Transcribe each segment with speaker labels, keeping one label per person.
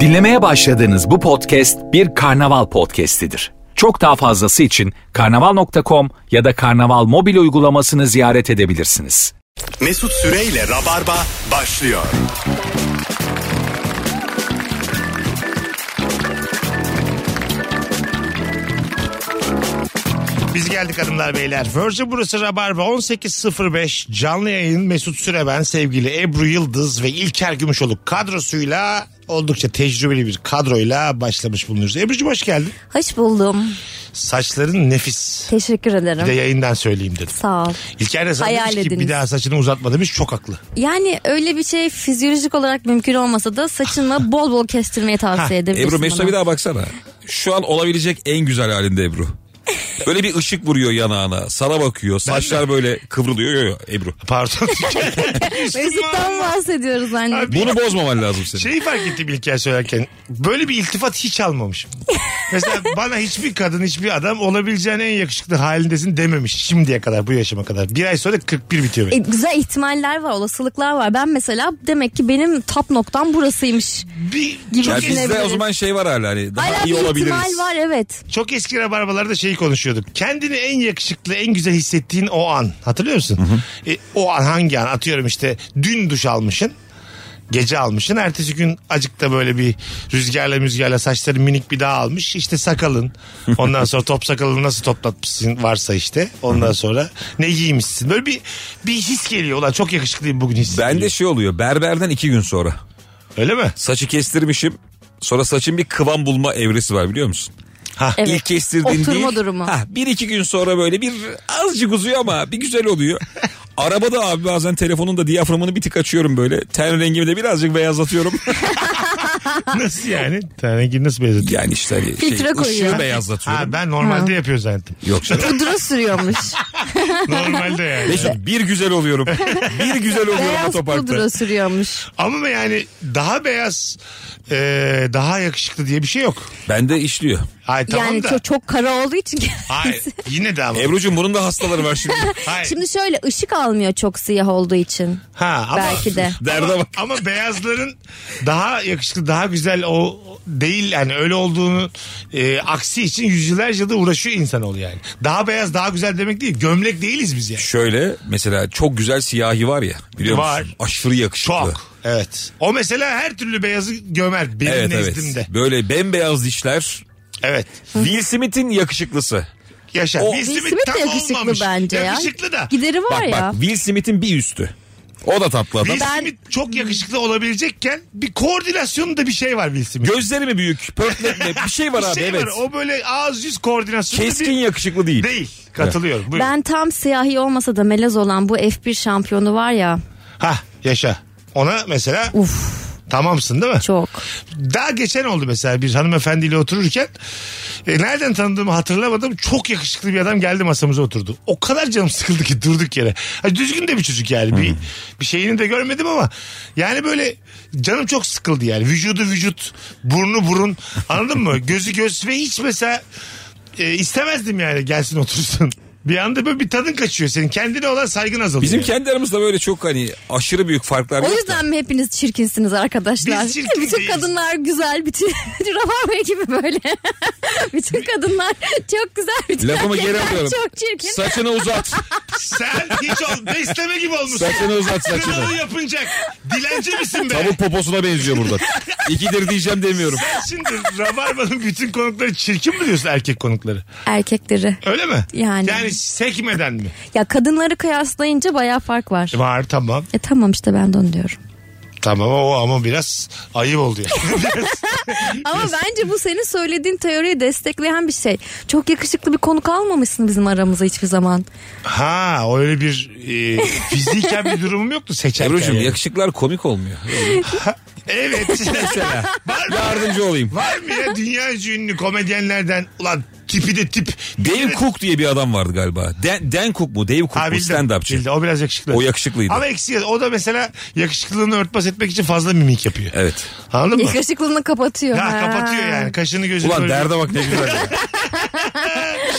Speaker 1: Dinlemeye başladığınız bu podcast bir karnaval podcastidir. Çok daha fazlası için karnaval.com ya da karnaval mobil uygulamasını ziyaret edebilirsiniz.
Speaker 2: Mesut Süreyle Rabarba başlıyor.
Speaker 3: Biz geldik hanımlar beyler. Virgin burası Rabarba 18.05 canlı yayın Mesut Süre ben sevgili Ebru Yıldız ve İlker Gümüşoluk kadrosuyla oldukça tecrübeli bir kadroyla başlamış bulunuyoruz. Ebru'cum hoş geldin.
Speaker 4: Hoş buldum.
Speaker 3: Saçların nefis.
Speaker 4: Teşekkür ederim.
Speaker 3: Bir de yayından söyleyeyim dedim.
Speaker 4: Sağ ol.
Speaker 3: İlker de sana demiş
Speaker 4: Hayal
Speaker 3: ki
Speaker 4: ediniz.
Speaker 3: bir daha saçını uzatma demiş çok haklı.
Speaker 4: Yani öyle bir şey fizyolojik olarak mümkün olmasa da saçımı bol bol kestirmeyi tavsiye edebilirsin.
Speaker 5: Ebru Mesut'a
Speaker 4: bana.
Speaker 5: bir daha baksana. Şu an olabilecek en güzel halinde Ebru. Böyle bir ışık vuruyor yanağına. Sana bakıyor. Saçlar böyle kıvrılıyor. Yo, yo, Ebru.
Speaker 3: Pardon.
Speaker 4: Mesut'tan bahsediyoruz anne.
Speaker 3: Abi-
Speaker 5: Bunu bozmaman lazım senin.
Speaker 3: Şeyi fark ettim İlker söylerken böyle bir iltifat hiç almamışım. Mesela bana hiçbir kadın hiçbir adam olabileceğin en yakışıklı halindesin dememiş şimdiye kadar bu yaşıma kadar. Bir ay sonra 41 bitiyor
Speaker 4: E,
Speaker 3: benim.
Speaker 4: güzel ihtimaller var, olasılıklar var. Ben mesela demek ki benim tap noktam burasıymış.
Speaker 3: Bir,
Speaker 4: Gibi
Speaker 5: Ya
Speaker 3: çok,
Speaker 4: düşünebiliriz.
Speaker 3: es-
Speaker 5: bizde o zaman şey var hala hani daha
Speaker 4: Hala
Speaker 5: iyi
Speaker 4: bir
Speaker 5: olabiliriz.
Speaker 4: ihtimal var evet.
Speaker 3: çok eski rabarbalarda şeyi konuşuyorduk. Kendini en yakışıklı en güzel hissettiğin o an hatırlıyor musun? E, o an hangi an atıyorum işte dün duş almışsın. Gece almışsın. Ertesi gün acıkta böyle bir rüzgarla müzgarla saçların minik bir dağ almış. İşte sakalın. Ondan sonra top sakalını nasıl toplatmışsın varsa işte. Ondan sonra ne giymişsin. Böyle bir bir his geliyor. Ulan çok yakışıklıyım bugün hissi.
Speaker 5: Bende şey oluyor berberden iki gün sonra.
Speaker 3: Öyle mi?
Speaker 5: Saçı kestirmişim. Sonra saçın bir kıvam bulma evresi var biliyor musun?
Speaker 3: Ha.
Speaker 4: Evet.
Speaker 5: İlk kestirdiğin
Speaker 4: Oturma
Speaker 5: değil.
Speaker 4: durumu.
Speaker 5: Ha, bir iki gün sonra böyle bir azıcık uzuyor ama bir güzel oluyor. Arabada abi bazen telefonun da diyaframını bir tık açıyorum böyle. Ten rengimi de birazcık beyazlatıyorum.
Speaker 3: Nasıl yani? Tanegil nasıl benzetiyor?
Speaker 5: Yani işte hani
Speaker 4: Filtre koyuyor.
Speaker 5: ışığı beyazlatıyorum.
Speaker 3: Ha ben normalde yapıyor zannettim.
Speaker 5: Yok canım.
Speaker 4: Pudra sürüyormuş.
Speaker 3: Normalde yani.
Speaker 5: Mesut bir güzel oluyorum. Bir güzel oluyorum
Speaker 4: Beyaz
Speaker 5: otoparkta.
Speaker 4: pudra sürüyormuş.
Speaker 3: Ama yani daha beyaz e, daha yakışıklı diye bir şey yok.
Speaker 5: Bende işliyor.
Speaker 3: Hayır tamam
Speaker 4: yani
Speaker 3: da.
Speaker 4: çok, çok kara olduğu için.
Speaker 3: Hayır yine de ama.
Speaker 5: Ebru'cum bunun da hastaları var şimdi.
Speaker 3: Hayır.
Speaker 4: Şimdi şöyle ışık almıyor çok siyah olduğu için.
Speaker 3: ha, ama,
Speaker 4: Belki de.
Speaker 5: Derde bak.
Speaker 3: Ama beyazların daha yakışıklı daha güzel o değil yani öyle olduğunu e, aksi için yüzyıllarca da uğraşıyor insanoğlu yani. Daha beyaz daha güzel demek değil gömlek değiliz biz yani.
Speaker 5: Şöyle mesela çok güzel siyahi var ya biliyor musun?
Speaker 3: Var.
Speaker 5: Aşırı yakışıklı.
Speaker 3: Çok. Evet. O mesela her türlü beyazı gömer benim
Speaker 5: Evet
Speaker 3: nezdimde.
Speaker 5: evet. Böyle bembeyaz dişler.
Speaker 3: Evet.
Speaker 5: Will Smith'in yakışıklısı.
Speaker 3: Yaşa.
Speaker 5: O-
Speaker 3: Will
Speaker 4: Will
Speaker 3: Smith
Speaker 4: Smith
Speaker 3: tam
Speaker 4: de yakışıklı
Speaker 3: olmamış.
Speaker 4: bence ya.
Speaker 3: Yakışıklı da.
Speaker 4: Gideri var
Speaker 5: Bak
Speaker 4: ya.
Speaker 5: bak Will Smith'in bir üstü. O da tatlı adam.
Speaker 3: Will Smith çok yakışıklı olabilecekken bir koordinasyonunda bir şey var Will Smith'in.
Speaker 5: Gözleri mi büyük? Pörtlek mi? Bir şey var
Speaker 3: Bir
Speaker 5: abi
Speaker 3: şey
Speaker 5: evet.
Speaker 3: var. O böyle ağız yüz koordinasyonu
Speaker 5: Keskin
Speaker 3: bir-
Speaker 5: yakışıklı değil.
Speaker 3: değil. Katılıyorum. Buyurun.
Speaker 4: Ben tam siyahi olmasa da melez olan bu F1 şampiyonu var ya.
Speaker 3: Ha yaşa. Ona mesela
Speaker 4: Uf
Speaker 3: tamamsın değil mi?
Speaker 4: çok.
Speaker 3: Daha geçen oldu mesela bir hanımefendiyle otururken e, nereden tanıdığımı hatırlamadım. Çok yakışıklı bir adam geldi masamıza oturdu. O kadar canım sıkıldı ki durduk yere. Ha, düzgün de bir çocuk yani.
Speaker 5: Hmm.
Speaker 3: Bir, bir şeyini de görmedim ama yani böyle canım çok sıkıldı yani. Vücudu vücut, burnu burun anladın mı? Gözü göz ve hiç mesela e, istemezdim yani gelsin otursun. Bir anda böyle bir tadın kaçıyor senin. Kendine olan saygın azalıyor.
Speaker 5: Bizim
Speaker 3: yani.
Speaker 5: kendi aramızda böyle çok hani aşırı büyük farklar
Speaker 4: O
Speaker 5: yok da.
Speaker 4: yüzden mi hepiniz çirkinsiniz arkadaşlar?
Speaker 3: Biz çirkin
Speaker 4: Bütün
Speaker 3: değiliz.
Speaker 4: kadınlar güzel. Bütün Rabarba gibi böyle. Bütün kadınlar çok güzel. Bütün
Speaker 5: Lafımı geri
Speaker 4: erkekler
Speaker 5: alıyorum.
Speaker 4: Çok çirkin.
Speaker 5: Saçını uzat.
Speaker 3: Sen hiç ol, besleme gibi olmuşsun.
Speaker 5: Saçını uzat saçını.
Speaker 3: Kralı yapınacak. Dilenci misin be?
Speaker 5: Tavuk poposuna benziyor burada. İkidir diyeceğim demiyorum.
Speaker 3: Şimdi Rabarba'nın bütün konukları çirkin mi diyorsun erkek konukları?
Speaker 4: Erkekleri.
Speaker 3: Öyle mi?
Speaker 4: Yani.
Speaker 3: Yani sekmeden mi?
Speaker 4: Ya kadınları kıyaslayınca bayağı fark var.
Speaker 3: Var tamam.
Speaker 4: E tamam işte ben de onu diyorum.
Speaker 3: Tamam o ama biraz ayıp oldu yani.
Speaker 4: Ama bence bu senin söylediğin teoriyi destekleyen bir şey. Çok yakışıklı bir konuk almamışsın bizim aramıza hiçbir zaman.
Speaker 3: ha öyle bir e, fiziken bir durumum yoktu seçerken.
Speaker 5: Ebru'cum
Speaker 3: yani.
Speaker 5: yakışıklar komik olmuyor.
Speaker 3: Evet. var mı?
Speaker 5: Yardımcı olayım.
Speaker 3: Var mı ya dünya ünlü komedyenlerden ulan tipi de tip.
Speaker 5: Dave Cook diye bir adam vardı galiba. Dan, Dan Cook mu? Dave Cook
Speaker 3: Ha
Speaker 5: mu?
Speaker 3: bildim.
Speaker 5: Stand-upçı.
Speaker 3: bildim. O biraz yakışıklı.
Speaker 5: O yakışıklıydı.
Speaker 3: Ama eksi o da mesela yakışıklılığını örtbas etmek için fazla mimik yapıyor.
Speaker 5: Evet.
Speaker 3: Anladın mı?
Speaker 4: Yakışıklılığını kapatıyor.
Speaker 3: Ha,
Speaker 4: Ha.
Speaker 3: kapatıyor yani kaşını gözünü
Speaker 5: Ulan
Speaker 3: böyle-
Speaker 5: derde bak ne güzel.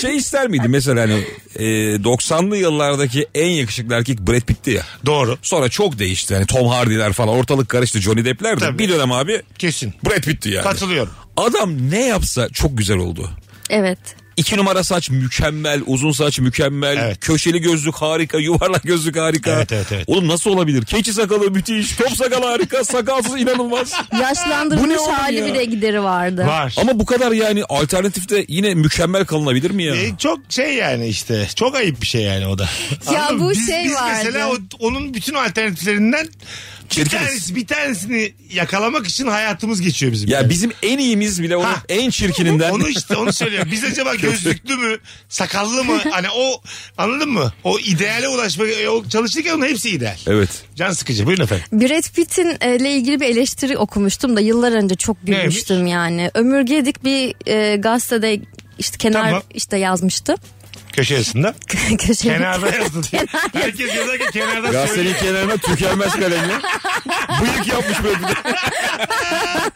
Speaker 5: Şey ister miydi mesela hani e, 90'lı yıllardaki en yakışıklı erkek Brad Pitt'ti ya.
Speaker 3: Doğru.
Speaker 5: Sonra çok değişti. Hani Tom Hardy'ler falan ortalık karıştı. Johnny Depp'ler de
Speaker 3: Tabii.
Speaker 5: bir dönem abi
Speaker 3: Kesin.
Speaker 5: Brad Pitt'ti yani.
Speaker 3: Katılıyorum.
Speaker 5: Adam ne yapsa çok güzel oldu.
Speaker 4: Evet.
Speaker 5: İki numara saç mükemmel, uzun saç mükemmel,
Speaker 3: Evet.
Speaker 5: köşeli gözlük harika, yuvarlak gözlük harika.
Speaker 3: Evet, evet, evet.
Speaker 5: Oğlum nasıl olabilir? Keçi sakalı müthiş, top sakalı harika, sakalsız inanılmaz. Bu ne
Speaker 4: Yaşlandırılmış
Speaker 5: oğlum
Speaker 4: hali
Speaker 5: ya?
Speaker 4: bir de gideri vardı.
Speaker 3: Var.
Speaker 5: Ama bu kadar yani alternatifte yine mükemmel kalınabilir mi ya?
Speaker 3: E, çok şey yani işte çok ayıp bir şey yani o da.
Speaker 4: Ya
Speaker 3: Anladın mı?
Speaker 4: bu
Speaker 3: biz,
Speaker 4: şey
Speaker 3: biz
Speaker 4: vardı.
Speaker 3: mesela o- onun bütün alternatiflerinden bir,
Speaker 5: Çirkiniz.
Speaker 3: tanesi, bir tanesini yakalamak için hayatımız geçiyor bizim.
Speaker 5: Ya
Speaker 3: yani.
Speaker 5: bizim en iyimiz bile onun
Speaker 3: Ha.
Speaker 5: en çirkininden.
Speaker 3: Onu işte onu söylüyorum. Biz acaba gözlüklü mü, sakallı mı? Hani o anladın mı? O ideale ulaşmak e, o çalıştık ya onun hepsi ideal.
Speaker 5: Evet.
Speaker 3: Can sıkıcı. Buyurun efendim.
Speaker 4: Brad Pitt'in e, ile ilgili bir eleştiri okumuştum da yıllar önce çok
Speaker 3: Neymiş?
Speaker 4: gülmüştüm yani. Ömürgedik bir e, gazetede işte kenar
Speaker 3: Tamam.
Speaker 4: işte yazmıştı.
Speaker 3: Köşesinde.
Speaker 4: Köşe-
Speaker 3: Kenarda yazdı. diye. Herkes yazar ki kenarda
Speaker 5: Gazetenin
Speaker 3: söylüyor.
Speaker 5: kenarına tükenmez kalemle. Bıyık yapmış böyle bir de.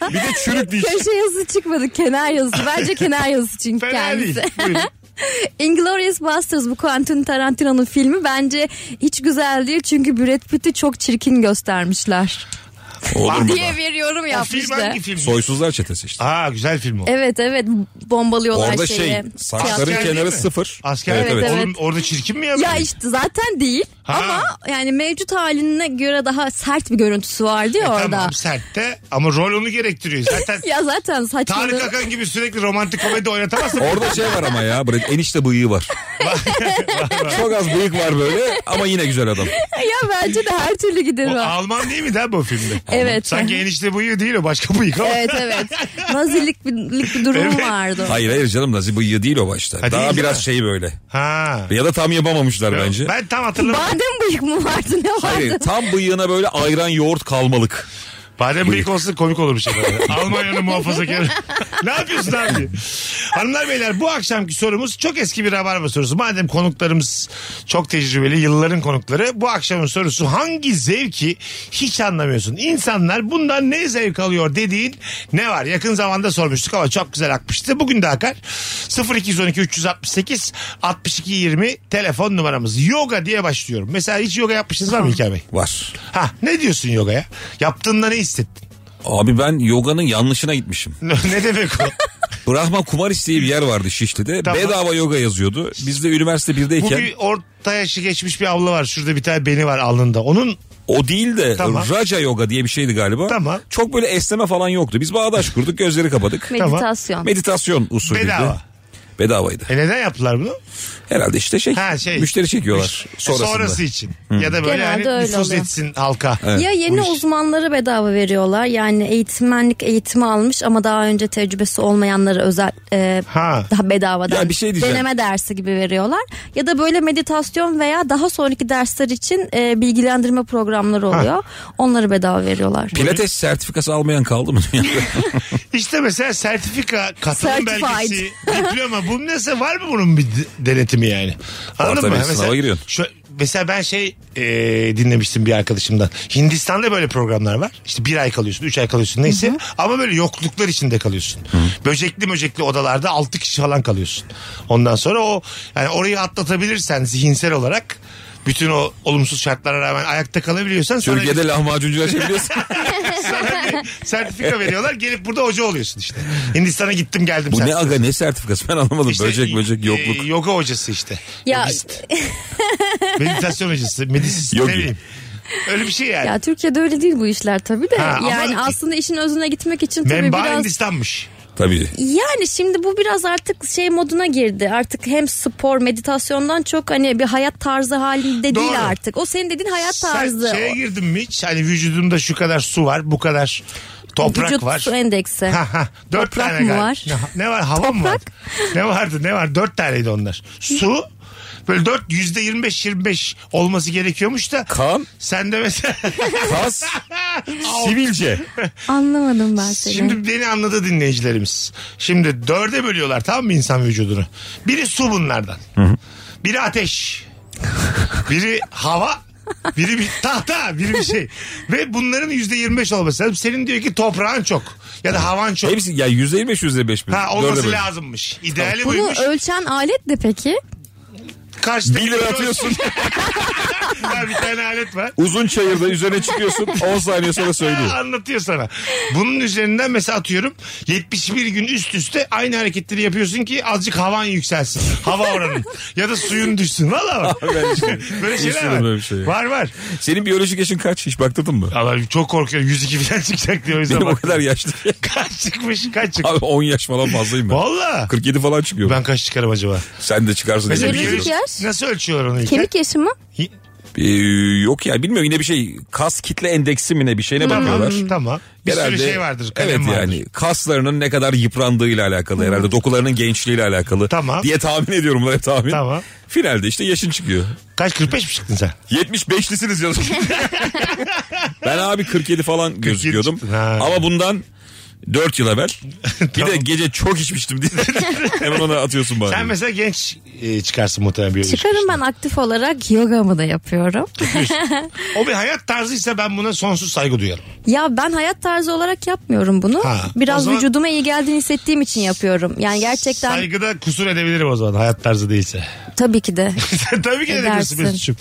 Speaker 5: bir de çürük diş.
Speaker 4: Köşe yazısı çıkmadı kenar yazısı. Bence kenar yazısı çünkü
Speaker 3: Fena değil.
Speaker 4: kendisi.
Speaker 3: Buyurun.
Speaker 4: Inglourious Basterds bu Quentin Tarantino'nun filmi bence hiç güzel değil çünkü Brad Pitt'i çok çirkin göstermişler.
Speaker 5: Olur mu?
Speaker 4: diye bir yorum
Speaker 3: O film
Speaker 4: yapmıştı.
Speaker 3: hangi film?
Speaker 5: Soysuzlar çetesi işte.
Speaker 3: Aa güzel film o.
Speaker 4: Evet evet bombalıyorlar
Speaker 5: Orada
Speaker 4: şeyi.
Speaker 5: şey saçların
Speaker 3: Asker değil
Speaker 5: kenarı
Speaker 3: mi?
Speaker 5: sıfır.
Speaker 3: Asker
Speaker 4: Evet,
Speaker 3: mi?
Speaker 4: evet.
Speaker 3: Oğlum orada çirkin mi ya?
Speaker 4: Ya işte zaten değil
Speaker 3: Ha.
Speaker 4: ama yani mevcut haline göre daha sert bir görüntüsü vardı ya orada.
Speaker 3: E, Tamam sert de ama rol onu gerektiriyor. Zaten
Speaker 4: Ya zaten saçları
Speaker 3: Tarık Akan gibi sürekli romantik komedi oynatamazsın.
Speaker 5: Orada şey var ama ya Brad, enişte bıyığı var. Çok az bıyık var böyle ama yine güzel adam.
Speaker 4: ya bence de her türlü gider
Speaker 3: O
Speaker 4: o.
Speaker 3: Alman değil mi abi o filmde?
Speaker 4: Evet.
Speaker 3: Sanki enişte bıyığı değil o başka bıyık ama.
Speaker 4: Evet evet. Nazilik bir, lik bir durum
Speaker 3: Evet.
Speaker 4: vardı.
Speaker 5: Hayır hayır canım Nazi bıyığı değil o başta.
Speaker 3: Ha,
Speaker 5: Daha
Speaker 3: değil
Speaker 5: biraz
Speaker 3: mi?
Speaker 5: şey böyle.
Speaker 3: Ha.
Speaker 5: Ya da tam yapamamışlar bence.
Speaker 3: Ben tam hatırlamadım.
Speaker 4: Badem bıyık mı vardı ne vardı?
Speaker 5: Hayır tam bıyığına böyle ayran yoğurt kalmalık.
Speaker 3: Badem bıyık olsa komik olurmuş herhalde. Almanya'nın muhafazakarı. ne yapıyorsun abi? Hanımlar beyler bu akşamki sorumuz çok eski bir rabarba sorusu. Madem konuklarımız çok tecrübeli yılların konukları. Bu akşamın sorusu hangi zevki hiç anlamıyorsun? İnsanlar bundan ne zevk alıyor dediğin ne var? Yakın zamanda sormuştuk ama çok güzel akmıştı. Bugün de akar. 0212 368 62 20 telefon numaramız. Yoga diye başlıyorum. Mesela hiç yoga yapmışsınız var mı İlker Bey?
Speaker 5: Var.
Speaker 3: Ha ne diyorsun yogaya? Yaptığında ne hissettin?
Speaker 5: Abi ben yoganın yanlışına gitmişim.
Speaker 3: ne demek o?
Speaker 5: Brahma Kumaris diye bir yer vardı Şişli'de.
Speaker 3: Tamam.
Speaker 5: Bedava yoga yazıyordu. Biz de üniversite
Speaker 3: Bu
Speaker 5: 1'deyken
Speaker 3: bir orta yaşı geçmiş bir abla var. Şurada bir tane beni var alnında. Onun
Speaker 5: o değil de
Speaker 3: Tamam.
Speaker 5: Raja yoga diye bir şeydi galiba.
Speaker 3: Tamam.
Speaker 5: Çok böyle esneme falan yoktu. Biz bağdaş kurduk gözleri kapadık.
Speaker 4: Meditasyon.
Speaker 5: Meditasyon usulüydü.
Speaker 3: Bedava.
Speaker 5: Bedavaydı.
Speaker 3: e neden yaptılar bunu?
Speaker 5: Herhalde işte şey,
Speaker 3: Ha şey.
Speaker 5: müşteri çekiyorlar
Speaker 3: Müş-
Speaker 5: sonrasında.
Speaker 3: Sonrası için. Ya da böyle
Speaker 4: Genelde
Speaker 3: hani
Speaker 4: öyle
Speaker 3: nüfuz
Speaker 4: oluyor.
Speaker 3: etsin halka.
Speaker 4: Ya yeni uzmanları bedava veriyorlar. Yani eğitmenlik eğitimi almış ama daha önce tecrübesi olmayanlara özel e,
Speaker 3: Ha.
Speaker 4: daha bedavadan
Speaker 5: Ya bir şey diyeceğim.
Speaker 4: deneme dersi gibi veriyorlar. Ya da böyle meditasyon veya daha sonraki dersler için e, bilgilendirme programları oluyor. Onları bedava veriyorlar.
Speaker 5: Pilates sertifikası almayan kaldı mı?
Speaker 3: İşte mesela sertifika, katılım
Speaker 4: Certified.
Speaker 3: belgesi, diploma bunun neyse var mı bunun bir de- denetimi yani?
Speaker 5: Var
Speaker 3: Anladın
Speaker 5: tabii,
Speaker 3: mı?
Speaker 5: sınava giriyorsun.
Speaker 3: şu- mesela ben şey e, dinlemiştim bir arkadaşımdan. Hindistan'da böyle programlar var. İşte bir ay kalıyorsun, üç ay kalıyorsun neyse. Ama böyle yokluklar içinde kalıyorsun. Böcekli böcekli odalarda altı kişi falan kalıyorsun. Ondan sonra o yani orayı atlatabilirsen zihinsel olarak bütün o olumsuz şartlara rağmen ayakta kalabiliyorsan sana-
Speaker 5: Türkiye'de lahmacuncu açabiliyorsun.
Speaker 3: sana bir sertifika veriyorlar. Gelip burada hoca oluyorsun işte. Hindistan'a gittim geldim.
Speaker 5: Bu ne
Speaker 3: sertifikası.
Speaker 5: aga ne sertifikası ben anlamadım.
Speaker 3: İşte,
Speaker 5: böcek böcek
Speaker 3: e,
Speaker 5: yokluk.
Speaker 3: yoga hocası işte.
Speaker 4: Ya-
Speaker 3: Yogist. Meditasyon hocası. Medisist ne
Speaker 5: Yogi.
Speaker 3: bileyim. Öyle bir şey yani.
Speaker 4: Ya Türkiye'de öyle değil bu işler tabii de.
Speaker 3: Ha, ama-
Speaker 4: yani aslında işin özüne gitmek için tabii
Speaker 3: Menba
Speaker 4: biraz
Speaker 3: Hindistan'mış.
Speaker 5: Tabii.
Speaker 4: Yani şimdi bu biraz artık şey moduna girdi. Artık hem spor, meditasyondan çok hani bir hayat tarzı halinde
Speaker 3: Doğru.
Speaker 4: değil artık. O senin dediğin hayat tarzı.
Speaker 3: Sen şeye girdin mi hiç? Hani vücudumda şu kadar su var, bu kadar toprak
Speaker 4: Vücut
Speaker 3: var.
Speaker 4: su endeksi.
Speaker 3: Ha, ha. Dört
Speaker 4: Toprak
Speaker 3: tane
Speaker 4: mı
Speaker 3: galiba.
Speaker 4: var?
Speaker 3: Ne, ne var? Hava mı var? Ne vardı? Ne var? Dört taneydi onlar. Su böyle dört yüzde yirmi beş yirmi beş olması gerekiyormuş da
Speaker 5: Kan,
Speaker 3: sen de mesela
Speaker 5: kas, sivilce.
Speaker 4: Anlamadım ben seni.
Speaker 3: Şimdi beni anladı dinleyicilerimiz. Şimdi dörde bölüyorlar tamam mı insan vücudunu? Biri su bunlardan. Biri ateş. Biri hava. Biri bir tahta, biri bir şey. Ve bunların %25 olması lazım. Senin diyor ki toprağın çok. Ya da havan çok.
Speaker 5: Hepsi ya %25 %5 mi?
Speaker 3: Ha
Speaker 5: Dörde
Speaker 3: olması
Speaker 5: böl.
Speaker 3: lazımmış. İdeali
Speaker 4: Bunu
Speaker 3: buymuş.
Speaker 4: ölçen alet de peki?
Speaker 3: Karşı
Speaker 5: Bir lira atıyorsun.
Speaker 3: Ha, bir tane alet var.
Speaker 5: Uzun çayırda üzerine çıkıyorsun 10 saniye sonra söylüyor.
Speaker 3: Ha, anlatıyor sana. Bunun üzerinden mesela atıyorum 71 gün üst üste aynı hareketleri yapıyorsun ki azıcık havan yükselsin. Hava oranın. ya da suyun düşsün. Valla bak. böyle şeyler
Speaker 5: İstedim
Speaker 3: var.
Speaker 5: böyle bir şey.
Speaker 3: Var var.
Speaker 5: Senin biyolojik yaşın kaç? Hiç baktırdın mı?
Speaker 3: Allah'ım çok korkuyorum. 102 falan çıkacak diyor. O yüzden
Speaker 5: Benim o
Speaker 3: bak-
Speaker 5: kadar yaşlı.
Speaker 3: Kaç çıkmış kaç çıkmış.
Speaker 5: Abi 10 yaş falan fazlayım ben.
Speaker 3: Valla.
Speaker 5: 47 falan çıkıyor.
Speaker 3: Ben kaç çıkarım acaba?
Speaker 5: Sen de çıkarsın.
Speaker 3: Mesela
Speaker 5: diye
Speaker 4: Biyolojik
Speaker 5: düşünüyorum.
Speaker 3: biyolojik-
Speaker 4: yaş?
Speaker 3: Nasıl ölçüyorlar onu? İlker?
Speaker 4: Kemik yaşı mı?
Speaker 5: Ee, yok ya bilmiyorum yine bir şey kas kitle endeksi mi ne bir şeyine bakıyorlar.
Speaker 3: Tamam.
Speaker 4: Hmm.
Speaker 3: tamam. Bir sürü şey vardır. Kalem
Speaker 5: evet
Speaker 3: vardır.
Speaker 5: yani kaslarının ne kadar yıprandığıyla alakalı herhalde dokularının gençliğiyle alakalı
Speaker 3: Tamam.
Speaker 5: diye tahmin ediyorum bunlar hep tahmin.
Speaker 3: Tamam.
Speaker 5: Finalde işte yaşın çıkıyor.
Speaker 3: Kaç 45 mi çıktın sen?
Speaker 5: 75'lisiniz yazıyor. ben abi 47 falan gözüküyordum.
Speaker 3: çıktın, ha.
Speaker 5: Ama bundan 4 yıl evvel. Bir de
Speaker 3: Tamam.
Speaker 5: gece çok içmiştim diye. Hemen ona atıyorsun bana.
Speaker 3: Sen mesela genç e, çıkarsın muhtemelen biyolojik.
Speaker 4: Çıkarım ben aktif olarak yogamı da yapıyorum.
Speaker 3: O bir hayat tarzıysa ben buna sonsuz saygı duyarım.
Speaker 4: Ya ben hayat tarzı olarak yapmıyorum bunu.
Speaker 3: Ha, o
Speaker 4: Biraz
Speaker 3: zaman-
Speaker 4: vücuduma iyi geldiğini hissettiğim için yapıyorum. Yani gerçekten
Speaker 3: Saygıda kusur edebilirim o zaman hayat tarzı değilse.
Speaker 4: tabii ki de.
Speaker 3: Tabii ki de
Speaker 4: Edersin.
Speaker 3: edebilirsin Mesut'cum.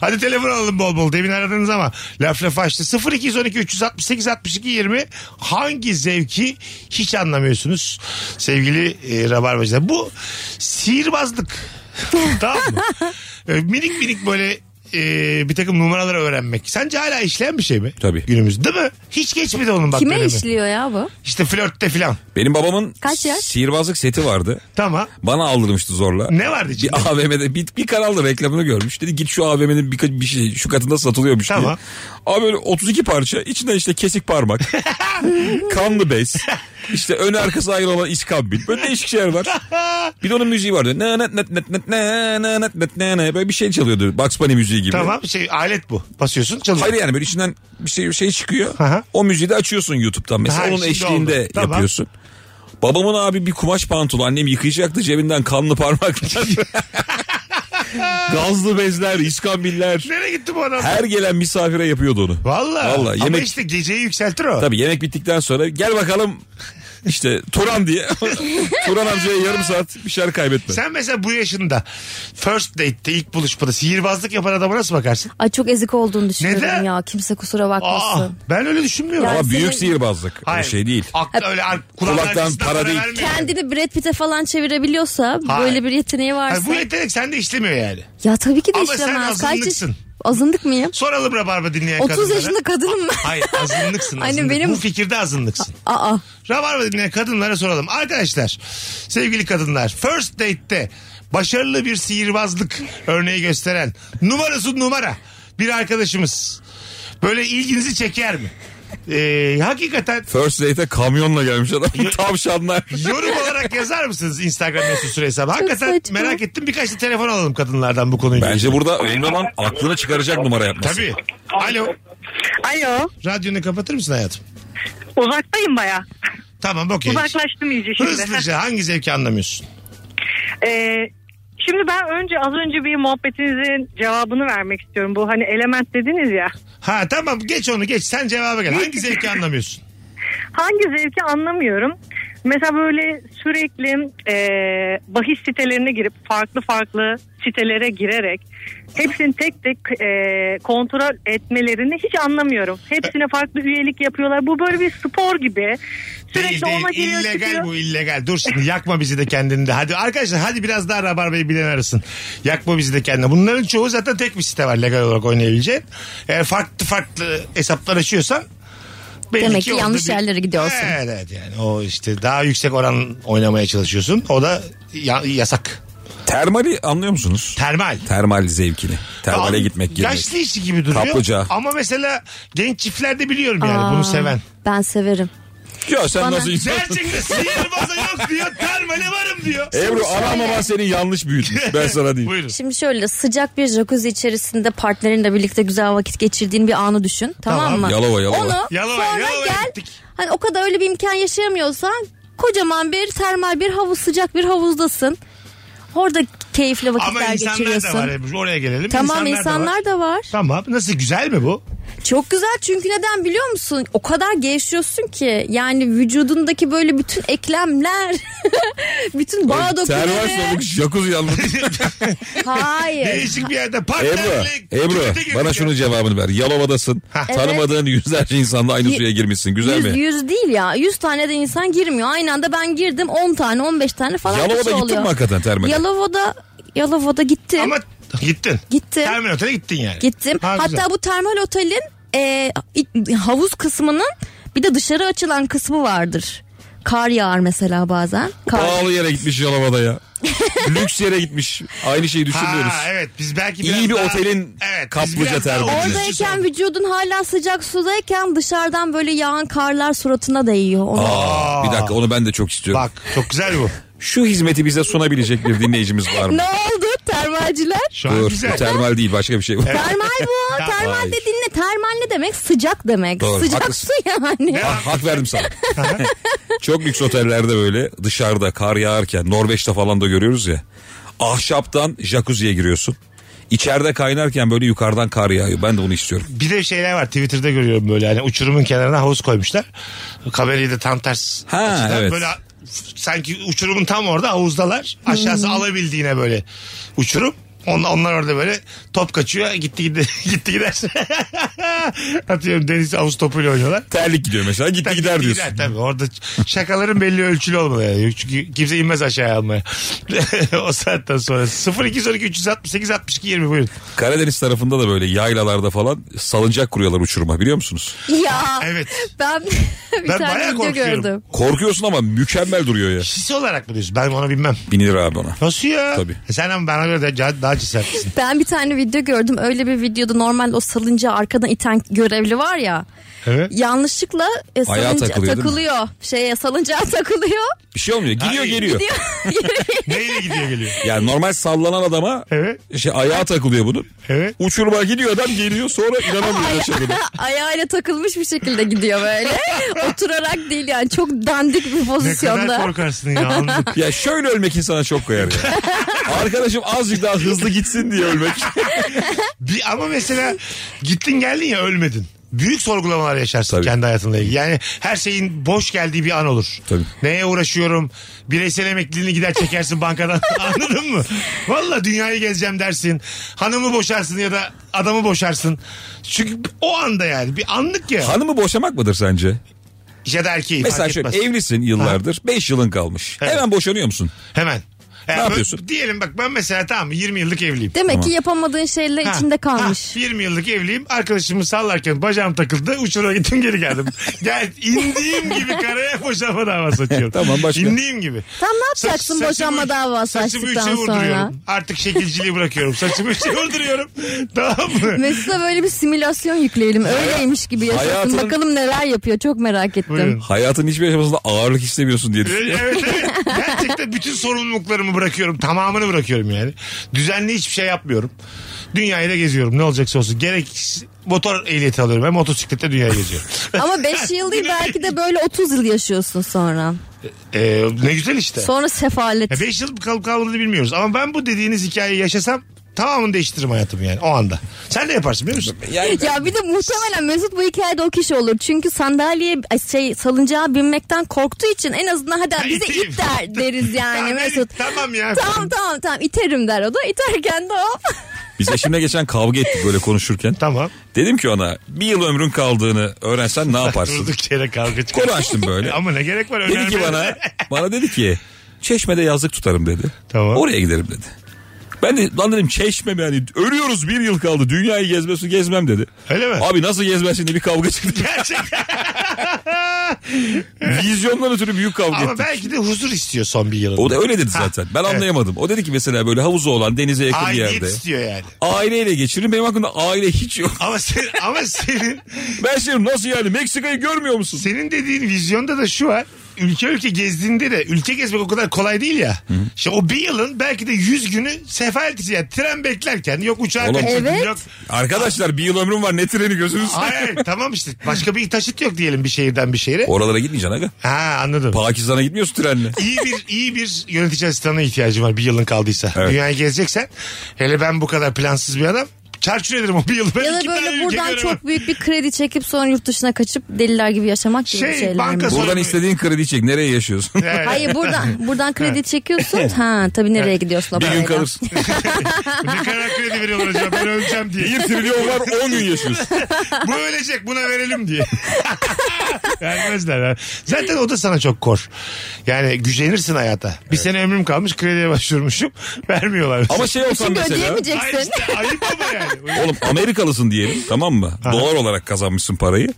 Speaker 3: Hadi telefon alalım bol bol. Demin aradınız ama laf laf açtı. 0212 368 62 20 hangi zevki hiç anlamıyorsunuz sevgili e, Rabarbacılar. Bu sihirbazlık. tamam mı? E, minik minik böyle e, bir takım numaraları öğrenmek. Sence hala işleyen bir şey mi?
Speaker 5: Tabii.
Speaker 3: Günümüz değil mi? Hiç geçmedi onun bak
Speaker 4: Kime
Speaker 3: dönemi.
Speaker 4: işliyor ya bu?
Speaker 3: İşte flörtte filan.
Speaker 5: Benim babamın
Speaker 4: Kaç yaş?
Speaker 5: sihirbazlık seti vardı.
Speaker 3: Tamam.
Speaker 5: Bana aldırmıştı zorla.
Speaker 3: Ne vardı içinde?
Speaker 5: Bir AVM'de bir, bir kanalda reklamını görmüş. Dedi git şu AVM'nin birkaç bir şey şu katında satılıyormuş
Speaker 3: Tamam.
Speaker 5: diye. Abi böyle 32 parça içinden işte kesik parmak, kanlı bez, işte ön arkası ayrı olan iskambil. Böyle değişik şeyler var. Bir de onun müziği vardı. Na na na na na na na na na na na. Böyle bir şey çalıyordu. Bugs Bunny müziği gibi.
Speaker 3: Tamam şey alet bu. Basıyorsun çalıyor.
Speaker 5: Hayır yani böyle içinden bir şey bir şey çıkıyor.
Speaker 3: Aha.
Speaker 5: O müziği de açıyorsun YouTube'dan mesela.
Speaker 3: Ha,
Speaker 5: Onun
Speaker 3: şimdi
Speaker 5: eşliğinde
Speaker 3: oldu. Tamam.
Speaker 5: yapıyorsun. Babamın abi bir kumaş pantolonu annem yıkayacaktı cebinden kanlı parmaklar. Gazlı bezler, iskambiller.
Speaker 3: Nereye gitti bu adam?
Speaker 5: Her gelen misafire yapıyordu onu.
Speaker 3: Valla.
Speaker 5: Vallahi
Speaker 3: Ama
Speaker 5: yemek-
Speaker 3: işte geceyi yükseltir o.
Speaker 5: Tabii yemek bittikten sonra gel bakalım işte Turan diye. Turan amcaya yarım saat bir şeyler kaybetme.
Speaker 3: Sen mesela bu yaşında first date'te ilk buluşmada sihirbazlık yapan adama nasıl bakarsın?
Speaker 4: Ay çok ezik olduğunu düşünüyorum
Speaker 3: Neden?
Speaker 4: ya. Kimse kusura
Speaker 3: Aa,
Speaker 4: bakmasın.
Speaker 3: ben öyle düşünmüyorum.
Speaker 4: Ya-
Speaker 5: Ama
Speaker 4: Ben
Speaker 5: büyük
Speaker 4: senin-
Speaker 5: sihirbazlık. Bir şey değil.
Speaker 3: Aklı öyle ar- kulağın
Speaker 5: Kulaktan
Speaker 3: arkasından
Speaker 5: para değil.
Speaker 3: vermiyor.
Speaker 4: Kendini Brad Pitt'e falan çevirebiliyorsa
Speaker 3: Hayır.
Speaker 4: böyle bir yeteneği varsa.
Speaker 3: Hayır, bu yetenek sende işlemiyor yani.
Speaker 4: Ya tabii ki de
Speaker 3: Ama sen
Speaker 4: işlemez. Kaç yaş-
Speaker 3: azınlıksın.
Speaker 4: Azınlık mıyım?
Speaker 3: Soralım Rabarba dinleyen
Speaker 4: 30
Speaker 3: kadınlara.
Speaker 4: yaşında kadınım ben.
Speaker 3: Hayır azınlıksın.
Speaker 4: Anne,
Speaker 3: azınlık.
Speaker 4: benim-
Speaker 3: Bu fikirde azınlıksın.
Speaker 4: Aa.
Speaker 3: Rabarba dinleyen kadınlara soralım. Arkadaşlar sevgili kadınlar first date'te başarılı bir sihirbazlık örneği gösteren numarası numara bir arkadaşımız böyle ilginizi çeker mi? Ee, hakikaten
Speaker 5: First date'e kamyonla gelmiş adam. Tavşanlar.
Speaker 3: yorum olarak yazar mısınız Instagram mesut süre hesabı? Hakikaten
Speaker 4: saçma.
Speaker 3: merak ettim birkaç da telefon alalım kadınlardan bu konuyla. ilgili.
Speaker 5: Bence burada önemli olan aklını çıkaracak numara yapması.
Speaker 3: Tabii. Alo.
Speaker 6: Alo.
Speaker 3: Radyonu kapatır mısın hayatım?
Speaker 6: Uzaktayım baya.
Speaker 3: Tamam okey.
Speaker 6: Uzaklaştım iyice şimdi.
Speaker 3: Hızlıca hangi zevki anlamıyorsun?
Speaker 6: Ee, şimdi ben önce az önce bir muhabbetinizin cevabını vermek istiyorum. Bu hani element dediniz ya.
Speaker 3: Ha tamam geç onu geç sen cevaba gel. Hangi zevki anlamıyorsun?
Speaker 6: Hangi zevki anlamıyorum. Mesela böyle sürekli e, bahis sitelerine girip farklı farklı sitelere girerek hepsini tek tek e, kontrol etmelerini hiç anlamıyorum. Hepsine farklı üyelik yapıyorlar. Bu böyle bir spor gibi. Sürekli
Speaker 3: Değil
Speaker 6: ona
Speaker 3: değil
Speaker 6: giriyor
Speaker 3: illegal
Speaker 6: çıkıyor.
Speaker 3: bu illegal. Dur şimdi yakma bizi de kendini de. Hadi arkadaşlar hadi biraz daha Rabarba'yı bilen arasın. Yakma bizi de kendini. Bunların çoğu zaten tek bir site var legal olarak oynayabileceğin. Eğer farklı farklı hesaplar açıyorsan belli
Speaker 4: Demek ki
Speaker 3: orada
Speaker 4: yanlış yerlere gidiyorsun.
Speaker 3: Evet evet yani o işte daha yüksek oran oynamaya çalışıyorsun. O da ya- yasak.
Speaker 5: Termali anlıyor musunuz?
Speaker 3: Termal.
Speaker 5: Termal zevkini. Termale
Speaker 3: Al-
Speaker 5: gitmek girmek.
Speaker 3: Yaşlı işi gibi duruyor.
Speaker 5: Kaplıca.
Speaker 3: Ama mesela genç çiftlerde biliyorum yani bunu
Speaker 4: Aa,
Speaker 3: seven.
Speaker 4: Ben severim.
Speaker 5: Ya sen
Speaker 4: Bana-
Speaker 5: nasıl insansın?
Speaker 3: Gerçekten sihirbaza yok diyor. Termale varım diyor.
Speaker 5: Ebru anam baban seni yanlış büyütmüş. Ben sana diyeyim.
Speaker 3: Buyurun.
Speaker 4: Şimdi şöyle sıcak bir jacuzzi içerisinde partnerinle birlikte güzel vakit geçirdiğin bir anı düşün. Tamam,
Speaker 3: Tamam.
Speaker 4: mı?
Speaker 5: Yalova, Yalova.
Speaker 4: Onu
Speaker 3: Yalova,
Speaker 4: sonra
Speaker 3: Yalova'ya
Speaker 4: gel.
Speaker 3: gittik.
Speaker 4: Hani o kadar öyle bir imkan yaşayamıyorsan kocaman bir termal bir havuz sıcak bir havuzdasın. Orada keyifli vakitler
Speaker 3: Ama insanlar da
Speaker 4: geçiriyorsun.
Speaker 3: var. Ebru, Oraya gelelim.
Speaker 4: Tamam
Speaker 3: da var.
Speaker 4: insanlar da var.
Speaker 3: Tamam. Nasıl güzel mi bu?
Speaker 4: Çok güzel çünkü neden biliyor musun? O kadar gevşiyorsun ki yani vücudundaki böyle bütün eklemler, bütün bağ dokuları.
Speaker 5: Servasyonluk jacuzzi anlatıyor.
Speaker 4: Hayır.
Speaker 3: Değişik bir yerde partnerle
Speaker 5: Ebru, Ebru bana şunun cevabını ver. Yalova'dasın. Tanımadığın yüzlerce insanla aynı
Speaker 4: Y-
Speaker 5: suya girmişsin. Güzel
Speaker 4: Yüz,
Speaker 5: mi?
Speaker 4: yüz değil ya. Yüz tane de insan girmiyor. Aynı anda ben girdim 10 tane 15 tane falan kişi
Speaker 5: Yalova'da
Speaker 4: oluyor.
Speaker 5: gittin mi hakikaten termale?
Speaker 4: Yalova'da, Yalova'da gittim.
Speaker 3: Ama gittin.
Speaker 4: Gittim.
Speaker 3: Terminal otele gittin yani.
Speaker 4: Gittim.
Speaker 3: Ha,
Speaker 4: Hatta
Speaker 3: güzel.
Speaker 4: bu termal otelin e, i- havuz kısmının bir de dışarı açılan kısmı vardır. Kar yağar mesela bazen. Kar.
Speaker 5: Pahalı yere gitmiş Yalova'da ya. Lüks yere gitmiş. Aynı şeyi düşünmüyoruz.
Speaker 3: Ha, evet biz belki
Speaker 5: İyi
Speaker 3: biraz
Speaker 5: bir
Speaker 3: daha-
Speaker 5: otelin
Speaker 3: evet, biz
Speaker 5: kaplıca
Speaker 3: biraz daha
Speaker 5: termali.
Speaker 3: ucuzcu
Speaker 4: Oradayken
Speaker 3: sorduk.
Speaker 4: vücudun hala sıcak sudayken dışarıdan böyle yağan karlar suratına değiyor. Onu-
Speaker 5: Aa, bir dakika onu ben de çok istiyorum.
Speaker 3: Bak çok güzel bu.
Speaker 5: Şu hizmeti bize sunabilecek bir dinleyicimiz var mı?
Speaker 4: Ne oldu termalciler?
Speaker 3: Şu an
Speaker 5: Dur
Speaker 3: güzel.
Speaker 5: bu termal değil başka bir şey. bu.
Speaker 4: Termal bu.
Speaker 3: Tamam.
Speaker 4: termal dediğin ne? Termal ne demek? Sıcak demek.
Speaker 5: Doğru,
Speaker 4: Sıcak
Speaker 5: haklısın.
Speaker 4: su yani.
Speaker 5: Ah, hak verdim sana. Çok lüks otellerde böyle dışarıda kar yağarken Norveç'te falan da görüyoruz ya. Ahşaptan jacuzziye giriyorsun. İçeride kaynarken böyle yukarıdan kar yağıyor. Ben de bunu istiyorum.
Speaker 3: Bir de şeyler var Twitter'da görüyorum böyle hani uçurumun kenarına havuz koymuşlar. Kamerayı da tam ters.
Speaker 5: Ha,
Speaker 3: açıdan
Speaker 5: evet.
Speaker 3: Böyle sanki uçurumun tam orada havuzdalar. Aşağısı alabildiğine böyle uçurum. On, onlar orada böyle top kaçıyor. Gitti gitti gitti gider. Atıyorum deniz havuz topuyla oynuyorlar.
Speaker 5: Terlik gidiyor mesela gitti gider diyorsun.
Speaker 3: Gider tabii. Orada şakaların belli ölçülü olmalı yani. Çünkü kimse inmez aşağıya almaya. o saatten sonra. 0212 368 62 20 buyurun.
Speaker 5: Karadeniz tarafında da böyle yaylalarda falan salıncak kuruyorlar uçuruma biliyor musunuz?
Speaker 4: Ya.
Speaker 3: Evet.
Speaker 4: Ben bir
Speaker 3: Ben
Speaker 4: tane
Speaker 3: bayağı
Speaker 4: video
Speaker 3: korkuyorum.
Speaker 4: gördüm.
Speaker 5: Korkuyorsun ama mükemmel duruyor ya.
Speaker 3: Hisse olarak mı diyorsun? Ben ona binmem.
Speaker 5: Binilir abi ona.
Speaker 3: Nasıl ya?
Speaker 5: Tabii.
Speaker 3: E sen ama bana göre de ca- daha cesaretlisin.
Speaker 4: Ben bir tane video gördüm. Öyle bir videoda normal o salıncağı arkadan iten görevli var ya.
Speaker 3: Evet.
Speaker 4: Yanlışlıkla e,
Speaker 5: Ayağa
Speaker 4: salınca-
Speaker 5: takılıyor, değil mi?
Speaker 4: takılıyor. Şeye salıncağa takılıyor.
Speaker 5: Bir şey olmuyor gidiyor
Speaker 3: Hayır.
Speaker 5: geliyor.
Speaker 3: Neyle gidiyor geliyor?
Speaker 5: Yani normal sallanan adama
Speaker 3: Evet.
Speaker 5: şey ayağa takılıyor bunun.
Speaker 3: Evet.
Speaker 5: Uçuruma gidiyor adam geliyor sonra inanamıyor yaşadığına.
Speaker 4: Ayağıyla takılmış bir şekilde gidiyor böyle. Oturarak değil yani çok dandik bir
Speaker 3: Ne kadar
Speaker 4: pozisyonda.
Speaker 3: korkarsın ya. anladım.
Speaker 5: Ya şöyle ölmek insana çok koyar ya. Arkadaşım azıcık daha hızlı gitsin diye ölmek.
Speaker 3: Bir, ama mesela gittin geldin ya ölmedin. Büyük sorgulamalar yaşarsın
Speaker 5: Tabii.
Speaker 3: kendi hayatınla ilgili. Yani her şeyin boş geldiği bir an olur.
Speaker 5: Tabii.
Speaker 3: Neye uğraşıyorum? Bireysel emekliliğini gider çekersin bankadan. Anladın mı? Valla dünyayı gezeceğim dersin. Hanımı boşarsın ya da adamı boşarsın. Çünkü o anda yani bir anlık ya.
Speaker 5: Hanımı boşamak mıdır sence?
Speaker 3: ya da erkeği
Speaker 5: Mesela
Speaker 3: fark
Speaker 5: şöyle
Speaker 3: etmez.
Speaker 5: evlisin yıllardır. 5 yılın kalmış.
Speaker 3: Evet.
Speaker 5: Hemen boşanıyor musun?
Speaker 3: Hemen. Eğer
Speaker 5: Ne
Speaker 3: bö-
Speaker 5: yapıyorsun?
Speaker 3: Diyelim bak ben mesela tamam 20 yıllık evliyim.
Speaker 4: Demek ki yapamadığın şeyler
Speaker 3: Ha,
Speaker 4: içinde kalmış.
Speaker 3: ha, 20 yıllık evliyim. Arkadaşımı sallarken bacağım takıldı. Uçura gittim geri geldim. Gel indiğim gibi karaya boşanma davası açıyorum.
Speaker 5: Tamam, başka.
Speaker 3: İndiğim gibi.
Speaker 4: Tam ne
Speaker 3: Saç-
Speaker 4: yapacaksın
Speaker 3: saçımı
Speaker 4: boşanma
Speaker 3: üç-
Speaker 4: davası
Speaker 3: saçımı üçe
Speaker 4: açtıktan sonra?
Speaker 3: vurduruyorum. Artık şekilciliği bırakıyorum. Saçımı üçe vurduruyorum. Tamam mı?
Speaker 4: Mesut'a böyle bir simülasyon yükleyelim. Öyleymiş gibi yaşasın.
Speaker 5: Hayatın-
Speaker 4: Bakalım neler yapıyor. Çok merak ettim.
Speaker 3: Buyurun.
Speaker 5: Hayatın hiçbir aşamasında ağırlık istemiyorsun diye
Speaker 3: Evet
Speaker 5: düşünüyorum.
Speaker 3: evet. Gerçekten bütün sorumluluklarımı bırakıyorum. Tamamını bırakıyorum yani. Düzenli hiçbir şey yapmıyorum. Dünyayı da geziyorum. Ne olacaksa olsun. Gerek motor ehliyeti alıyorum. Ben motosiklette dünyayı geziyorum.
Speaker 4: Ama 5 yıl değil belki de böyle 30 yıl yaşıyorsun sonra.
Speaker 3: Ee, ne güzel işte.
Speaker 4: Sonra sefalet.
Speaker 3: 5 yıl kalıp kalmadığını bilmiyoruz. Ama ben bu dediğiniz hikayeyi yaşasam tamamını değiştiririm hayatımı yani o anda. Sen de yaparsın biliyor musun?
Speaker 5: Yani
Speaker 4: Ya bir de muhtemelen Mesut bu hikayede o kişi olur. Çünkü sandalyeye ay şey salıncağa binmekten korktuğu için en azından hadi bize
Speaker 3: iteyim.
Speaker 4: it der deriz yani
Speaker 3: Tamam,
Speaker 4: Mesut.
Speaker 3: Tamam ya.
Speaker 4: Tamam tamam tamam iterim der o da. İterken de o.
Speaker 5: biz eşimle geçen kavga ettik böyle konuşurken.
Speaker 3: Tamam.
Speaker 5: Dedim ki ona bir yıl ömrün kaldığını öğrensen ne yaparsın?
Speaker 3: Durduk yere kavga çıkıyor.
Speaker 5: Konu açtım böyle.
Speaker 3: Ama ne gerek var?
Speaker 5: Dedi ki
Speaker 3: Önemli.
Speaker 5: bana bana dedi ki çeşmede yazlık tutarım dedi.
Speaker 3: Tamam.
Speaker 5: Oraya giderim dedi. Ben de lan dedim çeşme mi yani ölüyoruz bir yıl kaldı dünyayı gezmesi gezmem dedi.
Speaker 3: Öyle mi?
Speaker 5: Abi nasıl gezmezsin diye bir kavga çıktı.
Speaker 3: Gerçekten.
Speaker 5: Vizyondan ötürü büyük kavga
Speaker 3: Ama
Speaker 5: ettik.
Speaker 3: belki de huzur istiyor son bir yılında.
Speaker 5: O da öyle dedi
Speaker 3: Ha,
Speaker 5: zaten. Ben
Speaker 3: evet.
Speaker 5: anlayamadım. O dedi ki mesela böyle havuzu olan denize yakın bir
Speaker 3: Aidiyet
Speaker 5: yerde.
Speaker 3: istiyor yani.
Speaker 5: Aileyle geçirin. Benim hakkında aile hiç yok. şey
Speaker 3: Ama sen, ama senin
Speaker 5: Ben şimdi nasıl yani Meksika'yı görmüyor musun?
Speaker 3: senin dediğin vizyonda da şu var. ülke ülke gezdiğinde de ülke gezmek o kadar kolay değil ya. İşte o bir yılın belki de 100 günü sefalet yani tren beklerken yok uçağa
Speaker 5: Oğlum.
Speaker 3: kaçırdın,
Speaker 4: Evet.
Speaker 3: yok
Speaker 5: Arkadaşlar bir yıl ömrüm var ne treni gözünüz.
Speaker 3: Hayır, hayır, tamam işte başka bir taşıt yok diyelim bir şehirden bir şehire.
Speaker 5: Oralara gitmeyeceksin aga.
Speaker 3: Ha anladım.
Speaker 5: Pakistan'a gitmiyorsun trenle.
Speaker 3: İyi bir iyi bir yönetici asistanına ihtiyacım var bir yılın kaldıysa.
Speaker 5: Evet.
Speaker 3: Dünyayı gezeceksen hele ben bu kadar plansız bir adam çarçur ederim o bir yıl. Ben
Speaker 4: Ya da
Speaker 3: iki tane
Speaker 4: böyle
Speaker 3: ülke
Speaker 4: buradan
Speaker 3: göremem.
Speaker 4: çok büyük bir kredi çekip sonra yurt dışına kaçıp deliler gibi yaşamak gibi
Speaker 3: Şey,
Speaker 4: şeyler. mi?
Speaker 3: banka Sonra
Speaker 5: Buradan
Speaker 3: bir-
Speaker 5: istediğin kredi çek. Nereye yaşıyorsun?
Speaker 3: Evet.
Speaker 4: Hayır buradan buradan kredi çekiyorsun. Ha tabii nereye gidiyorsun o
Speaker 5: bir gün
Speaker 4: parayla?
Speaker 5: kalırsın.
Speaker 3: ne kadar kredi veriyorlar hocam ben öleceğim diye.
Speaker 5: bir trilyon var 10 gün yaşıyorsun.
Speaker 3: bu ölecek buna verelim diye. Vermezler. ha. Zaten o da sana çok kor. Yani gücenirsin hayata. Bir sene ömrüm kalmış krediye başvurmuşum. Vermiyorlar.
Speaker 5: Ama şey olsan
Speaker 4: Çünkü
Speaker 5: mesela.
Speaker 3: Ay
Speaker 4: ödeyemeyeceksin.
Speaker 3: işte, ayıp ama yani.
Speaker 5: Oğlum Amerikalısın diyelim tamam mı? Dolar olarak kazanmışsın parayı.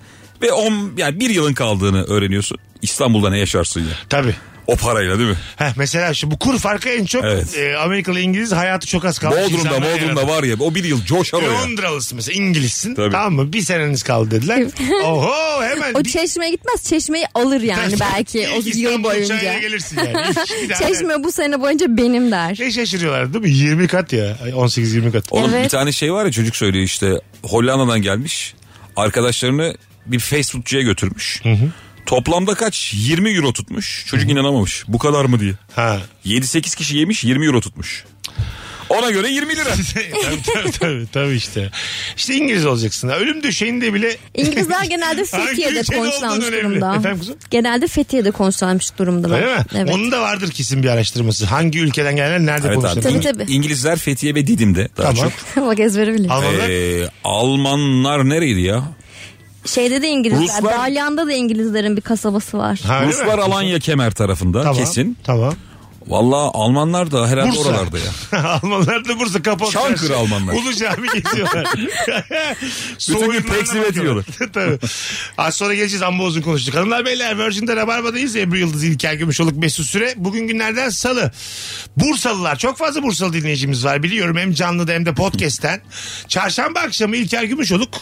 Speaker 5: Ve on, yani bir yılın kaldığını öğreniyorsun. İstanbul'da ne yaşarsın ya?
Speaker 3: Tabii.
Speaker 5: O parayla değil mi?
Speaker 3: Heh, mesela şu bu kur farkı en çok
Speaker 5: Evet.
Speaker 3: e, Amerikalı İngiliz hayatı çok az kalmış.
Speaker 5: Bodrum'da
Speaker 3: insanlara
Speaker 5: Bodrum'da
Speaker 3: yaradı.
Speaker 5: var ya o bir yıl coşar o ya.
Speaker 3: Londralısın mesela İngilizsin.
Speaker 5: Tabii.
Speaker 3: Tamam mı? Bir seneniz kaldı dediler. Oho hemen.
Speaker 4: O
Speaker 3: bir-
Speaker 4: çeşmeye gitmez çeşmeyi alır yani belki o
Speaker 3: İlk
Speaker 4: yıl
Speaker 3: İstanbul
Speaker 4: boyunca.
Speaker 3: uçağıyla gelirsin yani. Bir daha-
Speaker 4: Çeşme bu sene boyunca benim der.
Speaker 3: Ne Şey şaşırıyorlar değil mi? 20 kat ya. Ay, 18-20 kat.
Speaker 5: Oğlum
Speaker 4: Evet.
Speaker 5: bir tane şey var ya çocuk söylüyor işte Hollanda'dan gelmiş. Arkadaşlarını bir Facebookçuya götürmüş. Toplamda kaç? 20 euro tutmuş. Çocuk inanamamış. Bu kadar mı diye.
Speaker 3: Ha.
Speaker 5: 7-8 kişi yemiş 20 euro tutmuş. Ona göre 20 lira.
Speaker 3: tabii, tabii, tabii, tabii işte. İşte İngiliz olacaksın. Ölüm döşeğinde bile
Speaker 4: İngilizler genelde
Speaker 3: Hangi
Speaker 4: Fethiye'de
Speaker 3: ülkede olduğun
Speaker 4: konuşlanmış
Speaker 3: önemli.
Speaker 4: durumda.
Speaker 3: Efendim kızım?
Speaker 4: Genelde Fethiye'de konuşlanmış durumdalar.
Speaker 3: öyle mi?
Speaker 4: Evet.
Speaker 3: Onun da vardır kesin bir araştırması. Hangi ülkeden gelenler nerede
Speaker 5: Evet abi.
Speaker 3: konuşuyor?
Speaker 4: Tabii,
Speaker 5: İng-
Speaker 4: tabii.
Speaker 5: İngilizler Fethiye ve Didim'de daha
Speaker 3: Tamam.
Speaker 5: çok.
Speaker 4: Bak ezbere bile.
Speaker 3: Almanlar
Speaker 5: Ee, Almanlar nereydi ya?
Speaker 4: Şeyde de İngilizler.
Speaker 5: Ruslar-
Speaker 4: Dalyan'da da İngilizlerin bir kasabası var.
Speaker 3: Ha, öyle mi?
Speaker 5: Ruslar Alanya kemer tarafında
Speaker 3: Tamam,
Speaker 5: kesin.
Speaker 3: Tamam.
Speaker 5: Valla Almanlar da herhalde oralarda ya.
Speaker 3: Almanlar da Bursa kapalı.
Speaker 5: Çankırı Almanlar.
Speaker 3: Ulu cami geziyorlar.
Speaker 5: Bütün gün
Speaker 3: Soğuğundan
Speaker 5: peksimet
Speaker 3: bakıyorlar. Tabii. Az sonra geleceğiz amma uzun konuştuk. Hanımlar beyler Virgin'de Rabarba'dayız. Ebru Yıldız, İlker Gümüşoluk, Mesut Süre. Bugün günlerden salı. Bursalılar çok fazla Bursalı dinleyicimiz var biliyorum. Hem canlıda hem de podcast'ten. Çarşamba akşamı İlker Gümüşoluk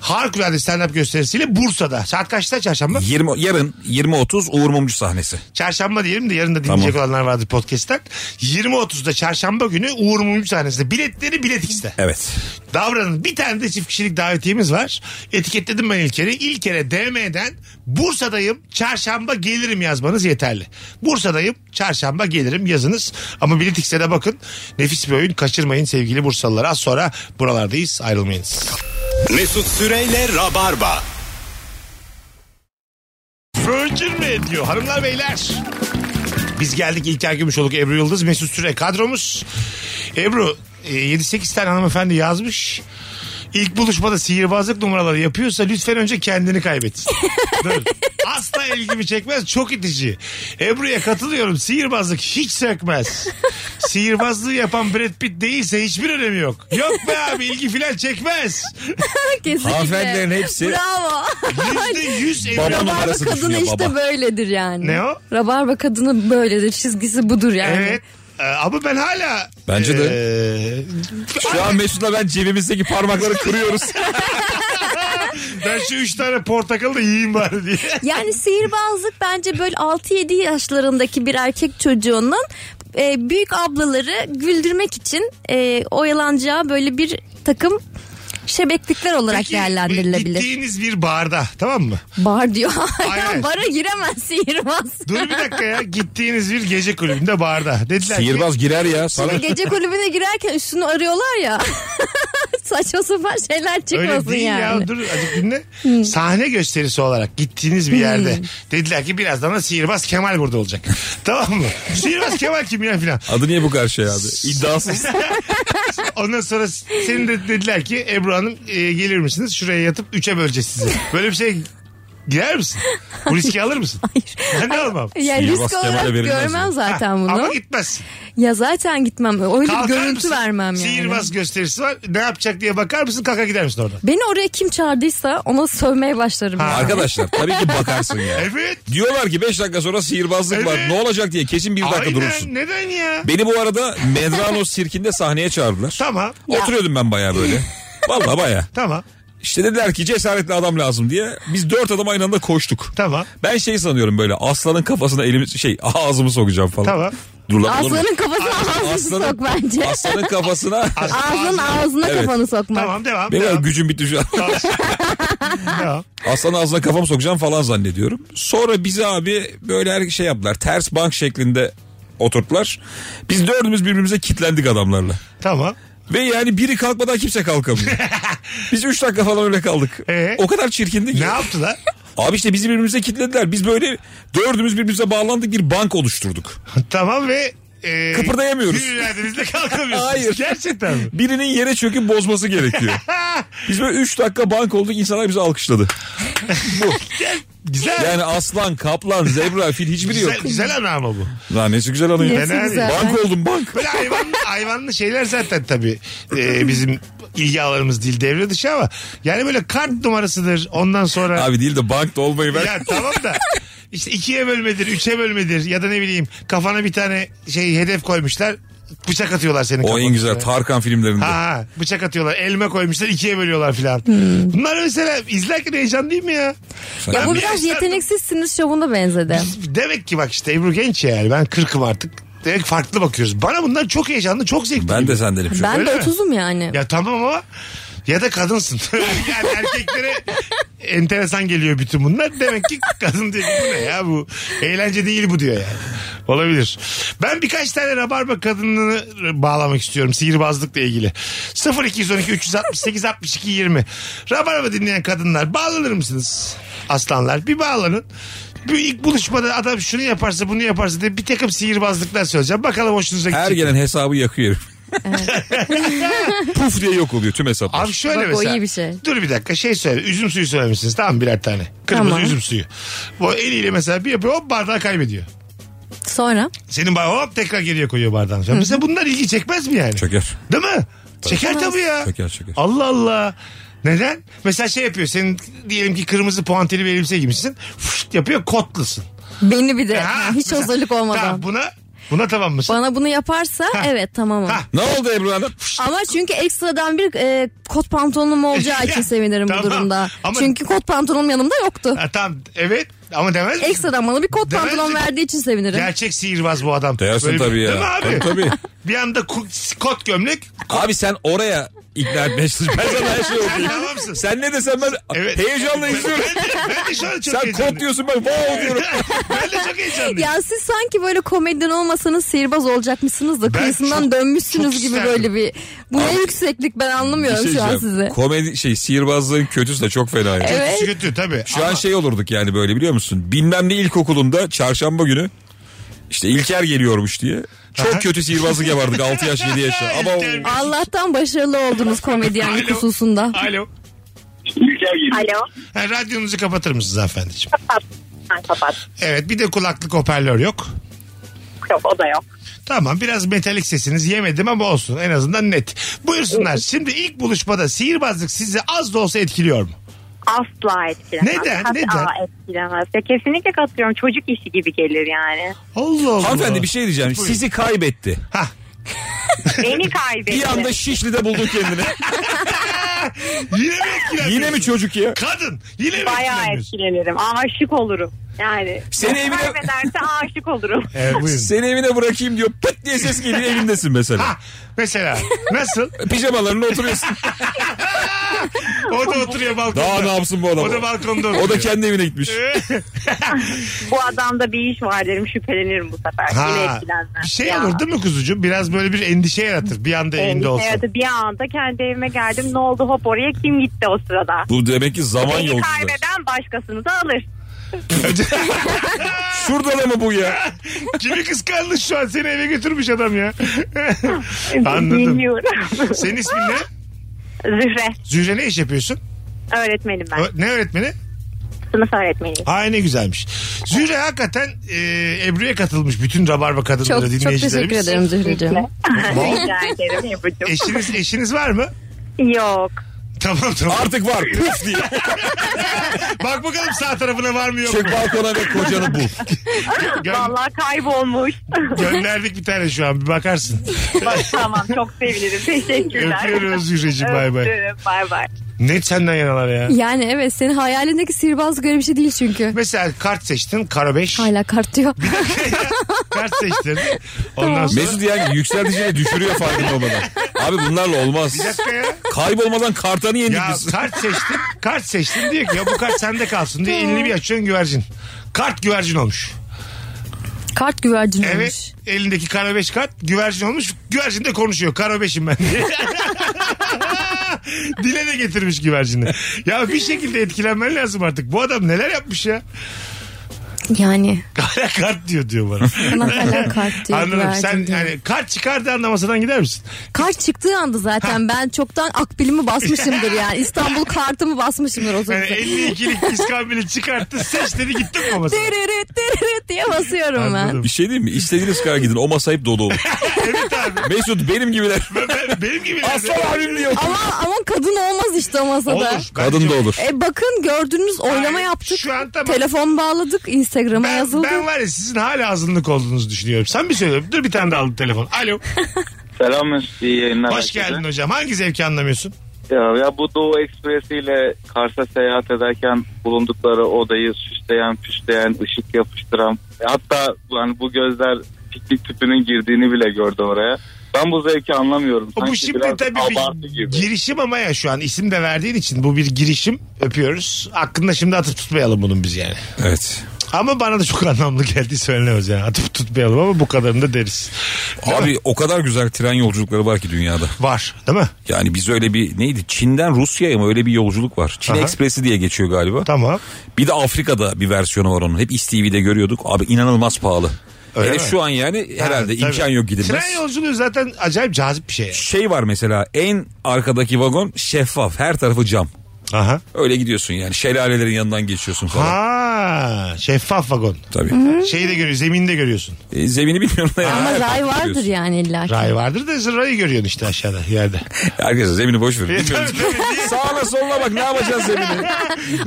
Speaker 3: harikulade stand-up gösterisiyle Bursa'da. Saat kaçta çarşamba?
Speaker 5: 20 yarın 20.30 Uğur Mumcu sahnesi.
Speaker 3: Çarşamba diyelim de yarın da dinleyecek olanlar vardır podcast'ten. 20.30'da çarşamba günü Uğur Mumcu sahnesinde. Biletleri Bilet X'te.
Speaker 5: Evet.
Speaker 3: Davranın. Bir tane de çift kişilik davetiyemiz var. Etiketledim ben İlker'i. İlker'e DM'den Bursa'dayım çarşamba gelirim yazmanız yeterli. Bursa'dayım çarşamba gelirim yazınız. Ama Bilet X'e de bakın. Nefis bir oyun kaçırmayın sevgili Bursalılar. Az sonra buralardayız ayrılmayınız.
Speaker 2: Mesut Süreyle Rabarba.
Speaker 3: Virgin mi ediyor hanımlar beyler? Biz geldik İlker Gümüşoluk, Ebru Yıldız, Mesut Süre kadromuz. Ebru e, 7-8 tane hanımefendi yazmış. İlk buluşmada sihirbazlık numaraları yapıyorsa lütfen önce kendini kaybetsin. Dur. Asla ilgimi çekmez çok itici. Ebru'ya katılıyorum sihirbazlık hiç sökmez. Sihirbazlığı yapan Brad Pitt değilse hiçbir önemi yok. Yok be abi ilgi filan çekmez.
Speaker 4: Kesinlikle.
Speaker 5: Hanımefendilerin hepsi-
Speaker 4: Bravo.
Speaker 3: Yüzde yüz Ebru.
Speaker 5: Baba
Speaker 4: Rabarba
Speaker 5: numarası
Speaker 4: kadını
Speaker 5: düşünüyor
Speaker 4: işte
Speaker 5: baba.
Speaker 4: böyledir yani.
Speaker 3: Ne o?
Speaker 4: Rabarba kadını böyledir. Çizgisi budur yani.
Speaker 3: Evet. Ee, Ama ben hala
Speaker 5: Bence de.
Speaker 3: Ee,
Speaker 5: Şu an Mesut'la ben cebimizdeki parmakları kırıyoruz.
Speaker 3: ben şu üç tane portakalı da yiyeyim bari diye.
Speaker 4: Yani sihirbazlık bence böyle 6-7 yaşlarındaki bir erkek çocuğunun e, büyük ablaları güldürmek için e, oyalanacağı böyle bir takım şebeklikler olarak
Speaker 3: Peki, e,
Speaker 4: değerlendirilebilir.
Speaker 3: Gittiğiniz bir barda tamam mı?
Speaker 4: Bar diyor.
Speaker 3: Aynen.
Speaker 4: Aynen. Bara giremez sihirbaz.
Speaker 3: Dur bir dakika ya. Gittiğiniz bir gece kulübünde barda. Dediler ki
Speaker 5: Sihirbaz girer ya. Sana...
Speaker 4: Şimdi gece kulübüne girerken üstünü arıyorlar ya. Saçma sapan şeyler
Speaker 3: öyle
Speaker 4: çıkmasın
Speaker 3: değil
Speaker 4: yani. Hmm.
Speaker 3: ya dur azıcık dinle. Sahne gösterisi olarak gittiğiniz bir yerde dediler ki birazdan da sihirbaz Kemal burada olacak. tamam mı? Sihirbaz Kemal kim ya filan.
Speaker 5: Adı niye bu karşıya abi? İddiasız.
Speaker 3: Ondan sonra senin de dediler ki Ebru Hanım e, gelir misiniz? Şuraya yatıp üçe böleceğiz sizi. Böyle bir şey girer misin? Bu riski alır mısın? Ben de almam.
Speaker 4: Yani
Speaker 5: Sihirbaz
Speaker 4: risk
Speaker 5: Kemal'e
Speaker 4: olarak
Speaker 5: verilmez
Speaker 4: görmem
Speaker 5: mi?
Speaker 4: zaten bunu.
Speaker 3: Ama gitmez.
Speaker 4: Ya zaten gitmem. Öyle bir
Speaker 3: Kalkar
Speaker 4: görüntü
Speaker 3: mısın?
Speaker 4: vermem yani.
Speaker 3: Sihirbaz gösterisi var. Ne yapacak diye bakar mısın? Kaka gider misin oradan?
Speaker 4: Beni oraya kim çağırdıysa ona sövmeye başlarım. yani.
Speaker 5: Arkadaşlar tabii ki bakarsın ya.
Speaker 3: Evet.
Speaker 5: Diyorlar ki 5 dakika sonra sihirbazlık var.
Speaker 3: Evet.
Speaker 5: Ne olacak diye kesin bir dakika
Speaker 3: Aynen.
Speaker 5: durursun.
Speaker 3: Neden ya?
Speaker 5: Beni bu arada Medrano sirkinde sahneye çağırdılar.
Speaker 3: Tamam.
Speaker 5: Oturuyordum ben baya böyle. Valla baya.
Speaker 3: Tamam.
Speaker 5: İşte dediler ki cesaretli adam lazım diye biz dört adam aynı anda koştuk.
Speaker 3: Tamam.
Speaker 5: Ben şey sanıyorum böyle aslanın kafasına elimiz şey ağzımı sokacağım falan.
Speaker 3: Tamam.
Speaker 5: Dur lan olur mu?
Speaker 4: Aslanın kafasına ağzını
Speaker 5: Aslanın-
Speaker 4: sok bence.
Speaker 5: Aslanın kafasına
Speaker 4: Ağzının ağzına
Speaker 5: Evet.
Speaker 4: kafanı sokma.
Speaker 3: Tamam devam.
Speaker 5: Beyler
Speaker 3: devam.
Speaker 5: gücüm bitti şu an.
Speaker 3: devam.
Speaker 5: Aslan ağzına kafamı sokacağım falan zannediyorum. Sonra bizi abi böyle her şey yaptılar. Ters bank şeklinde oturttular. Biz dördümüz birbirimize kitlendik adamlarla.
Speaker 3: Tamam.
Speaker 5: Ve yani biri kalkmadan kimse kalkamıyor. Biz 3 dakika falan öyle kaldık.
Speaker 3: Ee?
Speaker 5: O kadar çirkindi ki.
Speaker 3: Ne yaptılar?
Speaker 5: Abi işte bizi birbirimize kilitlediler. Biz böyle dördümüz birbirimize bağlandık bir bank oluşturduk.
Speaker 3: tamam ve e,
Speaker 5: Kıpırdayamıyoruz.
Speaker 3: Yürüyelerinizle kalkamıyorsunuz.
Speaker 5: Hayır.
Speaker 3: Gerçekten mi?
Speaker 5: Birinin yere çöküp bozması gerekiyor. Biz böyle 3 dakika bank olduk insanlar bizi alkışladı.
Speaker 3: Güzel.
Speaker 5: Yani aslan, kaplan, zebra, fil hiçbiri yok.
Speaker 3: güzel, güzel ana ama bu.
Speaker 5: Lan nesi güzel anı ya.
Speaker 4: Nesi
Speaker 3: Fena
Speaker 4: güzel.
Speaker 5: Bank oldum bank.
Speaker 3: Böyle hayvan, hayvanlı şeyler zaten tabii e, bizim ilgi alanımız değil devre dışı ama yani böyle kart numarasıdır ondan sonra
Speaker 5: Abi değil de bank da olmayı ben.
Speaker 3: ya tamam da işte ikiye bölmedir üçe bölmedir ya da ne bileyim kafana bir tane şey hedef koymuşlar bıçak atıyorlar senin
Speaker 5: o en güzel
Speaker 3: kafana.
Speaker 5: Tarkan filmlerinde.
Speaker 3: Ha, ha, bıçak atıyorlar elma koymuşlar ikiye bölüyorlar filan. Bunlar mesela izlerken heyecan değil mi ya?
Speaker 4: Hmm. Ya
Speaker 3: Ben
Speaker 4: bu
Speaker 3: bir şey
Speaker 4: biraz
Speaker 3: yaşlandım.
Speaker 4: yeteneksiz sinir şovuna benzedi.
Speaker 3: Demek ki bak işte Ebru Genç yani ben kırkım artık. Demek ki farklı bakıyoruz. Bana bunlar çok heyecanlı çok zevkli.
Speaker 5: Ben
Speaker 3: geliyor.
Speaker 5: de sendenim şu an.
Speaker 4: Ben
Speaker 3: Öyle
Speaker 4: de
Speaker 3: mi?
Speaker 4: 30'um yani.
Speaker 3: Ya tamam ama ya da kadınsın. yani erkeklere enteresan geliyor bütün bunlar. Demek ki kadın diyor ki bu ne ya bu. Eğlence değil bu diyor yani. Olabilir. Ben birkaç tane rabarba kadını bağlamak istiyorum sihirbazlıkla ilgili. 0212 368 62 20. Rabarba dinleyen kadınlar bağlanır mısınız? Aslanlar bir bağlanın. Bir ilk buluşmada adam şunu yaparsa bunu yaparsa diye bir takım sihirbazlıklar söyleyeceğim. Bakalım hoşunuza gidecek.
Speaker 5: Her
Speaker 3: mi?
Speaker 5: gelen hesabı yakıyor herif. Puf diye yok oluyor tüm hesaplar.
Speaker 3: Abi şöyle
Speaker 4: Bak o
Speaker 3: mesela.
Speaker 4: iyi bir şey.
Speaker 3: Dur bir dakika şey söyle. Üzüm suyu söylemişsiniz tamam mı? birer tane. Kırmızı
Speaker 4: Tamam.
Speaker 3: üzüm suyu. Bu eliyle mesela bir yapıyor hop bardağı kaybediyor.
Speaker 4: Sonra
Speaker 3: Senin bardağı hop tekrar geriye koyuyor bardağını. Şimdi Mesela bunlar ilgi çekmez mi yani?
Speaker 5: Çöker.
Speaker 3: Değil mi? Çeker tabii ya.
Speaker 5: Çöker, çöker.
Speaker 3: Allah Allah. Neden? Mesela şey yapıyor. Senin diyelim ki kırmızı puanteli bir elbise giymişsin. Fışt yapıyor kotlusun.
Speaker 4: beni bir de
Speaker 3: Ha,
Speaker 4: hiç
Speaker 3: mesela-
Speaker 4: hazırlık olmadan.
Speaker 3: Tamam, buna, buna tamam mısın?
Speaker 4: Bana bunu yaparsa evet tamamım.
Speaker 3: Ha.
Speaker 5: Ne oldu Ebru Hanım?
Speaker 4: Ama çünkü ekstradan bir e, kot pantolonum olacağı için sevinirim
Speaker 3: Tamam.
Speaker 4: bu durumda.
Speaker 3: Ama-
Speaker 4: Çünkü kot pantolonum yanımda yoktu.
Speaker 3: Ha, tamam evet ama demez misin?
Speaker 4: Ekstradan bana bir kot
Speaker 3: Demez
Speaker 4: pantolon
Speaker 3: mi?
Speaker 4: verdiği için sevinirim.
Speaker 3: Gerçek sihirbaz bu adam.
Speaker 5: Değersin
Speaker 3: Böyle bir-
Speaker 5: tabii
Speaker 3: Değil mi
Speaker 5: ya.
Speaker 3: abi?
Speaker 5: Tabii, tabii.
Speaker 3: Bir anda ku- kot gömlek
Speaker 5: Abi sen oraya ikna etmeye çalışıyorsun. Ben sana her şeyi
Speaker 3: Sen
Speaker 5: okuyayım.
Speaker 3: tamamsın.
Speaker 5: Sen ne desen ben
Speaker 3: Evet.
Speaker 5: heyecanla izliyorum.
Speaker 3: Ben de, ben de şu an çok
Speaker 5: Sen
Speaker 3: heyecanlıyım.
Speaker 5: kod diyorsun ben wow diyorum.
Speaker 3: ben de çok heyecanlıyım.
Speaker 4: Ya siz sanki böyle komedyen olmasanız sihirbaz olacakmışsınız da kıyısından
Speaker 3: çok-
Speaker 4: dönmüşsünüz
Speaker 3: çok
Speaker 4: gibi
Speaker 3: isterdim.
Speaker 4: böyle bir. Bu ne yükseklik ben anlamıyorum
Speaker 5: Bir şey
Speaker 4: şu an
Speaker 5: diyeceğim.
Speaker 4: sizi.
Speaker 5: Komedi şey sihirbazların kötüsü de çok fena. ya.
Speaker 4: Evet.
Speaker 3: Kötü tabii.
Speaker 5: Şu an şey olurduk yani böyle biliyor musun? Bilmem ne ilkokulunda çarşamba günü işte İlker geliyormuş diye. Çok
Speaker 3: Aha.
Speaker 5: kötü sihirbazlık yapardık 6 yaş 7 yaşa. Ama o-
Speaker 3: İlker mi?
Speaker 4: Allah'tan başarılı oldunuz komedyenlik
Speaker 3: Alo.
Speaker 4: hususunda.
Speaker 3: Alo.
Speaker 7: Alo.
Speaker 3: Ha, radyonuzu kapatır mısınız hanımefendiciğim?
Speaker 7: Ha, kapat.
Speaker 3: Evet bir de kulaklık hoparlör yok.
Speaker 7: Yok o da yok.
Speaker 3: Tamam biraz metalik sesiniz yemedim ama olsun en azından net. Buyursunlar şimdi ilk buluşmada sihirbazlık sizi az da olsa etkiliyor mu?
Speaker 7: Asla etkilemez.
Speaker 3: Neden?
Speaker 7: Asla
Speaker 3: Neden?
Speaker 7: etkilemez. Ya kesinlikle katılıyorum. Çocuk işi gibi gelir yani.
Speaker 3: Allah Allah.
Speaker 5: Hanımefendi bir şey diyeceğim.
Speaker 3: Buyurun.
Speaker 5: Sizi kaybetti.
Speaker 3: Hah,
Speaker 7: Beni kaybetti.
Speaker 5: Bir anda Şişli'de buldu kendini.
Speaker 3: yine mi etkileniyorsun?
Speaker 5: Yine mi çocuk ya?
Speaker 3: Kadın yine mi
Speaker 7: Bayağı
Speaker 3: etkileniyorsun?
Speaker 7: etkilenirim. Aşık olurum. Yani.
Speaker 5: Seni evine-
Speaker 7: Kaybederse aşık olurum.
Speaker 3: Evet buyurun.
Speaker 5: Seni evine bırakayım diyor. Pıt diye ses geliyor evindesin mesela.
Speaker 3: Ha, mesela nasıl?
Speaker 5: Pijamalarına oturuyorsun.
Speaker 3: Orada oturuyor balkonda.
Speaker 5: Daha ne yapsın bu adam?
Speaker 3: O da balkonda
Speaker 5: O da
Speaker 3: oturuyor.
Speaker 5: kendi evine gitmiş.
Speaker 7: Bu adamda bir iş var derim şüphelenirim bu sefer. Yine
Speaker 3: Ha,
Speaker 7: etkilenmem.
Speaker 3: bir şey
Speaker 7: Ya.
Speaker 3: olur değil mi kuzucuğum? Biraz böyle bir endişe yaratır bir anda elinde
Speaker 7: Evet,
Speaker 3: olsun.
Speaker 7: evet, bir anda kendi evime geldim. Ne oldu hop oraya kim gitti o sırada?
Speaker 5: Bu demek ki zaman
Speaker 7: Beni
Speaker 5: yolculuğu.
Speaker 7: kaybeden başkasını da alır.
Speaker 5: Şurada da mı bu ya?
Speaker 3: Kimi kıskandı şu an seni eve götürmüş adam ya. Anladım.
Speaker 7: Bilmiyorum.
Speaker 3: Senin ismin ne?
Speaker 7: Zühre
Speaker 3: Zühre ne iş yapıyorsun?
Speaker 7: öğretmenim ben.
Speaker 3: Ö- Ne öğretmeni?
Speaker 7: Sınıf öğretmeniyim.
Speaker 3: Ay ne güzelmiş. Zühre hakikaten e, Ebru'ya katılmış bütün Rabarba kadınları
Speaker 4: Çok çok
Speaker 3: dinleyicilerimiz.
Speaker 4: teşekkür ederim Zühreciğim.
Speaker 7: Rica ederim Ebru'cum.
Speaker 3: Eşiniz, eşiniz var mı?
Speaker 7: Yok.
Speaker 3: Tamam tamam.
Speaker 5: Artık var. Puf diye.
Speaker 3: Bak bakalım sağ tarafına var mı yok mu?
Speaker 5: Çık balkona ve kocanı bul.
Speaker 3: Gö-
Speaker 7: Vallahi kaybolmuş.
Speaker 3: gönderdik bir tane şu an bir bakarsın.
Speaker 7: tamam çok sevinirim. Teşekkürler.
Speaker 3: Öpüyoruz Yüreğciğim bay bay.
Speaker 7: Öptüm, Bay bay.
Speaker 3: Net senden yanalar ya.
Speaker 4: Yani evet senin hayalindeki sihirbazlık öyle bir şey değil çünkü.
Speaker 3: Mesela kart seçtin karo 5.
Speaker 4: Hala kart diyor.
Speaker 3: kart seçtin. Ondan sonra...
Speaker 5: Mesut yani yükselticiyle düşürüyor farkında olmadan. Abi bunlarla olmaz.
Speaker 3: Dakika ya.
Speaker 5: Kaybolmadan kartanı yendik
Speaker 3: Ya
Speaker 5: biz.
Speaker 3: kart seçtin. Kart seçtin diyor ki ya bu kart sende kalsın diye elini bir açıyorsun güvercin. Kart güvercin olmuş.
Speaker 4: Kart güvercin olmuş.
Speaker 3: Evet. Elindeki karo 5 kart güvercin olmuş. Güvercin de konuşuyor. Karo 5'im ben diye. Dile de getirmiş güvercini. Ya bir şekilde etkilenmen lazım artık. Bu adam neler yapmış ya?
Speaker 4: Yani.
Speaker 3: Hala kart diyor diyor bana.
Speaker 4: Ama hala kart diyor.
Speaker 3: Anladım.
Speaker 4: güvercin
Speaker 3: Sen
Speaker 4: diyor.
Speaker 3: yani kart çıkardı anlamasadan gider misin?
Speaker 4: Kart çıktığı anda zaten ben çoktan akbilimi basmışımdır yani. İstanbul kartımı basmışımdır o zaman.
Speaker 3: Yani 52'lik iskambili çıkarttı seç dedi gittim babası.
Speaker 4: Dırırı dırırı diye basıyorum
Speaker 3: Anladım.
Speaker 4: ben.
Speaker 5: Bir şey diyeyim mi? İstediğiniz kadar gidin. O masa hep dolu olur.
Speaker 3: evet abi.
Speaker 5: Mesut benim gibiler.
Speaker 3: Ben- ben- benim gibi.
Speaker 5: Aslan abim diyor.
Speaker 4: Ama ama kadın olmaz işte o masada.
Speaker 3: Olur.
Speaker 5: Kadın da olur.
Speaker 4: E bakın gördünüz oylama
Speaker 3: Hayır,
Speaker 4: yaptık.
Speaker 3: şu an tamam.
Speaker 4: Telefon bağladık. Instagram'a
Speaker 3: Ben,
Speaker 4: yazıldı.
Speaker 3: ben var ya sizin hala azınlık olduğunuzu düşünüyorum. Sen bir söyle. Dur bir tane de aldım telefon. Alo.
Speaker 8: Selam Mesut, iyi yayınlar.
Speaker 3: Hoş
Speaker 8: herkese.
Speaker 3: geldin hocam. Hangi zevki anlamıyorsun?
Speaker 8: Ya, ya bu Doğu Ekspresi ile Kars'a seyahat ederken bulundukları odayı süsleyen, püsleyen, ışık yapıştıran e, hatta yani bu gözler piknik tüpünün girdiğini bile gördü oraya. Ben bu zevki anlamıyorum.
Speaker 3: O
Speaker 8: Sanki
Speaker 3: bu şimdi
Speaker 8: biraz
Speaker 3: tabii
Speaker 8: abartı
Speaker 3: bir
Speaker 8: gibi.
Speaker 3: girişim ama ya şu an isim de verdiğin için bu bir girişim. Öpüyoruz. Aklında şimdi atıp tutmayalım bunun biz yani.
Speaker 5: Evet.
Speaker 3: Ama bana da çok anlamlı geldi söylenemez yani. Atıp tutmayalım ama bu kadarını da deriz.
Speaker 5: Abi o kadar güzel tren yolculukları var ki dünyada.
Speaker 3: Var değil mi?
Speaker 5: Yani biz öyle bir neydi Çin'den Rusya'ya mı öyle bir yolculuk var. Çin
Speaker 3: Aha.
Speaker 5: Ekspresi diye geçiyor galiba.
Speaker 3: Tamam.
Speaker 5: Bir de Afrika'da bir versiyonu var onun. Hep İSTV'de görüyorduk. Abi inanılmaz pahalı.
Speaker 3: Öyle
Speaker 5: Hele
Speaker 3: mi?
Speaker 5: şu an yani herhalde
Speaker 3: Ha,
Speaker 5: imkan
Speaker 3: tabii.
Speaker 5: yok gidilmez.
Speaker 3: Tren yolculuğu zaten acayip cazip bir şey. yani.
Speaker 5: Şey var mesela en arkadaki vagon şeffaf. Her tarafı cam.
Speaker 3: Aha.
Speaker 5: Öyle gidiyorsun yani şelalelerin yanından geçiyorsun falan.
Speaker 3: Ha, şeffaf vagon.
Speaker 5: Tabii.
Speaker 3: Şeyi de görüyorsun, zemini de görüyorsun.
Speaker 5: E, zemini bilmiyorum da yani.
Speaker 4: Ama
Speaker 5: Her
Speaker 4: ray
Speaker 5: tarafı
Speaker 4: vardır
Speaker 5: gidiyorsun.
Speaker 4: yani illa ki.
Speaker 3: Ray vardır da zırrayı görüyorsun işte aşağıda yerde.
Speaker 5: Herkes zemini boş ver.
Speaker 3: tabii,
Speaker 5: Bilmiyoruz.
Speaker 3: tabii.
Speaker 5: Sağına soluna bak ne yapacağız zemini.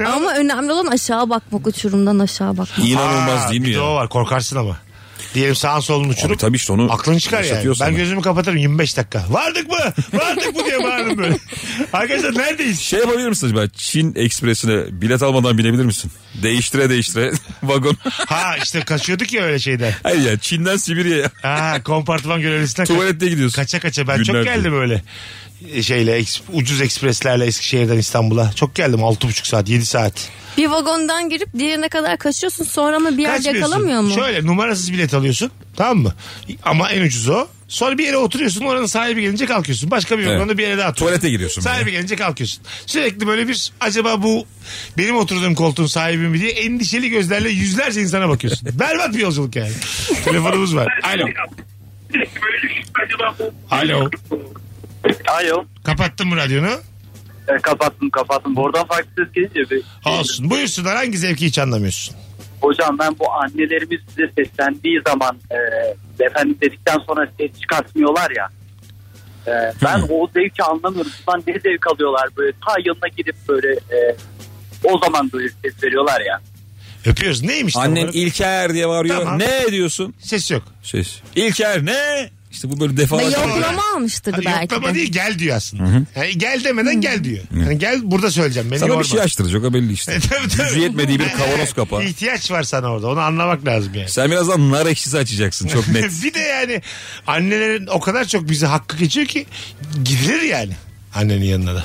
Speaker 4: Ama önemli olan aşağı bakmak uçurumdan aşağı bakmak.
Speaker 5: İnanılmaz
Speaker 3: Aa,
Speaker 5: değil mi
Speaker 3: Bir de o
Speaker 5: ya?
Speaker 3: var korkarsın ama. Diyelim sağın solun uçurup.
Speaker 5: Abi tabii işte onu
Speaker 3: Aklın çıkar yani.
Speaker 5: yaşatıyor sana.
Speaker 3: Ben gözümü kapatırım 25 dakika. Vardık mı? Vardık mı diye bağırırım böyle. Arkadaşlar neredeyiz?
Speaker 5: Şey yapabilir misin acaba? Çin Ekspresi'ne bilet almadan binebilir misin? Değiştire değiştire vagon.
Speaker 3: Ha işte kaçıyorduk ya öyle şeyden.
Speaker 5: Hayır ya Çin'den Sibirya'ya.
Speaker 3: Ha kompartman görevlisinden kaç-
Speaker 5: Tuvalette gidiyorsun.
Speaker 3: kaça kaça. Ben çok
Speaker 5: Günlerdir.
Speaker 3: geldim öyle. E, Şeyle eks- ucuz ekspreslerle Eskişehir'den İstanbul'a. Çok geldim 6,5 saat 7 saat.
Speaker 4: Bir vagondan girip diğerine kadar kaçıyorsun sonra mı bir yerde
Speaker 3: Kaçmıyorsun.
Speaker 4: yakalamıyor mu?
Speaker 3: Şöyle numarasız bilet alıyorsun. Tamam mı? Ama en ucuz o. Sonra bir yere oturuyorsun oranın sahibi gelince kalkıyorsun. Başka bir yoldan
Speaker 5: Evet.
Speaker 3: da bir yere daha atıyorsun.
Speaker 5: Tuvalete giriyorsun
Speaker 3: Sahibi
Speaker 5: böyle.
Speaker 3: gelince kalkıyorsun. Sürekli böyle bir acaba bu benim oturduğum koltuğun sahibi mi diye endişeli gözlerle yüzlerce insana bakıyorsun. Berbat bir yolculuk yani. Telefonumuz var. Alo. Alo.
Speaker 8: Alo.
Speaker 3: Kapattın mı radyonu?
Speaker 8: E, kapattım kapattım. Buradan farklı ses gelince bir...
Speaker 3: Olsun. Buyursunlar hangi zevki hiç anlamıyorsun.
Speaker 8: Hocam ben bu annelerimiz size seslendiği zaman e, efendim dedikten sonra ses çıkartmıyorlar ya. E, ben o zevki anlamıyorum. Bundan ne zevk alıyorlar böyle ta yanına gidip böyle e, o zaman böyle ses veriyorlar ya.
Speaker 3: Öpüyoruz. Neymiş? tam
Speaker 5: Annen
Speaker 3: olarak?
Speaker 5: İlker diye bağırıyor.
Speaker 3: Tamam.
Speaker 5: Ne diyorsun?
Speaker 3: Ses yok.
Speaker 5: Ses. İlker ne? Şey, İşte bu böyle
Speaker 4: Ve
Speaker 5: defalarca.
Speaker 4: yoklama almıştır
Speaker 3: Hani
Speaker 4: belki
Speaker 3: yoklama
Speaker 4: de.
Speaker 3: değil gel diyor aslında. Yani gel demeden gel diyor. Yani gel burada söyleyeceğim. Beni
Speaker 5: Sana
Speaker 3: yorma.
Speaker 5: bir şey açtıracak o belli işte.
Speaker 3: Tabii, tabii.
Speaker 5: Gücü yetmediği bir kavanoz kapağı.
Speaker 3: İhtiyaç var sana orada. Onu anlamak lazım yani.
Speaker 5: Sen birazdan nar ekşisi açacaksın çok net.
Speaker 3: bir de yani annelerin o kadar çok bize hakkı geçiyor ki gidilir yani annenin yanına da.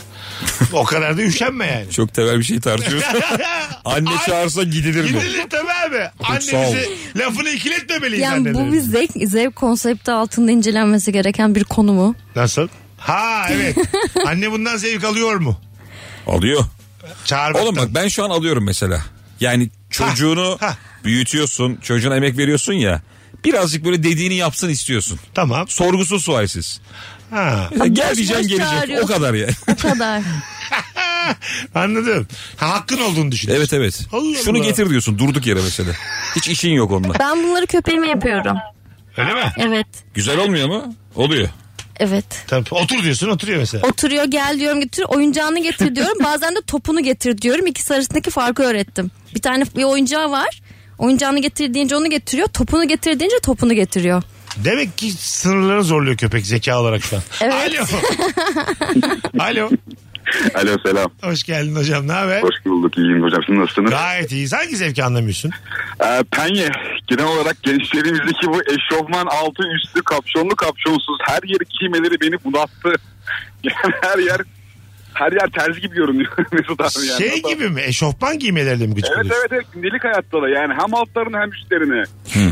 Speaker 3: o kadar da üşenme yani.
Speaker 5: çok temel bir şey tartışıyoruz. Anne
Speaker 3: Ay-
Speaker 5: çağırsa gidilir mi?
Speaker 3: Gidilir tabii abi.
Speaker 5: sağ ol.
Speaker 3: Annemize lafını ikiletmemeliyiz
Speaker 4: Yani bu bir
Speaker 3: annelerimiz.
Speaker 4: zevk, zevk konsepti altında incelenmesi gereken bir konu mu?
Speaker 3: Nasıl? Ha evet. Anne bundan zevk alıyor mu?
Speaker 5: Alıyor.
Speaker 3: Çağırmaktan.
Speaker 5: Oğlum bak ben şu an alıyorum mesela. Yani çocuğunu
Speaker 3: Ha, ha.
Speaker 5: büyütüyorsun, çocuğuna emek veriyorsun ya. Birazcık böyle dediğini yapsın istiyorsun.
Speaker 3: Tamam.
Speaker 5: Sorgusuz sualsiz.
Speaker 3: Ha.
Speaker 5: Ya Gel
Speaker 4: boş
Speaker 5: diyeceksin
Speaker 4: boş
Speaker 5: gelecek. O
Speaker 4: çağırıyorsun.
Speaker 5: kadar yani.
Speaker 4: O kadar.
Speaker 3: Anladım. Ha, hakkın olduğunu düşünüyorsun.
Speaker 5: evet evet.
Speaker 3: Allah
Speaker 5: Şunu
Speaker 3: Allah.
Speaker 5: getir diyorsun durduk yere mesela. Hiç işin yok onunla.
Speaker 4: Ben bunları köpeğime yapıyorum.
Speaker 3: Öyle mi?
Speaker 4: Evet.
Speaker 5: Güzel olmuyor mu? Oluyor.
Speaker 4: Evet.
Speaker 3: Tabii, otur diyorsun oturuyor mesela.
Speaker 4: Oturuyor gel diyorum getir oyuncağını getir diyorum. Bazen de topunu getir diyorum. İkisi arasındaki farkı öğrettim. Bir tane bir oyuncağı var. Oyuncağını getir deyince onu getiriyor. Topunu getir deyince topunu getiriyor.
Speaker 3: Demek ki sınırları zorluyor köpek zeka olarak şu an.
Speaker 4: Evet.
Speaker 3: Alo. Alo.
Speaker 9: Alo selam.
Speaker 3: Hoş geldin hocam ne haber?
Speaker 9: Hoş bulduk. İyiyim hocam. Siz nasılsınız?
Speaker 3: Gayet iyiyiz. Hangi zevki anlamıyorsun?
Speaker 9: Ee, penye. Genel olarak gençlerimizdeki bu eşofman altı üstü kapşonlu kapşonsuz her yeri giymeleri beni bunalttı. Yani her yer her yer terzi gibi görünüyor Mesut abi yani.
Speaker 3: şey gibi mi? Eşofman giymeleriyle mi güç
Speaker 9: Evet evet evet gündelik hayatta da yani hem altlarını hem üstlerini.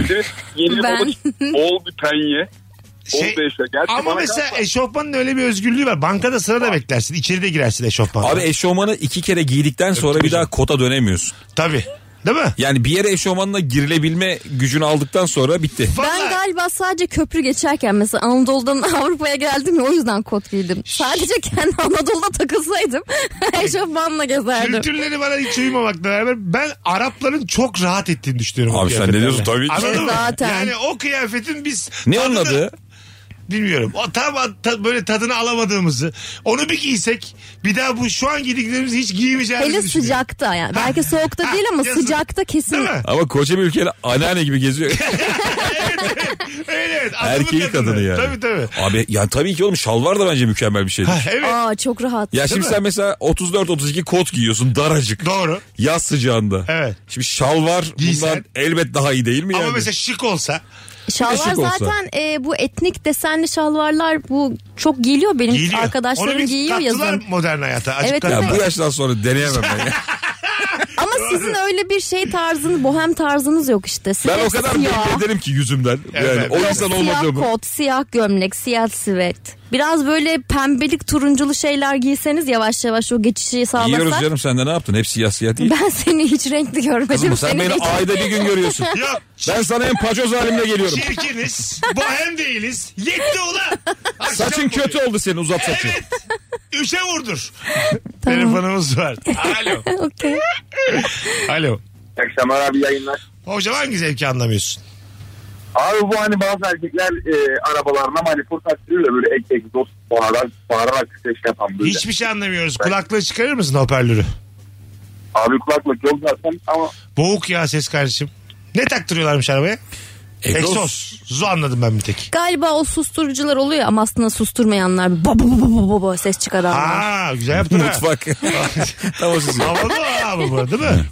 Speaker 9: Bir de yeni
Speaker 4: Ben-
Speaker 9: ben... ol bir penye. Ol
Speaker 3: Şey-
Speaker 9: bir eşofman. Gerçi
Speaker 3: Ama
Speaker 9: bana
Speaker 3: mesela
Speaker 9: kalsa-
Speaker 3: eşofmanın öyle bir özgürlüğü var. Bankada sırada beklersin. İçeri de girersin eşofmanla.
Speaker 5: Abi e- eşofmanı iki kere giydikten sonra bir daha kota dönemiyorsun.
Speaker 3: Tabii. Değil mi?
Speaker 5: Yani bir yere eşofmanla girilebilme gücünü aldıktan sonra bitti.
Speaker 4: Ben
Speaker 3: Vallahi-
Speaker 4: galiba sadece köprü geçerken mesela Anadolu'dan Avrupa'ya geldim ya o yüzden kot giydim. Sadece kendi Anadolu'da takılsaydım eşofmanla gezerdim.
Speaker 3: Kültürleri bana hiç uyumamakla beraber ben Arapların çok rahat ettiğini düşünüyorum. o
Speaker 5: Abi sen ne
Speaker 3: kıyafetlerle.
Speaker 5: diyorsun? Tabii ki.
Speaker 3: Anladın mı?
Speaker 4: Zaten.
Speaker 3: Yani o kıyafetin biz...
Speaker 5: Ne onun
Speaker 3: tadını-
Speaker 5: adı?
Speaker 3: Bilmiyorum. O tam ta- böyle tadını alamadığımızı. Onu bir giysek bir daha bu şu an giydiklerimizi hiç giymeyeceğimizi
Speaker 4: Hele
Speaker 3: düşünüyorum.
Speaker 4: sıcakta yani. Belki soğukta
Speaker 3: Ha,
Speaker 4: değil ama
Speaker 3: yazın.
Speaker 4: sıcakta kesin.
Speaker 3: Değil mi?
Speaker 5: Ama koca bir ülkede anneanne gibi geziyor.
Speaker 3: Evet evet. Adamın
Speaker 5: Erkeği kadını yani.
Speaker 3: Tabii tabii.
Speaker 5: Abi ya tabii ki oğlum şalvar da bence mükemmel bir şey. şeydir.
Speaker 3: Ha, evet.
Speaker 4: Aa çok rahat.
Speaker 5: Ya şimdi
Speaker 3: mi?
Speaker 5: sen mesela 34-32 kot giyiyorsun daracık.
Speaker 3: Doğru.
Speaker 5: Yaz sıcağında.
Speaker 3: Evet.
Speaker 5: Şimdi şalvar
Speaker 3: Giysen-
Speaker 5: bundan elbet daha iyi değil mi
Speaker 3: Ama
Speaker 5: yani?
Speaker 3: mesela şık olsa
Speaker 4: Şalvar
Speaker 5: Eşek olsa.
Speaker 4: zaten e, bu etnik desenli şalvarlar bu çok geliyor benim
Speaker 3: giyiliyor. Onu
Speaker 4: arkadaşlarım
Speaker 3: biz
Speaker 4: giyiyor
Speaker 3: kattılar
Speaker 4: yazın.
Speaker 3: modern hayata. Açık
Speaker 4: Evet,
Speaker 5: Ya
Speaker 3: kattılar.
Speaker 5: bu yaştan sonra deneyemem ben. ya.
Speaker 4: Ama sizin öyle bir şey tarzını, bohem tarzınız yok işte. Siz
Speaker 5: ben o
Speaker 4: hep
Speaker 5: kadar
Speaker 4: siyah.
Speaker 5: belli ederim ki yüzümden. Yani
Speaker 3: Evet,
Speaker 5: o
Speaker 3: evet.
Speaker 5: insan
Speaker 4: Siyah
Speaker 5: olmadığımı.
Speaker 4: kot, siyah gömlek, siyah sivet. Biraz böyle pembelik turunculu şeyler giyseniz yavaş yavaş o geçişi
Speaker 5: Giyiyoruz
Speaker 4: sağlasak.
Speaker 5: canım sen de ne yaptın? Hep siyah siyah değil.
Speaker 4: Ben seni hiç renkli görmedim.
Speaker 5: Kızım sen
Speaker 4: Seni
Speaker 5: beni
Speaker 4: hiç-
Speaker 5: ayda bir gün görüyorsun.
Speaker 3: Yok.
Speaker 5: ben sana en paçoz halimle geliyorum.
Speaker 3: Şey, Çirkiniz. bohem değiliz. Yetti ulan. Akşam
Speaker 5: Saçın
Speaker 3: boyu.
Speaker 5: kötü oldu senin uzat saçın.
Speaker 3: Evet. Üçe vurdur. Telefonumuz var. Alo.
Speaker 4: Okey.
Speaker 3: Alo.
Speaker 9: İyi akşamlar abi yayınlar.
Speaker 3: Hocam hangi zevki anlamıyorsun?
Speaker 9: Abi bu hani bazı erkekler e, arabalarına manifold taktırıyor böyle ek egzoz bağırarak, bağırarak ses yapan böyle.
Speaker 3: Hiçbir şey anlamıyoruz. Kulaklığı çıkarır mısın hoparlörü?
Speaker 9: Abi kulaklık yok zaten ama
Speaker 3: Boğuk ya ses kardeşim. Ne taktırıyorlarmış arabaya?
Speaker 5: Egzoz.
Speaker 3: Egzoz. Zu anladım ben bir tek.
Speaker 4: Galiba o susturucular oluyor ama aslında susturmayanlar. Baba baba baba baba ses çıkaranlar.
Speaker 3: Aa güzel yaptın ha.
Speaker 5: Mutfak. tamam siz.
Speaker 3: Havalı abi bu değil mi?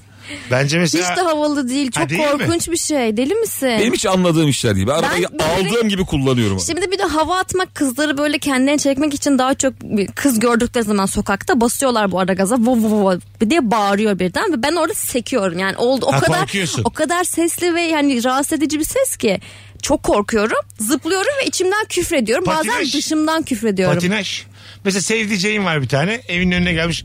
Speaker 3: Bence
Speaker 4: Hiç
Speaker 3: mesela
Speaker 4: de havalı değil. Çok
Speaker 3: Ha, değil mi?
Speaker 4: korkunç bir şey. Deli misin?
Speaker 5: Benim hiç anladığım işler değil. Ben arabayı
Speaker 4: böyle-
Speaker 5: aldığım gibi kullanıyorum.
Speaker 4: Şimdi bir de hava atmak kızları böyle kendine çekmek için daha çok bir kız gördükleri zaman sokakta basıyorlar bu arada gaza vov vov vov diye bağırıyor birden ve ben orada sekiyorum yani oldu o
Speaker 3: Ha,
Speaker 4: kadar
Speaker 3: korkuyorsun.
Speaker 4: o kadar sesli ve yani rahatsız edici bir ses ki çok korkuyorum zıplıyorum ve içimden küfrediyorum bazen
Speaker 3: Patinaj.
Speaker 4: dışımdan küfrediyorum
Speaker 3: patinaj. Mesela sevdiceğin var bir tane. Evin önüne gelmiş.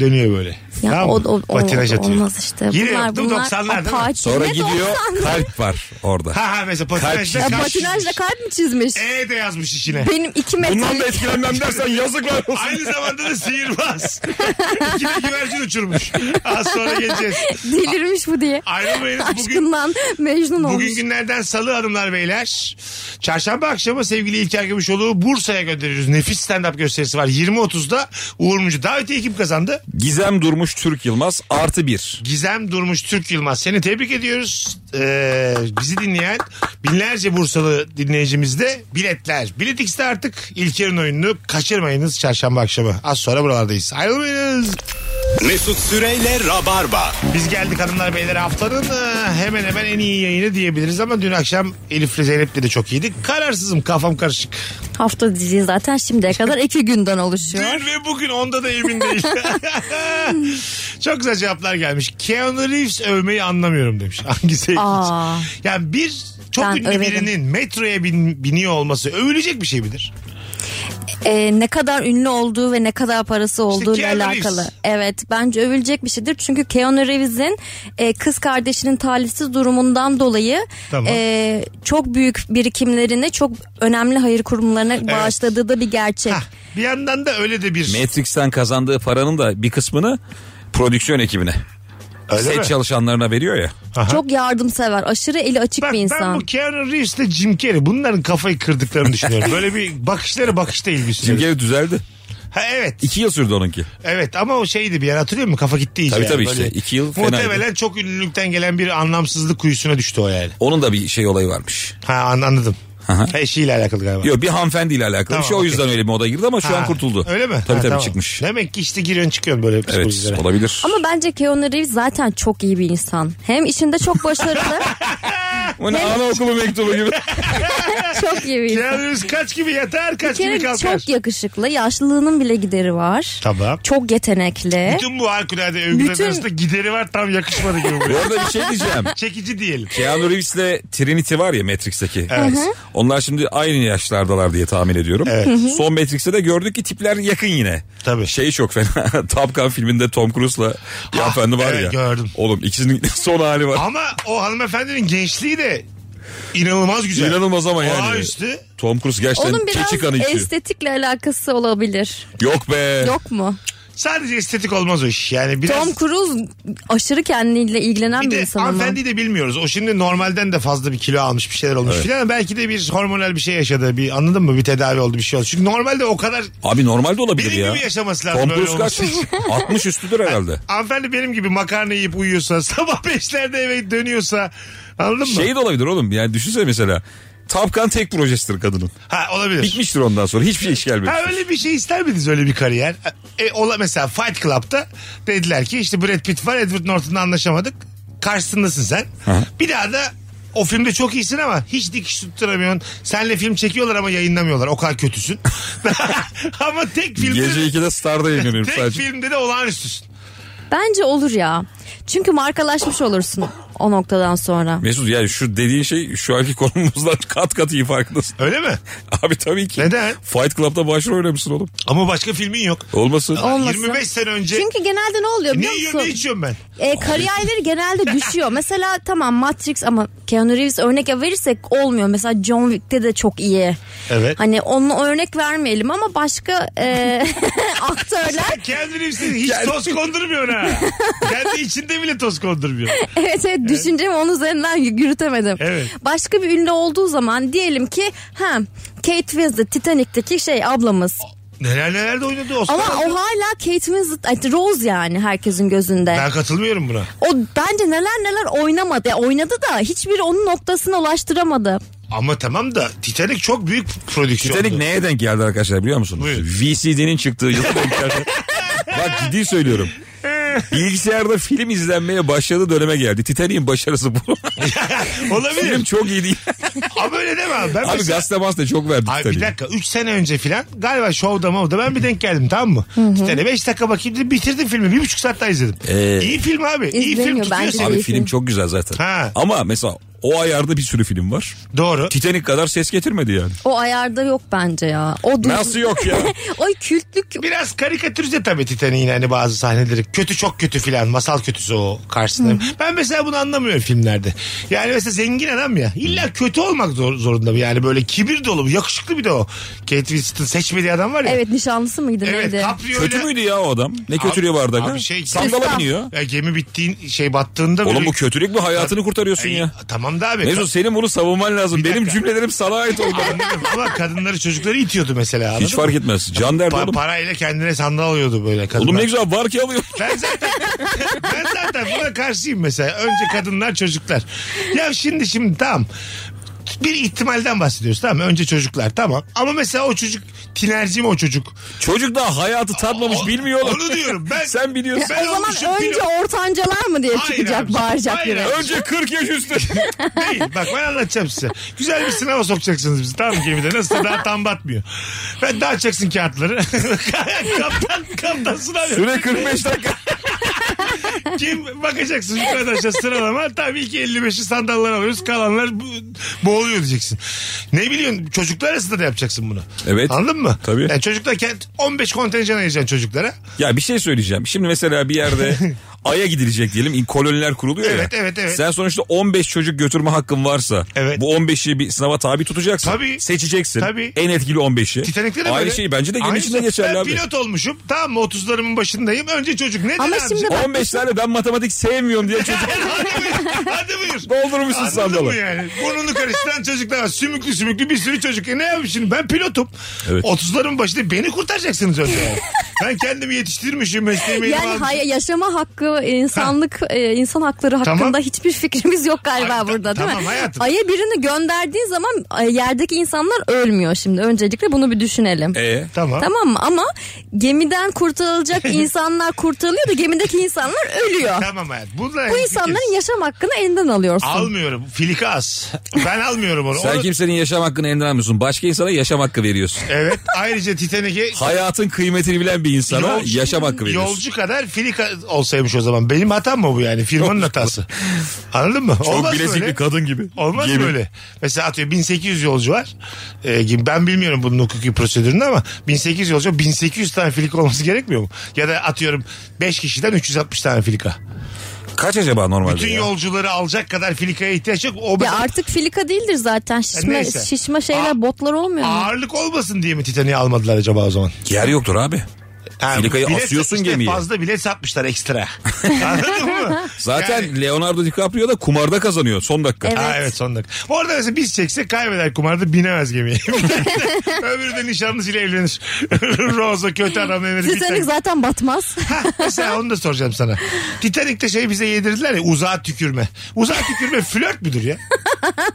Speaker 3: Dönüyor böyle.
Speaker 4: ya
Speaker 3: Tamam
Speaker 4: o,
Speaker 3: mı?
Speaker 4: o, o-
Speaker 3: patinaj
Speaker 4: o-
Speaker 3: atıyor.
Speaker 4: olmaz işte
Speaker 3: Yine
Speaker 4: bunlar
Speaker 3: yaptım,
Speaker 4: bunlar
Speaker 3: 90'lar değil mi?
Speaker 4: apaçi.
Speaker 5: Sonra
Speaker 4: Ne
Speaker 5: gidiyor
Speaker 4: 90'lar?
Speaker 5: kalp var orada.
Speaker 3: Ha ha mesela patinajda
Speaker 4: Ya,
Speaker 3: kalp
Speaker 4: patinajla
Speaker 3: çizmiş.
Speaker 4: kalp mi çizmiş
Speaker 3: E de yazmış işine.
Speaker 4: benim iki
Speaker 5: Bundan da
Speaker 4: metrelik
Speaker 5: etkilenmem dersen yazıklar olsun.
Speaker 3: Aynı zamanda da sihirbaz. İkide güvercin uçurmuş. Az sonra geleceğiz.
Speaker 4: delirmiş bu diye
Speaker 3: Ayrılmayınız bugün.
Speaker 4: aşkından Mecnun olmuş
Speaker 3: Bugün günlerden salı hanımlar beyler. Çarşamba akşamı sevgili İlker Gümüşoğlu'yu Bursa'ya gönderiyoruz. Nefis stand-up gösterisi var. 20.30'da Uğur Mumcu. Davetiye kim kazandı?
Speaker 5: Gizem Durmuş Türk Yılmaz artı bir.
Speaker 3: Gizem Durmuş Türk Yılmaz. Seni tebrik ediyoruz. Ee, bizi dinleyen binlerce Bursalı dinleyicimiz de biletler. Bilet X'de artık İlker'in oyununu kaçırmayınız çarşamba akşamı. Az sonra buralardayız. Ayrılmayınız.
Speaker 2: Mesut Süreyle Rabarba.
Speaker 3: Biz geldik hanımlar beyler haftanın e, hemen hemen en iyi yayını diyebiliriz ama dün akşam Elif'le Zeynep'le de çok iyiydik. Kararsızım kafam karışık.
Speaker 4: Hafta dizi zaten şimdiye kadar iki günden oluşuyor.
Speaker 3: Dün ve bugün onda da emin değil. çok güzel cevaplar gelmiş. Keanu Reeves övmeyi anlamıyorum demiş. Hangisi?
Speaker 4: Aa.
Speaker 3: Yani bir çok
Speaker 4: Ben
Speaker 3: ünlü
Speaker 4: överim.
Speaker 3: birinin metroya bin- biniyor olması övülecek bir şey midir?
Speaker 4: Ee, ne kadar ünlü olduğu ve ne kadar parası olduğu ile
Speaker 3: Keanu
Speaker 4: alakalı.
Speaker 3: Reeves.
Speaker 4: Evet bence övülecek bir şeydir. Çünkü Keanu Reeves'in e, kız kardeşinin talihsiz durumundan dolayı
Speaker 3: Tamam.
Speaker 4: e, çok büyük birikimlerini çok önemli hayır kurumlarına bağışladığı da bir gerçek.
Speaker 3: Hah, bir yandan da öyle de bir...
Speaker 5: Matrix'ten kazandığı paranın da bir kısmını prodüksiyon ekibine.
Speaker 3: Öyle
Speaker 5: Set
Speaker 3: mi?
Speaker 5: çalışanlarına veriyor ya.
Speaker 4: Çok yardımsever. Aşırı eli açık
Speaker 3: Bak,
Speaker 4: bir
Speaker 3: Ben
Speaker 4: insan.
Speaker 3: bu Keanu Reeves'le Jim Carrey bunların kafayı kırdıklarını düşünüyorum. Böyle bir bakışları bakış değil bir
Speaker 5: Jim
Speaker 3: sürü.
Speaker 5: Carrey düzeldi.
Speaker 3: Ha evet.
Speaker 5: İki yıl sürdü onunki.
Speaker 3: Evet ama o şeydi bir yer hatırlıyor musun? Kafa gitti iyice.
Speaker 5: Tabii
Speaker 3: yani.
Speaker 5: tabii işte.
Speaker 3: Böyle
Speaker 5: İki yıl fenaydı.
Speaker 3: Muhtemelen çok ünlülükten gelen bir anlamsızlık kuyusuna düştü o yani.
Speaker 5: Onun da bir şey olayı varmış.
Speaker 3: Ha an- anladım.
Speaker 5: Aha.
Speaker 3: Eşiyle alakalı galiba.
Speaker 5: Yok bir hanımefendiyle alakalı
Speaker 3: Tamam,
Speaker 5: bir şey. O
Speaker 3: okey.
Speaker 5: yüzden öyle bir moda girdi ama şu
Speaker 3: Ha,
Speaker 5: an kurtuldu.
Speaker 3: Öyle mi? Ha,
Speaker 5: Tabii tabii
Speaker 3: tamam.
Speaker 5: çıkmış.
Speaker 3: Demek ki işte giriyorsun çıkıyorsun böyle
Speaker 5: Evet
Speaker 3: psikolojilere.
Speaker 5: olabilir.
Speaker 4: Ama bence Keanu Reeves zaten çok iyi bir insan. Hem işinde çok başarılı,
Speaker 5: O ne anaokulu mektubu gibi.
Speaker 4: çok iyi bir insan.
Speaker 3: Keanu Reeves kaç gibi yatar
Speaker 4: Bir
Speaker 3: kaç gibi
Speaker 4: kere
Speaker 3: kalkar.
Speaker 4: çok yakışıklı. Yaşlılığının bile gideri var.
Speaker 3: Tamam.
Speaker 4: Çok yetenekli.
Speaker 3: Bütün bu harikulade övgülerin
Speaker 4: E? Bütün-
Speaker 3: arasında gideri var tam yakışmadı gibi.
Speaker 5: Bu
Speaker 3: buraya.
Speaker 5: arada bir şey diyeceğim.
Speaker 3: Çekici diyelim.
Speaker 5: Keanu Reeves'le Trinity var ya Matrix'teki.
Speaker 3: Evet.
Speaker 5: Onlar şimdi aynı yaşlardalar diye tahmin ediyorum.
Speaker 3: Evet. Hı
Speaker 5: Son Matrix'te de gördük ki tipler yakın yine.
Speaker 3: Tabii.
Speaker 5: Şey çok fena. Top Gun filminde Tom Cruise'la bir
Speaker 3: Ha,
Speaker 5: hanımefendi var
Speaker 3: Ah, evet,
Speaker 5: ya.
Speaker 3: gördüm.
Speaker 5: Oğlum ikisinin son hali var.
Speaker 3: Ama o hanımefendinin gençliği de inanılmaz güzel.
Speaker 5: İnanılmaz ama yani.
Speaker 3: Olağanüstü.
Speaker 5: Tom Cruise gerçekten
Speaker 4: Onun
Speaker 5: keçi kanı
Speaker 4: biraz
Speaker 5: içiyor.
Speaker 4: estetikle alakası olabilir.
Speaker 5: Yok be.
Speaker 4: Yok mu?
Speaker 3: Sadece estetik olmaz o iş. Yani biraz...
Speaker 4: Tom Cruise aşırı kendiyle ilgilenen bir,
Speaker 3: bir de
Speaker 4: insan ama.
Speaker 3: hanımefendiyi de bilmiyoruz. O şimdi normalden de fazla bir kilo almış bir şeyler olmuş filan. Belki de bir hormonal bir şey yaşadı. Bir anladın mı? Bir tedavi oldu bir şey oldu. Çünkü normalde o kadar
Speaker 5: Abi normalde olabilir
Speaker 3: benim
Speaker 5: ya.
Speaker 3: gibi yaşaması lazım.
Speaker 5: Tom
Speaker 3: öyle
Speaker 5: Cruise kaç?
Speaker 3: olması.
Speaker 5: 60 üstüdür herhalde.
Speaker 3: Hanımefendi benim gibi makarna yiyip uyuyorsa sabah beşlerde eve dönüyorsa anladın mı?
Speaker 5: Şey de olabilir oğlum. Yani düşünsene mesela. Top Gun tek projesidir kadının.
Speaker 3: Ha olabilir.
Speaker 5: Bitmiştir ondan sonra. Hiçbir şey iş gelmedi.
Speaker 3: Ha öyle bir şey ister miydiniz öyle bir kariyer? E, ola, mesela Fight Club'da dediler ki işte Brad Pitt var Edward Norton'la anlaşamadık. Karşısındasın sen. Bir daha da o filmde çok iyisin ama hiç dikiş tutturamıyorsun. Senle film çekiyorlar ama yayınlamıyorlar. O kadar kötüsün. ama tek filmde
Speaker 5: Gece 2'de Star'da yayınlanıyorum
Speaker 3: tek
Speaker 5: sadece.
Speaker 3: filmde de olağanüstüsün.
Speaker 4: Bence olur ya. Çünkü markalaşmış olursun o noktadan sonra.
Speaker 5: Mesut yani şu dediğin şey şu anki konumuzdan kat kat iyi farkındasın.
Speaker 3: Öyle mi?
Speaker 5: Abi tabii ki.
Speaker 3: Neden?
Speaker 5: Fight Club'da başrol oynamışsın oğlum.
Speaker 3: Ama başka filmin yok.
Speaker 5: Olmasın.
Speaker 4: Olmasın.
Speaker 3: 25 sene önce
Speaker 4: Çünkü genelde ne oluyor biliyor
Speaker 3: ne yiyorum ne
Speaker 4: musun?
Speaker 3: içiyorum ben?
Speaker 4: E, kariyerleri genelde düşüyor. Mesela tamam Matrix ama Keanu Reeves örnek verirsek olmuyor. Mesela John Wick'te de çok iyi.
Speaker 3: Evet.
Speaker 4: Hani onun örnek vermeyelim ama başka e, aktörler
Speaker 3: Kendini hiç toz kondurmuyor ha. Kendi içinde bile toz kondurmuyor.
Speaker 4: evet evet düşüncemi onun üzerinden yürütemedim.
Speaker 3: Evet.
Speaker 4: Başka bir ünlü olduğu zaman diyelim ki ha Kate Winslet Titanic'teki şey ablamız.
Speaker 3: Neler neler de oynadı Oscar.
Speaker 4: Ama o hala Kate Winslet ay, Rose yani herkesin gözünde.
Speaker 3: Ben katılmıyorum buna.
Speaker 4: O bence neler neler oynamadı. Ya oynadı da hiçbiri onun noktasına ulaştıramadı.
Speaker 3: Ama tamam da Titanic çok büyük prodüksiyondu.
Speaker 5: Titanic neye denk geldi arkadaşlar biliyor musunuz?
Speaker 3: Buyurun.
Speaker 5: VCD'nin çıktığı yıla denk geldi. Bak ciddi söylüyorum. Bilgisayarda film izlenmeye başladığı döneme geldi. Titanic'in başarısı bu. film
Speaker 3: Olabilir.
Speaker 5: çok iyi değil.
Speaker 3: Ama öyle deme abi. Ben
Speaker 5: Abi
Speaker 3: mesela...
Speaker 5: gazete da çok verdi
Speaker 3: Ay bir
Speaker 5: Titanic'e.
Speaker 3: dakika 3 sene önce filan galiba şovda mavda ben bir denk geldim tamam mı? Titanic 5 dakika bakayım dedim bitirdim filmi bir buçuk saat daha izledim.
Speaker 5: Ee,
Speaker 3: iyi film abi iyi film
Speaker 4: İzleniyor bence
Speaker 3: tutuyorsun.
Speaker 4: de.
Speaker 5: Abi
Speaker 4: İyi
Speaker 5: film
Speaker 4: film.
Speaker 5: çok güzel zaten.
Speaker 3: Ha.
Speaker 5: Ama mesela o ayarda bir sürü film var.
Speaker 3: Doğru.
Speaker 5: Titanic kadar ses getirmedi yani.
Speaker 4: O ayarda yok bence ya. O du-
Speaker 5: Nasıl yok ya?
Speaker 4: Oy kültlük.
Speaker 3: Biraz karikatürize tabii Titanic'in hani bazı sahneleri. Kötü çok kötü filan. Masal kötüsü o karşısında. Ben mesela bunu anlamıyorum filmlerde. Yani mesela zengin adam ya. illa kötü olmak zor- zorunda mı? Yani böyle kibir dolu. Yakışıklı bir de o. Kate Winslet'ın seçmediği adam var ya.
Speaker 4: Evet nişanlısı mıydı
Speaker 3: Evet,
Speaker 4: neydi?
Speaker 3: Caprio
Speaker 5: Kötü
Speaker 3: ile-
Speaker 5: müydü ya o adam? Ne kötülüğü vardı
Speaker 3: abi
Speaker 5: ha?
Speaker 3: şey-
Speaker 5: Sandala biniyor.
Speaker 3: Ya gemi bittiğin şey battığında
Speaker 5: Oğlum
Speaker 3: böyle-
Speaker 5: bu kötülük mü? Hayatını kurtarıyorsun
Speaker 3: Ay,
Speaker 5: ya.
Speaker 3: Tamam da abi.
Speaker 5: Mesut senin bunu savunman lazım.
Speaker 3: Bir
Speaker 5: Benim
Speaker 3: dakika.
Speaker 5: cümlelerim sana ait olmalı.
Speaker 3: Anladım ama kadınları çocukları itiyordu mesela. anladın
Speaker 5: Hiç fark
Speaker 3: mı?
Speaker 5: etmez. Can derdi
Speaker 3: Pa-
Speaker 5: oğlum.
Speaker 3: parayla kendine sandal alıyordu böyle kadınlar.
Speaker 5: Oğlum ne güzel var ki alıyor.
Speaker 3: Ben zaten ben zaten buna karşıyım mesela. Önce kadınlar çocuklar. Ya şimdi şimdi tamam. Bir ihtimalden bahsediyoruz tamam mı? Önce çocuklar tamam. Ama mesela o çocuk tinerci mi o çocuk?
Speaker 5: Çocuk daha hayatı tatmamış
Speaker 3: O-
Speaker 5: bilmiyor oğlum.
Speaker 3: Onu diyorum ben.
Speaker 5: Sen biliyorsun.
Speaker 3: Ben
Speaker 4: o zaman
Speaker 3: olmuşum
Speaker 4: önce
Speaker 3: pilot.
Speaker 4: ortancalar mı diye
Speaker 3: Hayır
Speaker 4: çıkacak
Speaker 3: abi,
Speaker 4: bağıracak
Speaker 3: hayır
Speaker 4: biri.
Speaker 3: abi.
Speaker 5: Önce 40 yaş üstü.
Speaker 3: Değil. Bak ben anlatacağım size. Güzel bir sınava sokacaksınız bizi tamam mı gemide? Nasıl daha tam batmıyor. Ben dağıtacaksın kağıtları. kaptan, kaptan sınav yapıyor.
Speaker 5: Süre 45 dakika.
Speaker 3: Kim bakacaksın yukarıdan aşağı sıralama. Tabii ki 55'i sandallara alıyoruz. Kalanlar bu, boğuluyor diyeceksin. Ne biliyorsun çocuklar arasında da yapacaksın bunu.
Speaker 5: Evet.
Speaker 3: Anladın mı?
Speaker 5: Tabii.
Speaker 3: Yani çocuklar kend- 15 kontenjan ayıracaksın çocuklara.
Speaker 5: Ya bir şey söyleyeceğim. Şimdi mesela bir yerde Ay'a gidilecek diyelim. Koloniler kuruluyor ya.
Speaker 3: Evet, evet, evet.
Speaker 5: Sen sonuçta 15 çocuk götürme hakkın varsa
Speaker 3: Evet.
Speaker 5: bu 15'i bir sınava tabi tutacaksın.
Speaker 3: Tabii.
Speaker 5: Seçeceksin.
Speaker 3: Tabii.
Speaker 5: En etkili 15'i.
Speaker 3: Titanik'te de
Speaker 5: Aynı
Speaker 3: böyle.
Speaker 5: şey bence de gemi
Speaker 3: Aynı
Speaker 5: içinde
Speaker 3: şey.
Speaker 5: geçerli
Speaker 3: Ben
Speaker 5: abi.
Speaker 3: pilot olmuşum. Tamam mı? 30'larımın başındayım. Önce çocuk. Ne
Speaker 4: Ama
Speaker 3: dedi
Speaker 4: şimdi
Speaker 3: abicim?
Speaker 4: bak-
Speaker 5: 15 tane ben matematik sevmiyorum diye çocuk
Speaker 3: hadi buyur. Hadi buyur.
Speaker 5: doldurmuşsun
Speaker 3: Anladın
Speaker 5: sandala.
Speaker 3: mı yani? Burnunu karıştıran çocuklar var. Sümüklü sümüklü bir sürü çocuk. E ne yapayım şimdi? Ben pilotum.
Speaker 5: Evet.
Speaker 3: 30'ların başında beni kurtaracaksınız önce. yani. ben kendimi yetiştirmişim. Mesleğimi elime
Speaker 4: Yani
Speaker 3: almışım.
Speaker 4: hay- yaşama hakkı, insanlık, e, insan hakları hakkında
Speaker 3: Tamam.
Speaker 4: hiçbir fikrimiz yok galiba
Speaker 3: Ay, ta-
Speaker 4: burada değil
Speaker 3: tamam
Speaker 4: mi?
Speaker 3: hayatım.
Speaker 4: Ay'a birini gönderdiğin zaman e, yerdeki insanlar ölmüyor şimdi. Öncelikle bunu bir düşünelim.
Speaker 5: Ee,
Speaker 3: E, Tamam.
Speaker 4: Tamam mı? Ama gemiden kurtarılacak insanlar kurtarılıyor da gemideki insanlar ölüyor.
Speaker 3: Tamam hayat. Bunlar
Speaker 4: Bu insanların yaşam hakkını elinden alıyorsun.
Speaker 3: Almıyorum. Filika az. Ben almıyorum onu.
Speaker 5: sen
Speaker 3: Onu-
Speaker 5: kimsenin yaşam hakkını elinden almıyorsun. Başka insana yaşam hakkı veriyorsun.
Speaker 3: Evet. Ayrıca Titanik'e
Speaker 5: Hayatın kıymetini bilen bir insana
Speaker 3: Yolcu-
Speaker 5: yaşam hakkı veriyorsun.
Speaker 3: Yolcu kadar filika olsaymış o zaman. Benim hatam mı bu yani? Firmanın hatası. Anladın mı?
Speaker 5: Çok bilezik
Speaker 3: böyle.
Speaker 5: bir kadın gibi.
Speaker 3: Olmaz
Speaker 5: Gemi.
Speaker 3: böyle. Mesela atıyor 1800 yolcu var. Ee, gibi- ben bilmiyorum bunun hukuki prosedürünü ama 1800 yolcu var. 1800 tane filika olması gerekmiyor mu? Ya da atıyorum 5 kişiden 360 tane filika.
Speaker 5: Kaç acaba normalde
Speaker 3: Bütün
Speaker 5: ya?
Speaker 3: yolcuları alacak kadar filikaya ihtiyaç yok. O
Speaker 4: Ya
Speaker 3: mesela
Speaker 4: artık filika değildir zaten. Şişme,
Speaker 3: E, neyse.
Speaker 4: şişme şeyler
Speaker 3: Aa-
Speaker 4: botlar olmuyor mu?
Speaker 3: ağırlık olmasın diye mi Titanic'i almadılar acaba o zaman?
Speaker 5: Yer yoktur abi.
Speaker 3: Ha,
Speaker 5: Filikayı E, asıyorsun
Speaker 3: işte
Speaker 5: gemiye.
Speaker 3: Fazla bilet satmışlar ekstra. Anladın mı?
Speaker 5: Zaten
Speaker 3: Yani-
Speaker 5: Leonardo DiCaprio da kumarda kazanıyor son dakika.
Speaker 4: Evet.
Speaker 3: Ha, evet son dakika. Bu arada mesela biz çeksek kaybeder kumarda binemez gemiye. Öbürü de nişanlısıyla evlenir. Rosa kötü adam evlenir.
Speaker 4: Titanic zaten batmaz.
Speaker 3: Ha, mesela onu da soracağım sana. Titanik'te şey bize yedirdiler ya uzağa tükürme. Uzağa tükürme flört müdür ya? Ha?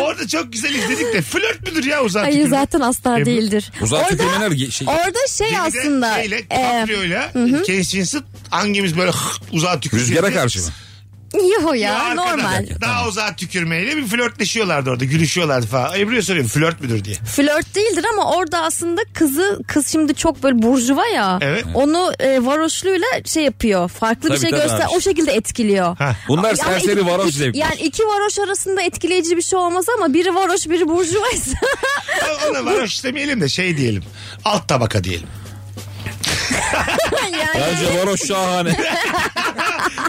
Speaker 3: Orada çok güzel izledik de flört müdür ya uzağa
Speaker 4: Hayır
Speaker 3: tükürme?
Speaker 4: zaten asla
Speaker 3: E, bu-
Speaker 4: değildir.
Speaker 5: Uzak
Speaker 4: Orada-
Speaker 5: tükürmeler ge- şey,
Speaker 4: Orada şey
Speaker 3: Gemide
Speaker 4: aslında
Speaker 3: Şeyle,
Speaker 4: e,
Speaker 3: Caprio'yla, Kate Winslet hangimiz böyle uzağa tükürüyor.
Speaker 5: rüzgara
Speaker 3: diye-
Speaker 5: karşı mı?
Speaker 4: yuhu ya,
Speaker 3: arkada.
Speaker 4: normal.
Speaker 3: Daha uzağa tükürmeyle bir flörtleşiyorlardı orada. Gülüşüyorlardı falan. Ebru'ya soruyorum flört müdür diye.
Speaker 4: Flört değildir ama orada aslında kızı kız şimdi çok böyle burjuva ya.
Speaker 3: Evet.
Speaker 4: Onu e, varoşluğuyla şey yapıyor. Farklı
Speaker 5: Tabii,
Speaker 4: bir şey
Speaker 5: tabii
Speaker 4: göster
Speaker 5: abi.
Speaker 4: o şekilde etkiliyor.
Speaker 3: Ha.
Speaker 5: Bunlar
Speaker 4: Ama
Speaker 5: serseri
Speaker 4: iki-
Speaker 5: varoş
Speaker 4: iki-
Speaker 5: zevkler.
Speaker 4: Yani iki varoş arasında etkileyici bir şey olmaz ama biri varoş biri burjuvaysa.
Speaker 3: Ona varoş demeyelim de şey diyelim. Alt tabaka diyelim.
Speaker 4: yani
Speaker 5: Bence varoş şahane.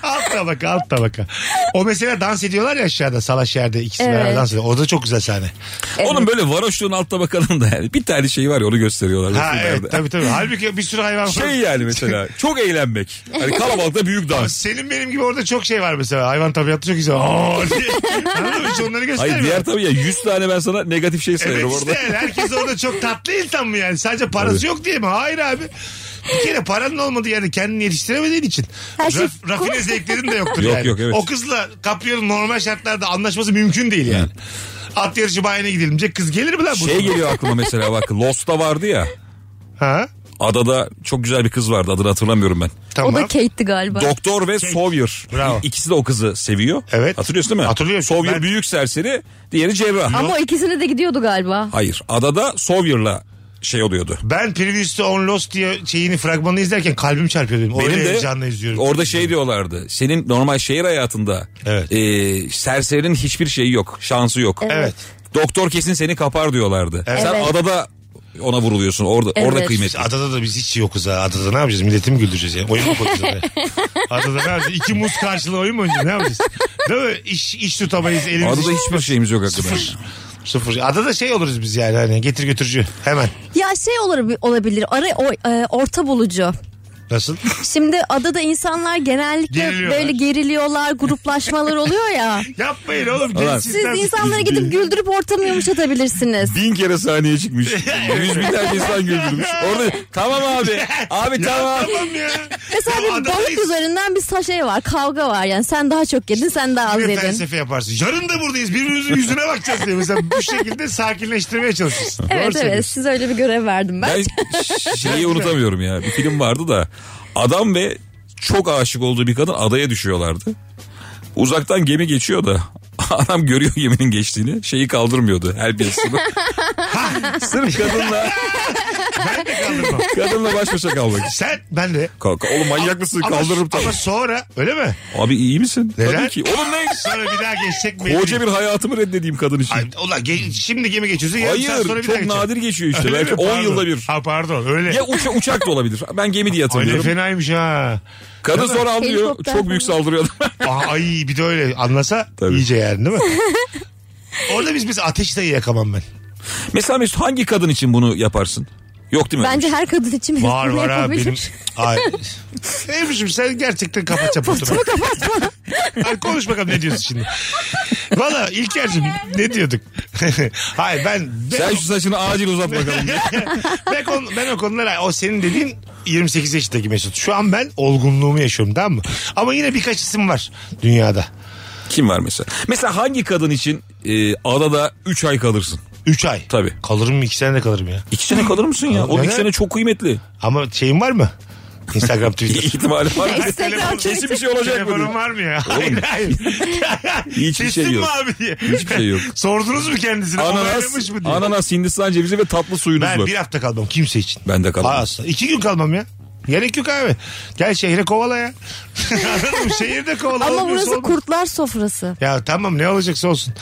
Speaker 3: Alt tabaka alt tabaka. O mesela dans ediyorlar ya aşağıda salaş yerde ikisi
Speaker 4: Evet.
Speaker 3: beraber dans ediyor. O da çok güzel sahne.
Speaker 5: Onun böyle varoşluğun altta bakalım da yani. Bir tane şey var ya onu gösteriyorlar.
Speaker 3: Ha
Speaker 5: filmlerde.
Speaker 3: evet tabii tabii. Halbuki bir sürü hayvan var.
Speaker 5: Şey yani mesela çok eğlenmek. Hani kalabalıkta büyük dans.
Speaker 3: Senin benim gibi orada çok şey var mesela. Hayvan tabiatı çok güzel. Aa diye. Anladın mı? Hiç onları
Speaker 5: Hayır
Speaker 3: göstermiyor.
Speaker 5: diğer tabii ya 100 tane ben sana negatif şey
Speaker 3: Evet
Speaker 5: sayıyorum
Speaker 3: işte
Speaker 5: orada.
Speaker 3: yani herkes orada çok tatlı insan mı yani? Sadece parası yok diye mi? Hayır abi. Bir kere paranın olmadığı yerde kendini yetiştiremediğin için
Speaker 4: Her şey-
Speaker 3: raf- rafine zevklerin de yoktur
Speaker 5: Yok,
Speaker 3: yani.
Speaker 5: yok, evet.
Speaker 3: O kızla Caprio'nun normal şartlarda anlaşması mümkün değil yani. At yarışı bayine gidelim. diyecek. Kız gelir mi lan bu?
Speaker 5: Şey geliyor aklıma mesela bak Lost'ta vardı ya.
Speaker 3: Ha?
Speaker 5: Adada çok güzel bir kız vardı adını hatırlamıyorum ben.
Speaker 3: Tamam.
Speaker 4: o da Kate'ti galiba.
Speaker 5: Doktor ve Sawyer.
Speaker 3: Bravo.
Speaker 5: İ- İkisi de o kızı seviyor.
Speaker 3: Evet.
Speaker 5: Hatırlıyorsun değil mi?
Speaker 3: Hatırlıyorum.
Speaker 5: Sawyer
Speaker 3: Ben-
Speaker 5: büyük serseri, diğeri cerrah.
Speaker 4: Ama o ikisine de gidiyordu galiba.
Speaker 5: Hayır. Adada Sawyer'la şey oluyordu.
Speaker 3: Ben Previously on Lost diye şeyini fragmanını izlerken kalbim çarpıyor benim. Öyle heyecanla izliyorum.
Speaker 5: orada şey diyorlardı. Senin normal şehir hayatında
Speaker 3: Evet.
Speaker 5: e, serserinin hiçbir şeyi yok. Şansı yok.
Speaker 3: Evet.
Speaker 5: Doktor kesin seni kapar diyorlardı. Sen
Speaker 4: Evet.
Speaker 5: adada ona vuruluyorsun. Orada
Speaker 4: Evet.
Speaker 5: orada
Speaker 3: Biz
Speaker 5: kıymetli.
Speaker 3: adada da biz hiç yokuz ha. Adada ne yapacağız? Milleti mi güldüreceğiz ya? Oyun mu koyacağız oraya? Adada ne yapacağız? İki muz karşılığı oyun mu oynayacağız? Ne yapacağız? Değil mi? İş, iş tutamayız. Elimiz
Speaker 5: Adada hiçbir şeyimiz yok hakikaten.
Speaker 3: Sıfır. Sıfır. Adada şey oluruz biz yani hani getir götürücü. Hemen.
Speaker 4: Ya şey olur olabilir. Ara o- e, orta bulucu.
Speaker 3: Nasıl?
Speaker 4: Şimdi adada insanlar genellikle
Speaker 3: Geriliyorlar.
Speaker 4: böyle geriliyorlar, gruplaşmalar oluyor ya.
Speaker 3: Yapmayın oğlum.
Speaker 5: Ulan.
Speaker 4: Siz insanlara gidip güldürüp ortamı yumuşatabilirsiniz.
Speaker 5: Bin kere sahneye çıkmış. Yüz binlerce insan güldürmüş. Orada tamam abi. Abi tamam.
Speaker 3: Tamam ya.
Speaker 4: Mesela
Speaker 3: Ya
Speaker 4: bir
Speaker 3: adada
Speaker 4: balık
Speaker 3: hiç-
Speaker 4: üzerinden bir sa- şey var, kavga var. Yani sen daha çok yedin, sen daha az
Speaker 3: Yine
Speaker 4: yedin.
Speaker 3: felsefe yaparsın. Yarın da buradayız. Birbirimizin yüzüne bakacağız diye. Mesela bu şekilde sakinleştirmeye çalışırız. Doğru
Speaker 4: Evet evet,
Speaker 3: söylüyorsun.
Speaker 4: size öyle bir görev verdim ben.
Speaker 5: Ben ş- şeyi unutamıyorum ya. Bir film vardı da adam ve çok aşık olduğu bir kadın adaya düşüyorlardı. Uzaktan gemi geçiyor da adam görüyor geminin geçtiğini şeyi kaldırmıyordu her birisini. Sırf kadınla
Speaker 3: Ben de kaldırmam.
Speaker 5: Kadınla baş başa kalmak.
Speaker 3: Sen ben de.
Speaker 5: Kalk. Oğlum manyak mısın?
Speaker 3: Ama-
Speaker 5: Kaldırırım tabii.
Speaker 3: Ama sonra öyle mi?
Speaker 5: Abi iyi misin?
Speaker 3: Neden?
Speaker 5: Tabii ki. Oğlum ne?
Speaker 3: Sonra bir daha geçsek mi?
Speaker 5: Koca bir hayatımı reddedeyim kadın için.
Speaker 3: Ay, ulan ge- şimdi gemi geçiyorsun. yarım saat sonra
Speaker 5: Hayır.
Speaker 3: bir daha
Speaker 5: Çok
Speaker 3: geçeceksin.
Speaker 5: nadir geçiyor işte.
Speaker 3: Öyle
Speaker 5: Belki
Speaker 3: mi?
Speaker 5: 10
Speaker 3: Pardon.
Speaker 5: yılda bir.
Speaker 3: Ha pardon öyle.
Speaker 5: Ya uça- uçak da olabilir. Ben gemi diye
Speaker 3: Öyle
Speaker 5: hatırlıyorum.
Speaker 3: fenaymış ha.
Speaker 5: Kadın sonra anlıyor.
Speaker 4: Helikopter
Speaker 5: Çok büyük saldırıyor adam.
Speaker 3: Aa, Ay bir de öyle anlasa
Speaker 5: Tabii.
Speaker 3: iyice yani değil mi? Orada biz biz ateş dayı yakamam ben.
Speaker 5: Mesela Mesut hangi kadın için bunu yaparsın? Yok değil mi?
Speaker 4: Bence her kadın için
Speaker 3: Var
Speaker 4: bunu şey.
Speaker 3: var ha
Speaker 4: yapabilir.
Speaker 3: benim. Ay. Ebru'cum sen gerçekten kafa çapatın.
Speaker 4: kapatma.
Speaker 3: Ay, konuş bakalım ne diyorsun şimdi. Valla İlker'cim ne diyorduk? Hayır ben... ben
Speaker 5: Sen şu saçını acil uzat bakalım. diye.
Speaker 3: ben, konu- ben o konulara o senin dediğin 28 yaşındaki Mesut. Şu an ben olgunluğumu yaşıyorum tamam mı? Ama yine birkaç isim var dünyada.
Speaker 5: Kim var mesela? Mesela hangi kadın için e, adada 3 ay kalırsın?
Speaker 3: 3 ay.
Speaker 5: Tabii.
Speaker 3: Kalırım mı? 2 sene de kalırım ya.
Speaker 5: 2 sene kalır mısın ya? Oğlum 2
Speaker 3: Neden?
Speaker 5: sene çok kıymetli.
Speaker 3: Ama şeyin var mı? Instagram, Twitter.
Speaker 5: İhtimali var. mı?
Speaker 4: Instagram,
Speaker 5: Kesin bir şey olacak mı?
Speaker 3: Telefonum
Speaker 5: diye.
Speaker 3: var mı ya? Hayır hayır.
Speaker 5: Hiçbir
Speaker 3: Teslim
Speaker 5: şey yok.
Speaker 3: mi abi diye.
Speaker 5: Hiçbir şey yok.
Speaker 3: Sordunuz mu kendisine? Onaylamış
Speaker 5: Ananas,
Speaker 3: mı diye.
Speaker 5: ananas, Hindistan cevizi ve tatlı suyunuz
Speaker 3: Ben
Speaker 5: var.
Speaker 3: bir hafta kalmam kimse için.
Speaker 5: Ben de kalmam.
Speaker 3: Asla. İki gün kalmam ya. Gerek yok abi. Gel şehre kovala ya. Anladın mı? Şehirde kovala.
Speaker 4: Ama
Speaker 3: Olmuyorsa
Speaker 4: burası
Speaker 3: olmaz.
Speaker 4: kurtlar sofrası.
Speaker 3: Ya tamam ne olacaksa olsun.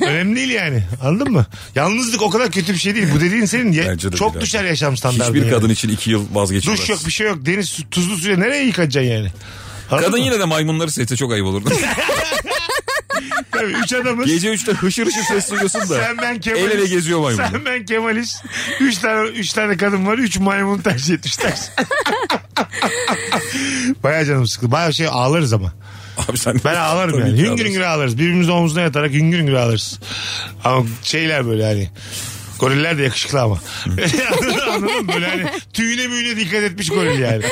Speaker 3: Ö- Önemli değil yani. Anladın mı? Yalnızlık o kadar kötü bir şey değil. Bu dediğin senin ye-
Speaker 5: Bence de
Speaker 3: çok
Speaker 5: biraz.
Speaker 3: düşer yaşam standartına.
Speaker 5: Hiçbir
Speaker 3: yani.
Speaker 5: kadın için 2 yıl vazgeçilmez.
Speaker 3: Duş yok bir şey yok. Deniz su- tuzlu suyla nereye yıkanacaksın yani? Anladın
Speaker 5: Kadın
Speaker 3: mı?
Speaker 5: yine de maymunları seyse çok ayıp olurdu.
Speaker 3: Tabii, üç adamız.
Speaker 5: Gece 3'te hışır hışır ses duyuyorsun da.
Speaker 3: Sen ben Kemal'iz.
Speaker 5: El ele geziyor maymun.
Speaker 3: Sen ben Kemal'iz. Üç tane, üç tane kadın var. Üç maymun tercih etmişler. Baya canım sıkıldı. Baya şey ağlarız ama.
Speaker 5: Abi sen
Speaker 3: Ben ağlarım
Speaker 5: Tabii
Speaker 3: yani.
Speaker 5: ki
Speaker 3: Hüngür
Speaker 5: ağlarsın.
Speaker 3: hüngür ağlarız. Birbirimizin omzuna yatarak hüngür hüngür ağlarız. Ama şeyler böyle hani. Goriller de yakışıklı ama. Anladın mı? Böyle hani tüyüne müyüne dikkat etmiş goril yani.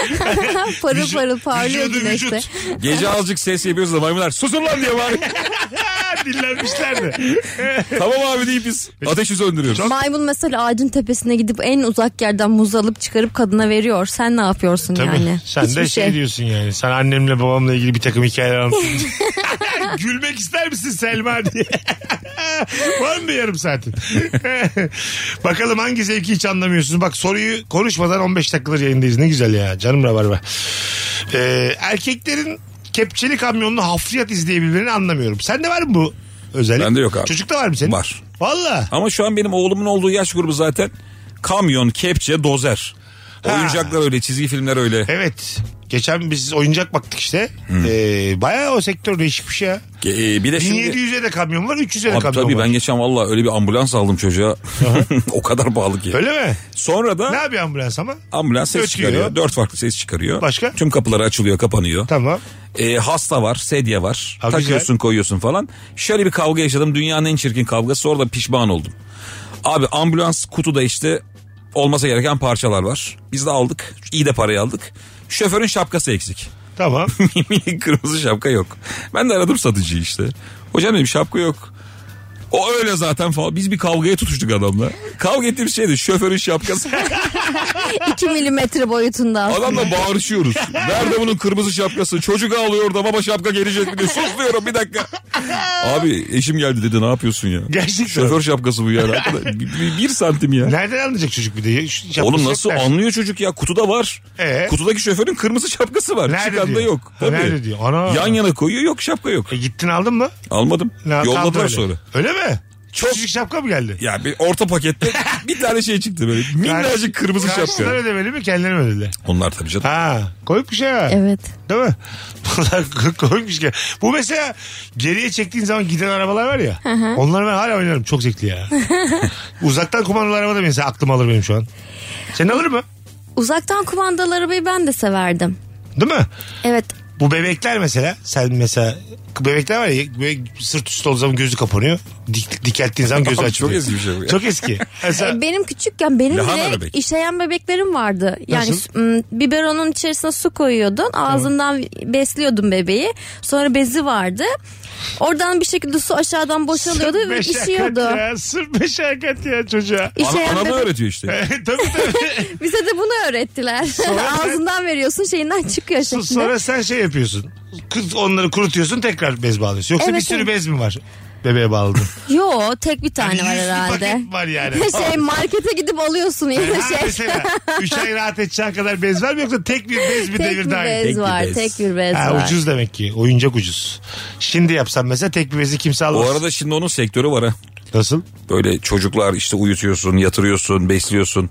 Speaker 4: Parıl
Speaker 3: Vücut-
Speaker 4: parıl parlıyor
Speaker 3: vücudu vücut.
Speaker 4: güneşte.
Speaker 5: Gece azıcık ses yapıyoruz da maymunlar susun lan diye var.
Speaker 3: Dinlenmişler de.
Speaker 5: tamam abi deyip biz ateşi söndürüyoruz.
Speaker 4: Maymun mesela ağacın tepesine gidip en uzak yerden muz alıp çıkarıp kadına veriyor. Sen ne yapıyorsun
Speaker 3: Tabii.
Speaker 4: yani?
Speaker 3: Sen
Speaker 4: Hiçbir
Speaker 3: de şey, diyorsun yani. Sen annemle babamla ilgili bir takım hikayeler anlatıyorsun. Gülmek ister misin Selma diye. Var mı bir yarım saatin? Bakalım hangi zevki hiç anlamıyorsunuz. Bak soruyu konuşmadan 15 dakikadır yayındayız. Ne güzel ya. Canım rabarba. Ee, erkeklerin kepçeli kamyonunu hafriyat izleyebilmelerini anlamıyorum. Sende var mı bu özellik?
Speaker 5: Bende yok abi.
Speaker 3: Çocukta var mı senin?
Speaker 5: Var.
Speaker 3: Valla.
Speaker 5: Ama şu an benim oğlumun olduğu yaş grubu zaten kamyon, kepçe, dozer.
Speaker 3: Ha.
Speaker 5: Oyuncaklar öyle, çizgi filmler öyle.
Speaker 3: Evet. Geçen biz oyuncak baktık işte. Ee, bayağı o sektör değişik bir şey ya.
Speaker 5: Ee, bir de şimdi...
Speaker 3: 1700'e de kamyon var 300'e de
Speaker 5: Abi
Speaker 3: kamyon
Speaker 5: tabii
Speaker 3: var.
Speaker 5: ben geçen valla öyle bir ambulans aldım çocuğa. o kadar pahalı ki.
Speaker 3: Öyle mi?
Speaker 5: Sonra
Speaker 3: Ne
Speaker 5: da
Speaker 3: yapıyor ambulans ama?
Speaker 5: ambulans ses
Speaker 3: Ötüyor.
Speaker 5: çıkarıyor. Dört farklı ses çıkarıyor.
Speaker 3: Başka?
Speaker 5: Tüm kapıları açılıyor, kapanıyor.
Speaker 3: Tamam.
Speaker 5: E, hasta var, sedye var.
Speaker 3: Ha,
Speaker 5: takıyorsun,
Speaker 3: güzel.
Speaker 5: koyuyorsun falan. Şöyle bir kavga yaşadım. Dünyanın en çirkin kavgası. Orada pişman oldum. Abi ambulans kutuda işte olmasa gereken parçalar var. Biz de aldık. İyi de parayı aldık. Şoförün şapkası eksik.
Speaker 3: Tamam.
Speaker 5: Kırmızı şapka yok. Ben de aradım satıcıyı işte. Hocam dedim şapka yok. O öyle zaten falan. Biz bir kavgaya tutuştuk adamla. Kavga ettiğimiz şeydi şoförün şapkası.
Speaker 4: 2 milimetre boyutunda.
Speaker 5: Adamla bağırışıyoruz. Nerede bunun kırmızı şapkası? Çocuk ağlıyor da baba şapka gelecek mi diye. Sus diyorum bir dakika. Abi eşim geldi dedi ne yapıyorsun ya?
Speaker 3: Gerçekten.
Speaker 5: Şoför şapkası bu yani. Arkadaş, bir, bir- bir santim ya.
Speaker 3: Nereden anlayacak çocuk bir de? Ya? Şu-
Speaker 5: Oğlum
Speaker 3: yapacak
Speaker 5: nasıl
Speaker 3: der.
Speaker 5: anlıyor çocuk ya? Kutuda var.
Speaker 3: Ee?
Speaker 5: Kutudaki şoförün kırmızı şapkası var.
Speaker 3: Nerede
Speaker 5: Çıkanda
Speaker 3: diyor?
Speaker 5: yok.
Speaker 3: Ha, nerede diyor? Ana.
Speaker 5: Yan yana koyuyor yok şapka yok.
Speaker 3: E, gittin aldın mı?
Speaker 5: Almadım.
Speaker 3: Ne- kaldı
Speaker 5: Yolladılar
Speaker 3: öyle.
Speaker 5: sonra.
Speaker 3: Öyle mi?
Speaker 5: Çok-
Speaker 3: Küçük şapka mı geldi?
Speaker 5: Ya bir orta pakette bir tane şey çıktı böyle. Minnacık kırmızı
Speaker 3: Karşısından
Speaker 5: şapka.
Speaker 3: ödemeli mi kendileri mi ödedi?
Speaker 5: Onlar tabii canım.
Speaker 3: Ha koyup bir şey ha.
Speaker 4: Evet.
Speaker 3: Değil mi? Vallahi koyup bir şey. Bu mesela geriye çektiğin zaman giden arabalar var ya. Onları ben hala oynarım. Çok zevkli ya. Uzaktan kumandalı araba da mesela aklım alır benim şu an. Sen alır mı?
Speaker 4: Uzaktan kumandalı arabayı ben de severdim.
Speaker 3: Değil mi?
Speaker 4: Evet.
Speaker 3: Bu bebekler mesela sen mesela bebekler var ya böyle sırt üstü olduğu zaman gözü kapanıyor. Dik, dikelttiğin zaman gözü
Speaker 5: Abi
Speaker 3: açılıyor.
Speaker 5: çok eski bir şey bu ya.
Speaker 3: Çok eski. Mesela,
Speaker 4: E, Benim küçükken benim
Speaker 5: Lahana
Speaker 4: bile
Speaker 5: bebek.
Speaker 4: işeyen bebeklerim vardı. Yani
Speaker 3: Nasıl?
Speaker 4: su- m, biberonun içerisine su koyuyordun. Ağzından besliyordun bebeği. Sonra bezi vardı. Oradan bir şekilde su aşağıdan boşalıyordu ve
Speaker 3: meşakkat
Speaker 4: işiyordu.
Speaker 3: Ya, sırf meşakkat ya çocuğa.
Speaker 5: Ana,
Speaker 4: İşeyen
Speaker 5: ana da
Speaker 4: bebek-
Speaker 5: öğretiyor işte.
Speaker 3: tabii tabii.
Speaker 4: Bize de bunu öğrettiler. Ağzından veriyorsun şeyinden çıkıyor şeklinde.
Speaker 3: Sonra sen şey yapıyorsun. Kız- Onları kurutuyorsun tekrar bez bağlıyorsun. Yoksa
Speaker 4: Evet,
Speaker 3: bir sürü
Speaker 4: evet.
Speaker 3: bez mi var? bebeğe bağladın.
Speaker 4: Yo tek bir tane
Speaker 3: Yani
Speaker 4: var
Speaker 3: yüzlü
Speaker 4: herhalde.
Speaker 3: paket var yani.
Speaker 4: şey markete gidip alıyorsun yine
Speaker 3: Ha,
Speaker 4: şey.
Speaker 3: mesela 3 ay rahat edeceğin kadar bez var mı yoksa tek bir bez mi
Speaker 4: tek
Speaker 3: devir
Speaker 4: bir
Speaker 3: daim?
Speaker 4: bez var.
Speaker 5: bez.
Speaker 4: Tek bir bez
Speaker 3: Ha,
Speaker 4: var.
Speaker 3: ucuz demek ki. Oyuncak ucuz. Şimdi yapsam mesela tek bir bezi kimse almaz.
Speaker 5: Bu arada şimdi onun sektörü var ha.
Speaker 3: Nasıl?
Speaker 5: Böyle çocuklar işte uyutuyorsun, yatırıyorsun, besliyorsun.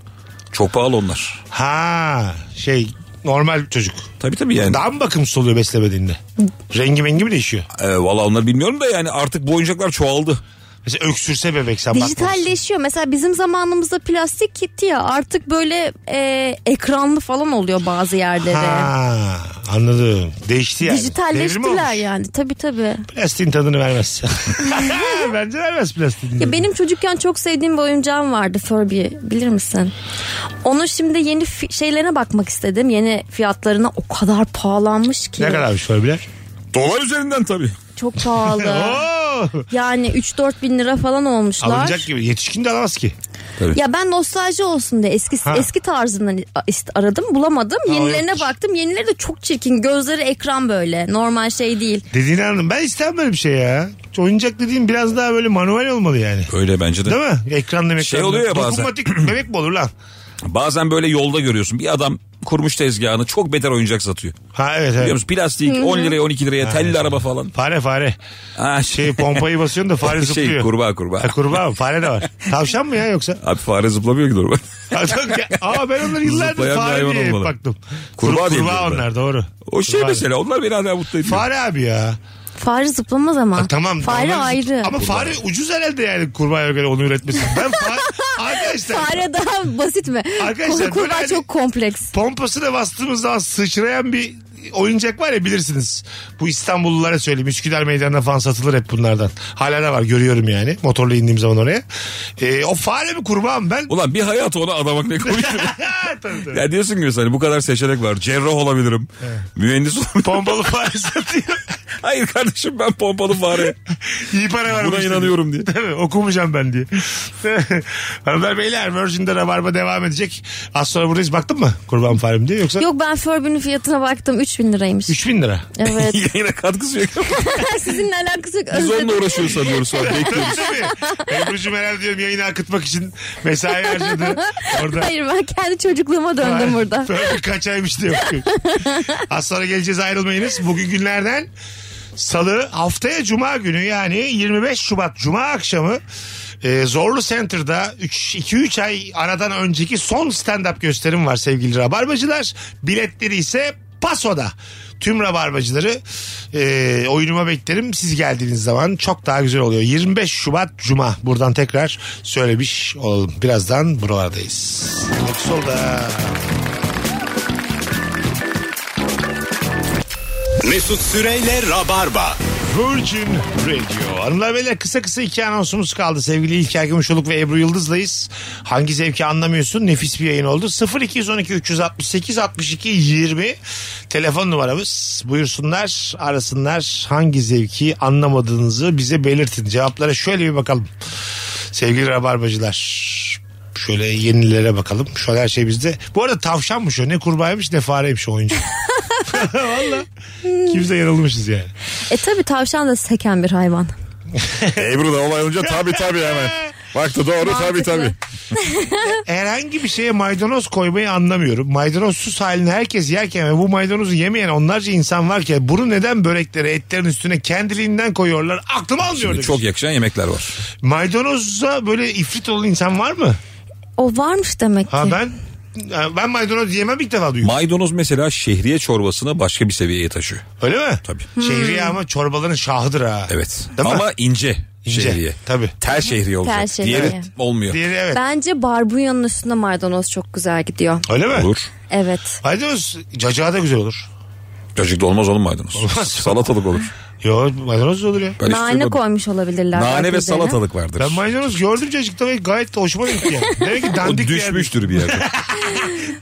Speaker 5: Çok pahalı onlar.
Speaker 3: Ha şey normal çocuk.
Speaker 5: Tabii tabii yani.
Speaker 3: Daha mı bakımsız oluyor beslemediğinde? Rengi mengi mi değişiyor?
Speaker 5: Ee, Valla onları bilmiyorum da yani artık bu oyuncaklar çoğaldı.
Speaker 3: Mesela öksürse bebek sen bakmamışsın.
Speaker 4: Dijitalleşiyor. Mesela bizim zamanımızda plastik gitti ya artık böyle e, ekranlı falan oluyor bazı yerlere.
Speaker 3: Ha, anladım. Değişti yani. Devrim
Speaker 4: Dijitalleştiler
Speaker 3: olmuş.
Speaker 4: yani. Tabii tabii.
Speaker 3: Plastiğin tadını vermez. Bence vermez plastiğin.
Speaker 4: Ya benim çocukken çok sevdiğim bir oyuncağım vardı Furby. Bilir misin? Onu şimdi yeni fi- şeylerine bakmak istedim. Yeni fiyatlarına o kadar pahalanmış ki.
Speaker 3: Ne kadarmış Furby'ler?
Speaker 5: Dolar üzerinden tabii.
Speaker 4: Çok pahalı.
Speaker 3: Oo,
Speaker 4: yani 3-4 bin lira falan olmuşlar.
Speaker 3: Alınacak gibi. Yetişkin de alamaz ki.
Speaker 4: Ya ben nostalji olsun diye eski
Speaker 3: Ha.
Speaker 4: eski tarzından ist- aradım bulamadım. Yenilerine
Speaker 3: yoktur.
Speaker 4: baktım. Yenileri de çok çirkin. Gözleri ekran böyle. Normal şey değil.
Speaker 3: Dediğini anladım. Ben istemem böyle bir şey ya. Oyuncak dediğim biraz daha böyle manuel olmalı yani.
Speaker 5: Öyle bence de.
Speaker 3: Değil mi? Ekran demek.
Speaker 5: Şey oluyor ya bazen.
Speaker 3: Dokunmatik bebek mi olur lan?
Speaker 5: Bazen böyle yolda görüyorsun bir adam kurmuş tezgahını çok beter oyuncak satıyor.
Speaker 3: Ha evet
Speaker 5: Biliyor
Speaker 3: evet.
Speaker 5: musun? Plastik 10 liraya 12 liraya telli araba falan.
Speaker 3: Fare fare.
Speaker 5: Ha, şey,
Speaker 3: Şey pompayı basıyorsun da fare zıplıyor.
Speaker 5: şey kurbağa kurbağa.
Speaker 3: Ha, kurbağa mı? Fare de var. Tavşan mı ya yoksa?
Speaker 5: Abi fare zıplamıyor ki kurbağa.
Speaker 3: Aa ben onları yıllardır
Speaker 5: Zıplayan bir
Speaker 3: fare
Speaker 5: hayvan
Speaker 3: diye hep
Speaker 5: olmalı.
Speaker 3: baktım.
Speaker 5: Kurbağa
Speaker 3: Kur-
Speaker 5: diye
Speaker 3: kurbağa
Speaker 5: biliyorum ben.
Speaker 3: onlar doğru.
Speaker 5: O şey
Speaker 3: Kurbağa.
Speaker 5: mesela onlar beni hala mutlu ediyor.
Speaker 3: Fare abi ya.
Speaker 4: Fare zıplamaz ama.
Speaker 3: Ha, tamam.
Speaker 4: Ah, Fare
Speaker 3: normal-
Speaker 4: ayrı.
Speaker 3: Ama fare ucuz herhalde yani kurbağaya göre onu üretmesi. Ben fare... Arkadaşlar
Speaker 4: Fare daha basit mi?
Speaker 3: Arkadaşlar, böyle
Speaker 4: Kurbağa
Speaker 3: hani-
Speaker 4: çok kompleks.
Speaker 3: pompasına bastığımız zaman sıçrayan bir oyuncak var ya bilirsiniz. Bu İstanbullulara söyleyeyim. Üsküdar Meydanı'nda falan satılır hep bunlardan. Hala da var görüyorum yani. Motorla indiğim zaman oraya. Ee, o fare mi kurbağa mı ben?
Speaker 5: Ulan bir hayatı ona adamak ne komik.
Speaker 3: Ha, tabii, tabii.
Speaker 5: ya diyorsun ki mesela bu kadar seçenek var. Cerrah olabilirim. Mühendis olabilirim.
Speaker 3: Pompalı fare satıyor.
Speaker 5: Hayır kardeşim ben pompalı fare.
Speaker 3: İyi para var.
Speaker 5: Buna inanıyorum diye.
Speaker 3: Değil mi? Okumayacağım ben diye. Hanımlar beyler Virgin'de Rabarba devam edecek. Az sonra buradayız. Baktın mı kurban farem diye yoksa?
Speaker 4: Yok ben Furby'nin fiyatına baktım 3000 liraymış.
Speaker 3: 3000 lira.
Speaker 4: Evet.
Speaker 5: Yine katkısı yok.
Speaker 4: Sizinle alakası yok.
Speaker 5: Biz onunla
Speaker 4: Özledim.
Speaker 5: uğraşıyoruz sanıyoruz. Sonra bekliyoruz.
Speaker 3: Tabii. Ebru'cum herhalde diyorum yayını akıtmak için mesai harcadı. Orada
Speaker 4: Hayır ben kendi çocukluğuma döndüm burada.
Speaker 3: Böyle kaç aymış diye bakıyor. Az sonra geleceğiz ayrılmayınız. Bugün günlerden salı haftaya cuma günü yani 25 Şubat cuma akşamı e, Zorlu Center'da 2-3 ay aradan önceki son stand-up gösterim var sevgili Rabarbacılar. Biletleri ise Paso'da. Tüm Rabarbacıları e, oyunuma beklerim. Siz geldiğiniz zaman çok daha güzel oluyor. 25 Şubat Cuma. Buradan tekrar söylemiş olalım. Birazdan buralardayız. Mutsolda.
Speaker 2: Mesut Süreyle Rabarba.
Speaker 3: Virgin Radio. Hanımlar beyler kısa kısa iki anonsumuz kaldı. Sevgili İlker Gümüşoluk ve Ebru Yıldız'layız. Hangi zevki anlamıyorsun? Nefis bir yayın oldu. 0212 368 62 20 telefon numaramız. Buyursunlar arasınlar. Hangi zevki anlamadığınızı bize belirtin. Cevaplara şöyle bir bakalım. Sevgili Rabarbacılar. Şöyle yenilere bakalım. Şu an her şey bizde. Bu arada tavşanmış o. Ne kurbağaymış ne fareymiş o oyuncu. Valla. Kimse yanılmışız yani.
Speaker 4: E tabi tavşan da seken bir hayvan.
Speaker 5: Ebru da olay olunca tabii tabii hemen. Baktı doğru tabii
Speaker 4: Mantıklı.
Speaker 5: tabii.
Speaker 3: herhangi bir şeye maydanoz koymayı anlamıyorum. Maydanozsuz halini herkes yerken ve bu maydanozu yemeyen onlarca insan var ki bunu neden böreklere etlerin üstüne kendiliğinden koyuyorlar? Aklım almıyor.
Speaker 5: Şimdi
Speaker 3: demiş.
Speaker 5: çok yakışan yemekler var.
Speaker 3: Maydanoza böyle ifrit olan insan var mı?
Speaker 4: O varmış demek ki.
Speaker 3: Ha ben ben maydanoz yemem ilk defa duyuyorum.
Speaker 5: Maydanoz mesela şehriye çorbasına başka bir seviyeye taşıyor.
Speaker 3: Öyle mi?
Speaker 5: Tabii.
Speaker 3: Şehriye ama çorbaların şahıdır ha.
Speaker 5: Evet.
Speaker 3: Değil mi?
Speaker 5: Ama ince,
Speaker 3: İnce,
Speaker 5: şehriye.
Speaker 3: tabii.
Speaker 5: Tel şehriye olacak.
Speaker 4: Tel şehriye.
Speaker 5: Diğeri olmuyor.
Speaker 3: Diğeri evet.
Speaker 4: Bence barbunyanın üstünde maydanoz çok güzel gidiyor.
Speaker 3: Öyle mi?
Speaker 5: Olur.
Speaker 4: Evet.
Speaker 3: Maydanoz cacağı da güzel olur.
Speaker 5: Cacık da olmaz oğlum maydanoz.
Speaker 3: Olmaz.
Speaker 5: salatalık olur.
Speaker 3: Yo maydanoz da olur ya.
Speaker 5: Ben hiç
Speaker 4: Nane
Speaker 5: duymadım.
Speaker 4: koymuş olabilirler.
Speaker 5: Nane
Speaker 4: belki
Speaker 5: ve
Speaker 4: üzerine.
Speaker 5: salatalık vardır.
Speaker 3: Ben maydanoz gördüm cacıkta ve gayet de hoşuma gitti yani. Demek ki
Speaker 5: o
Speaker 3: dandik bir yerde.
Speaker 5: düşmüştür bir yerde.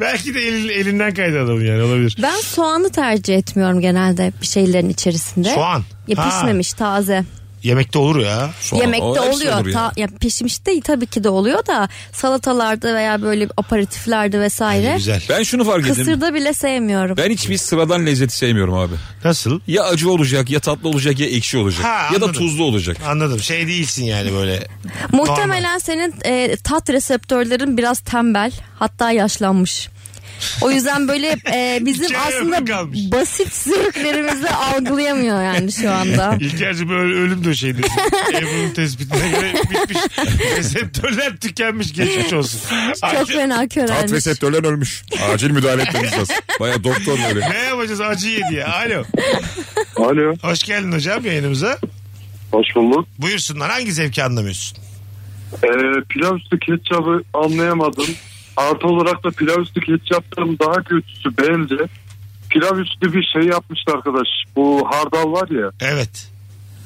Speaker 3: Belki de elin- elinden kaydı adam yani olabilir.
Speaker 4: Ben soğanı tercih etmiyorum genelde bir şeylerin içerisinde.
Speaker 3: Soğan.
Speaker 4: Ya
Speaker 3: Ha.
Speaker 4: pişmemiş taze.
Speaker 3: Yemekte olur ya.
Speaker 5: Soğan,
Speaker 4: Yemekte
Speaker 5: o hepsi
Speaker 4: oluyor.
Speaker 5: olur ya.
Speaker 4: Ta- ya pişmiş de tabii ki de oluyor da salatalarda veya böyle aparatiflerde vesaire.
Speaker 3: Güzel.
Speaker 5: Ben şunu fark ettim.
Speaker 4: Kısırda bile sevmiyorum.
Speaker 5: Ben hiçbir sıradan lezzeti sevmiyorum abi.
Speaker 3: Nasıl?
Speaker 5: Ya acı olacak ya tatlı olacak ya ekşi olacak.
Speaker 3: Ha,
Speaker 5: ya da
Speaker 3: anladım.
Speaker 5: tuzlu olacak.
Speaker 3: Anladım. Şey değilsin yani böyle.
Speaker 4: Muhtemelen senin e, tat reseptörlerin biraz tembel hatta yaşlanmış. O yüzden böyle e, bizim
Speaker 3: Hikaye ömrü
Speaker 4: aslında
Speaker 3: kalmış.
Speaker 4: basit zevklerimizi algılayamıyor yani şu anda.
Speaker 3: İlker'cim böyle ölüm döşeği dedi. Ebru'nun tespitine göre bitmiş. Reseptörler tükenmiş geçmiş olsun.
Speaker 4: Çok
Speaker 3: Acı-
Speaker 4: fena
Speaker 10: Tat
Speaker 4: körelmiş.
Speaker 10: reseptörler ölmüş. Acil müdahale etmemiz lazım.
Speaker 5: Baya doktor böyle.
Speaker 3: Ne yapacağız acı ye diye. Alo.
Speaker 9: Alo.
Speaker 3: Hoş geldin hocam yayınımıza.
Speaker 9: Hoş bulduk.
Speaker 3: Buyursunlar hangi zevki anlamıyorsun?
Speaker 9: Ee, pilav üstü ketçabı anlayamadım. Artı olarak da pilav üstü ketçaptan daha kötüsü bence. Pilav üstü bir şey yapmıştı arkadaş. Bu hardal var ya.
Speaker 3: Evet.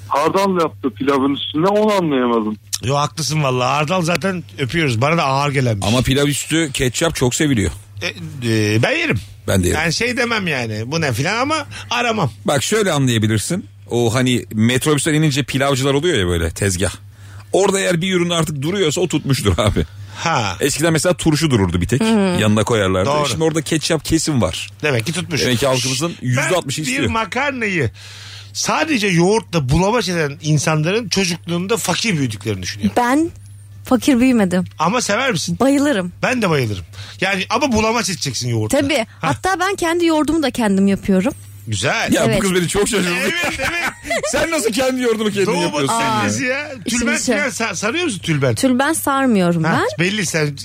Speaker 9: Hardal yaptı pilavın üstüne onu anlayamadım.
Speaker 3: Yo haklısın vallahi. Ardal zaten öpüyoruz. Bana da ağır gelen bir
Speaker 5: Ama pilav üstü ketçap çok seviliyor.
Speaker 3: şey. E, e, ben yerim.
Speaker 5: Ben de yerim.
Speaker 3: Yani şey demem yani. Bu ne filan ama aramam.
Speaker 5: Bak şöyle anlayabilirsin. O hani metrobüsten inince pilavcılar oluyor ya böyle tezgah. Orada eğer bir ürün artık duruyorsa o tutmuştur abi.
Speaker 3: Ha.
Speaker 5: Eskiden mesela turşu dururdu bir tek. Yanına koyarlardı.
Speaker 3: Doğru.
Speaker 5: Şimdi orada ketçap kesim var.
Speaker 3: Demek ki tutmuş.
Speaker 5: Demek ki halkımızın
Speaker 3: Ben
Speaker 5: %60'ı
Speaker 3: bir
Speaker 5: istiyor.
Speaker 3: makarnayı sadece yoğurtla bulamaç eden insanların çocukluğunda fakir büyüdüklerini düşünüyorum.
Speaker 4: Ben fakir büyümedim.
Speaker 3: Ama sever misin?
Speaker 4: Bayılırım.
Speaker 3: Ben de bayılırım. Yani ama bulamaç edeceksin yoğurtla.
Speaker 4: Tabii. Hatta ben kendi yoğurdumu da kendim yapıyorum.
Speaker 3: Güzel.
Speaker 5: Ya bu
Speaker 4: Evet.
Speaker 5: kız beni çok şaşırdı.
Speaker 3: Evet evet.
Speaker 5: Sen nasıl kendi yoğurdunu kendin
Speaker 3: Doğu batı
Speaker 5: yapıyorsun ya?
Speaker 3: sentezi ya. Tülbent
Speaker 4: şey-
Speaker 3: falan sa- sarıyor musun tülbent?
Speaker 4: Tülben sarmıyorum
Speaker 3: Ha,
Speaker 4: ben.
Speaker 3: belli sen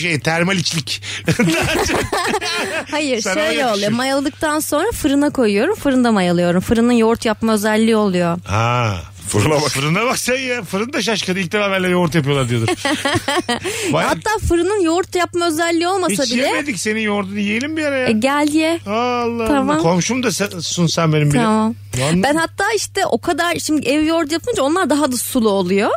Speaker 3: şey termal içlik.
Speaker 4: Hayır
Speaker 3: Sana
Speaker 4: şöyle
Speaker 3: yakışır.
Speaker 4: oluyor. Mayaladıktan sonra fırına koyuyorum. Fırında mayalıyorum. Fırının yoğurt yapma özelliği oluyor.
Speaker 3: ha.
Speaker 5: Fırına bak.
Speaker 3: Fırına bak sen ya. Fırın da şaşkın. İlk defa benimle yoğurt yapıyorlar diyordur. Bayağı
Speaker 4: Hatta fırının yoğurt yapma özelliği olmasa
Speaker 3: hiç
Speaker 4: bile
Speaker 3: yemedik senin yoğurdunu yiyelim bir ara ya.
Speaker 4: e, gel ye.
Speaker 3: Allah
Speaker 4: Tamam.
Speaker 3: Allah. Komşum da sen, sun sen benim bile.
Speaker 4: Tamam.
Speaker 3: Lan-
Speaker 4: Ben hatta işte o kadar şimdi ev yoğurdu yapınca onlar daha da sulu oluyor.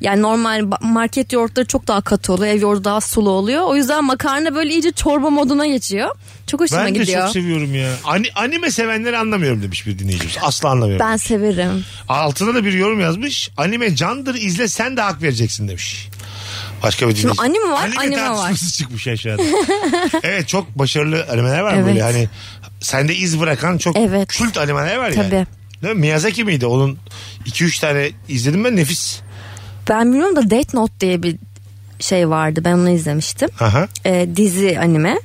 Speaker 4: Yani normal ba- market yoğurtları çok daha katı oluyor. Ev yoğurdu daha sulu oluyor. O yüzden makarna böyle iyice çorba moduna geçiyor. Çok hoşuma
Speaker 3: ben de
Speaker 4: gidiyor.
Speaker 3: çok seviyorum ya. Ani, anime sevenleri anlamıyorum demiş bir dinleyicimiz. Asla anlamıyorum.
Speaker 4: ben severim.
Speaker 3: Altına da bir yorum yazmış. Anime candır izle sen de hak vereceksin demiş. Başka bir dinleyici.
Speaker 4: Şimdi anime var, anime var.
Speaker 3: tartışması çıkmış aşağıda. evet çok başarılı animeler var
Speaker 4: Evet.
Speaker 3: böyle hani sende iz bırakan çok
Speaker 4: Evet.
Speaker 3: kült animeler var yani.
Speaker 4: Tabii.
Speaker 3: Değil mi? Miyazaki miydi? Onun 2-3 tane izledim ben nefis.
Speaker 4: Ben bilmiyorum da Death Note diye bir şey vardı. Ben onu izlemiştim.
Speaker 3: Aha.
Speaker 4: Ee, dizi anime.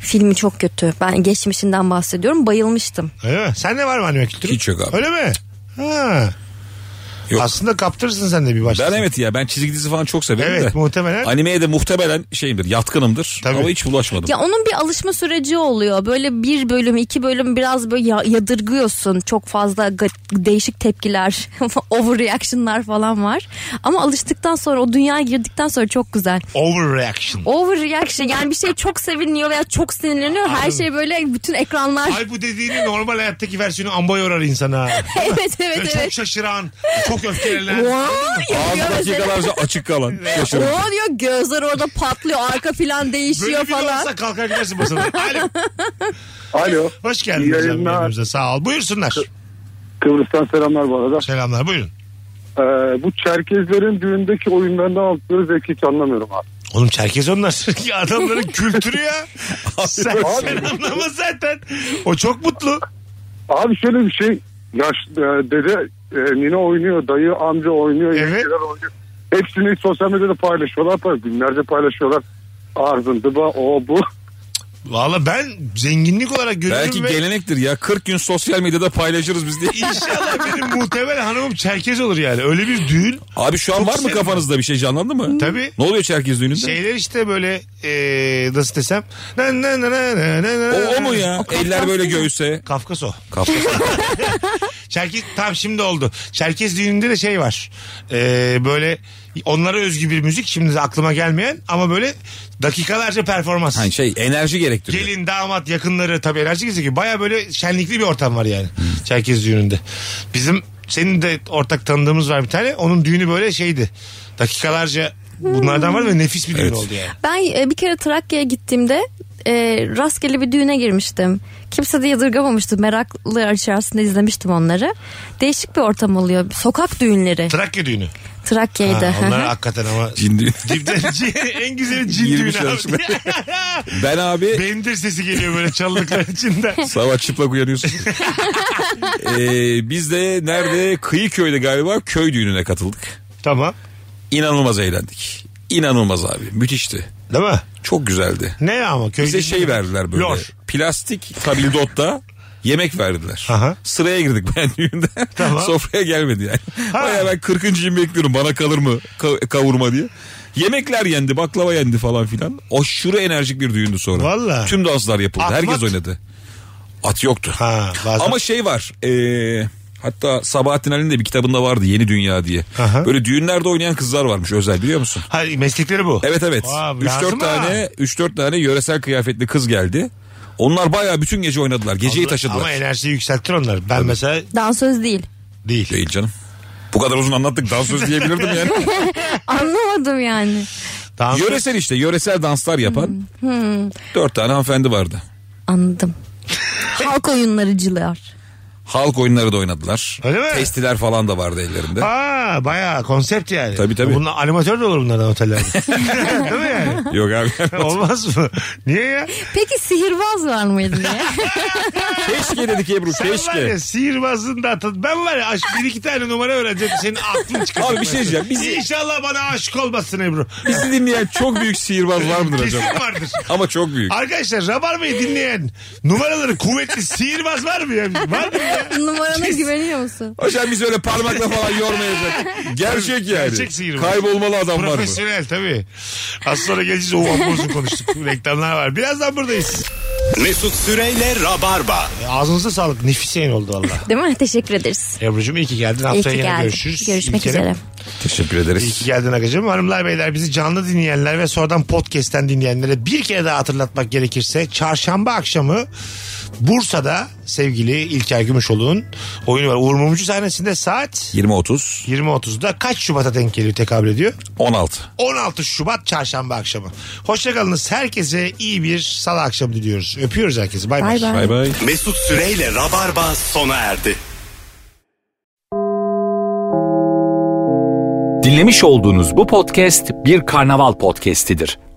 Speaker 4: Filmi çok kötü. Ben geçmişinden bahsediyorum. Bayılmıştım.
Speaker 3: Öyle mi? Sende var mı anime kültürü?
Speaker 5: Hiç yok abi.
Speaker 3: Öyle mi? Ha.
Speaker 5: Yok.
Speaker 3: Aslında kaptırırsın sen de bir başka.
Speaker 5: Ben evet ya ben çizgi dizi falan çok severim
Speaker 3: Evet,
Speaker 5: de.
Speaker 3: muhtemelen.
Speaker 5: Animeye de muhtemelen şeyimdir yatkınımdır.
Speaker 3: Tabii.
Speaker 5: Ama hiç bulaşmadım.
Speaker 4: Ya onun bir alışma süreci oluyor. Böyle bir bölüm, iki bölüm biraz böyle ya- yadırgıyorsun. Çok fazla ga- değişik tepkiler, overreactionlar falan var. Ama alıştıktan sonra o dünyaya girdikten sonra çok güzel.
Speaker 3: Overreaction.
Speaker 4: Overreaction yani bir şey çok seviniyor veya çok sinirleniyor. Her
Speaker 3: Anladım.
Speaker 4: şey böyle bütün ekranlar.
Speaker 3: Ay bu dediğini normal hayattaki versiyonu amba yorar insana.
Speaker 4: evet
Speaker 3: Böyle
Speaker 4: evet
Speaker 3: çok
Speaker 4: evet.
Speaker 3: şaşıran, çok öfkelenen.
Speaker 4: Wow,
Speaker 5: Ağzı
Speaker 4: yapıyor mesela.
Speaker 5: dakikalarca açık kalan. Şaşırdım.
Speaker 4: Oo diyor gözler orada patlıyor arka filan
Speaker 3: Böyle
Speaker 4: değişiyor
Speaker 3: bir
Speaker 4: falan.
Speaker 3: olsa kalkar gidersin masadan. Alo.
Speaker 9: Alo.
Speaker 3: Hoş
Speaker 9: İyi
Speaker 3: geldiniz hocam
Speaker 9: yayınlar.
Speaker 3: yayınımıza. Sağ ol. Buyursunlar.
Speaker 9: Kıbrıs'tan selamlar bu arada.
Speaker 3: Selamlar buyurun.
Speaker 9: Ee, bu Çerkezlerin düğündeki oyunlarından aldıkları zevki hiç anlamıyorum abi.
Speaker 3: Oğlum Çerkez onlar. Ya Adamların kültürü ya. sen, sen anlama zaten. O çok mutlu.
Speaker 9: Abi şöyle bir şey. Yaş, e, dede, e, nine oynuyor, dayı, amca oynuyor,
Speaker 3: Evet.
Speaker 9: yemekler oynuyor. Hepsini sosyal medyada paylaşıyorlar. pay- Günlerce paylaşıyorlar. Arzın, dıba, o, bu.
Speaker 3: Valla ben zenginlik olarak görüyorum
Speaker 5: Belki
Speaker 3: ve
Speaker 5: gelenektir ya 40 gün sosyal medyada paylaşırız biz diye.
Speaker 3: inşallah benim muhtemel hanımım Çerkez olur yani. Öyle bir düğün.
Speaker 5: Abi şu an
Speaker 3: Çok
Speaker 5: var mı
Speaker 3: sevdim.
Speaker 5: kafanızda bir şey canlandı mı?
Speaker 3: Tabii. Şey-
Speaker 5: Ne oluyor Çerkez düğününde?
Speaker 3: Şeyler işte böyle e, nasıl desem. Na, na, na, na, na, na,
Speaker 5: o,
Speaker 3: na.
Speaker 5: o mu ya? Eller böyle göğüse.
Speaker 3: Kafkas o.
Speaker 5: Kafkası.
Speaker 3: Çerkez tam şimdi oldu. Çerkez düğününde de şey var. Ee, böyle onlara özgü bir müzik şimdi de aklıma gelmeyen ama böyle dakikalarca performans.
Speaker 5: Hani şey enerji gerektiriyor.
Speaker 3: Gelin damat yakınları tabii enerji gizli ki baya böyle şenlikli bir ortam var yani
Speaker 5: Hmm.
Speaker 3: Çerkez düğününde. Bizim senin de ortak tanıdığımız var bir tane. Onun düğünü böyle şeydi. Dakikalarca bunlardan var ve nefis bir düğün
Speaker 5: Evet.
Speaker 3: oldu yani.
Speaker 4: Ben e, bir kere Trakya'ya gittiğimde e, rastgele bir düğüne girmiştim. Kimse de yadırgamamıştı. Meraklılar içerisinde izlemiştim onları. Değişik bir ortam oluyor. Sokak düğünleri.
Speaker 3: Trakya düğünü. Ha,
Speaker 4: Trakya'ydı.
Speaker 3: onlar hakikaten ama
Speaker 5: Cin düğünü.
Speaker 3: Dipten cin- en güzeli cin
Speaker 5: Girmiş
Speaker 3: düğünü abi.
Speaker 5: arasına. Ben abi
Speaker 3: Bendir sesi geliyor böyle çalılıklar içinden.
Speaker 5: sabah çıplak uyanıyorsun. ee, biz de nerede? Kıyıköy'de galiba köy düğününe katıldık.
Speaker 3: tamam.
Speaker 5: İnanılmaz eğlendik. İnanılmaz abi. Müthişti.
Speaker 3: Değil mi?
Speaker 5: Çok güzeldi.
Speaker 3: Ne ama köyde.
Speaker 5: Bize şey verdiler böyle.
Speaker 3: Lor.
Speaker 5: Plastik kabildotta yemek verdiler.
Speaker 3: Aha.
Speaker 5: Sıraya girdik ben düğünde.
Speaker 3: Tamam.
Speaker 5: Sofraya gelmedi yani.
Speaker 3: Ha.
Speaker 5: Baya ben 40. yıl bekliyorum bana kalır mı ka- kavurma diye. Yemekler yendi baklava yendi falan filan. Aşırı enerjik bir düğündü sonra.
Speaker 3: Valla.
Speaker 5: Tüm danslar yapıldı.
Speaker 3: At
Speaker 5: Herkes
Speaker 3: mat?
Speaker 5: oynadı. At yoktu.
Speaker 3: Ha, bazen-
Speaker 5: Ama şey var. ee, hatta Sabahattin Ali'nin de bir kitabında vardı Yeni Dünya diye.
Speaker 3: Aha.
Speaker 5: Böyle düğünlerde oynayan kızlar varmış özel biliyor musun?
Speaker 3: Hayır meslekleri bu.
Speaker 5: Evet evet.
Speaker 3: Aa,
Speaker 5: 3-4
Speaker 3: lazım ha.
Speaker 5: tane 3-4 tane yöresel kıyafetli kız geldi. Onlar bayağı bütün gece oynadılar. Geceyi taşıdılar.
Speaker 3: Ama enerjiyi yükselttir onlar. Ben mesela
Speaker 4: Dansöz değil.
Speaker 3: değil.
Speaker 5: Değil canım. Bu kadar uzun anlattık dans söz diyebilirdim yani.
Speaker 4: Anlamadım yani.
Speaker 3: Tamam.
Speaker 5: yöresel işte yöresel danslar yapan dört tane hanımefendi vardı.
Speaker 4: Anladım. Halk oyunlarıcılar.
Speaker 5: Halk oyunları da oynadılar.
Speaker 3: Öyle mi?
Speaker 5: Testiler falan da vardı ellerinde.
Speaker 3: Aa bayağı konsept yani.
Speaker 5: Tabii, tabii.
Speaker 3: Bunlar animatör de olur bunlardan otellerde. Değil mi yani?
Speaker 5: Yok abi.
Speaker 3: Olmaz mı? Niye ya?
Speaker 4: Peki sihirbaz var mıydı diye.
Speaker 5: keşke dedik Ebru
Speaker 3: Sen var
Speaker 5: keşke.
Speaker 3: ya sihirbazlığını da atın. Ben var ya aşk bir iki tane numara öğreneceğim. Senin aklın çıkacak.
Speaker 5: Abi bir şey diyeceğim. Bizi-
Speaker 3: İnşallah bana aşık olmasın Ebru.
Speaker 5: Bizi dinleyen çok büyük sihirbaz var mıdır
Speaker 3: Kesin
Speaker 5: acaba?
Speaker 3: vardır.
Speaker 5: Ama çok büyük.
Speaker 3: Arkadaşlar Rabarba'yı dinleyen numaraları kuvvetli sihirbaz var mı ya? Var mı ya?
Speaker 4: Numarana güveniyor musun?
Speaker 5: Hocam biz öyle parmakla falan yormayacak. Gerçek yani.
Speaker 3: Gerçek sihirbaz.
Speaker 5: Kaybolmalı adam var mı?
Speaker 3: Profesyonel tabii. Az sonra geleceğiz. O uzun konuştuk. Reklamlar var. Birazdan buradayız. E,
Speaker 2: Mesut Süreyle Rabarba.
Speaker 3: Ağzınıza sağlık. Nefis yayın oldu valla.
Speaker 4: Değil mi? Teşekkür ederiz.
Speaker 3: Ebru'cum iyi ki geldin.
Speaker 4: İyi
Speaker 3: Haftaya
Speaker 4: ki
Speaker 3: yine
Speaker 4: geldin.
Speaker 3: görüşürüz.
Speaker 4: Görüşmek
Speaker 3: İlker'im,
Speaker 4: üzere.
Speaker 5: Teşekkür
Speaker 3: İyi
Speaker 5: ederiz.
Speaker 3: ki geldin Akacığım. Hanımlar beyler bizi canlı dinleyenler ve sonradan podcast'ten dinleyenlere bir kere daha hatırlatmak gerekirse çarşamba akşamı Bursa'da sevgili İlker Gümüşoğlu'nun oyunu var. Uğur Mumcu sahnesinde saat
Speaker 5: 20-30,
Speaker 3: 20.30'da kaç Şubat'a denk geliyor tekabül ediyor?
Speaker 5: 16.
Speaker 3: 16 Şubat çarşamba akşamı. Hoşçakalınız. Herkese iyi bir salı akşamı diliyoruz. Öpüyoruz herkesi. Bay bay.
Speaker 4: Bay bay.
Speaker 5: Bay bay.
Speaker 2: Mesut Süreyle Rabarba sona erdi.
Speaker 1: Dinlemiş olduğunuz bu podcast bir karnaval podcastidir.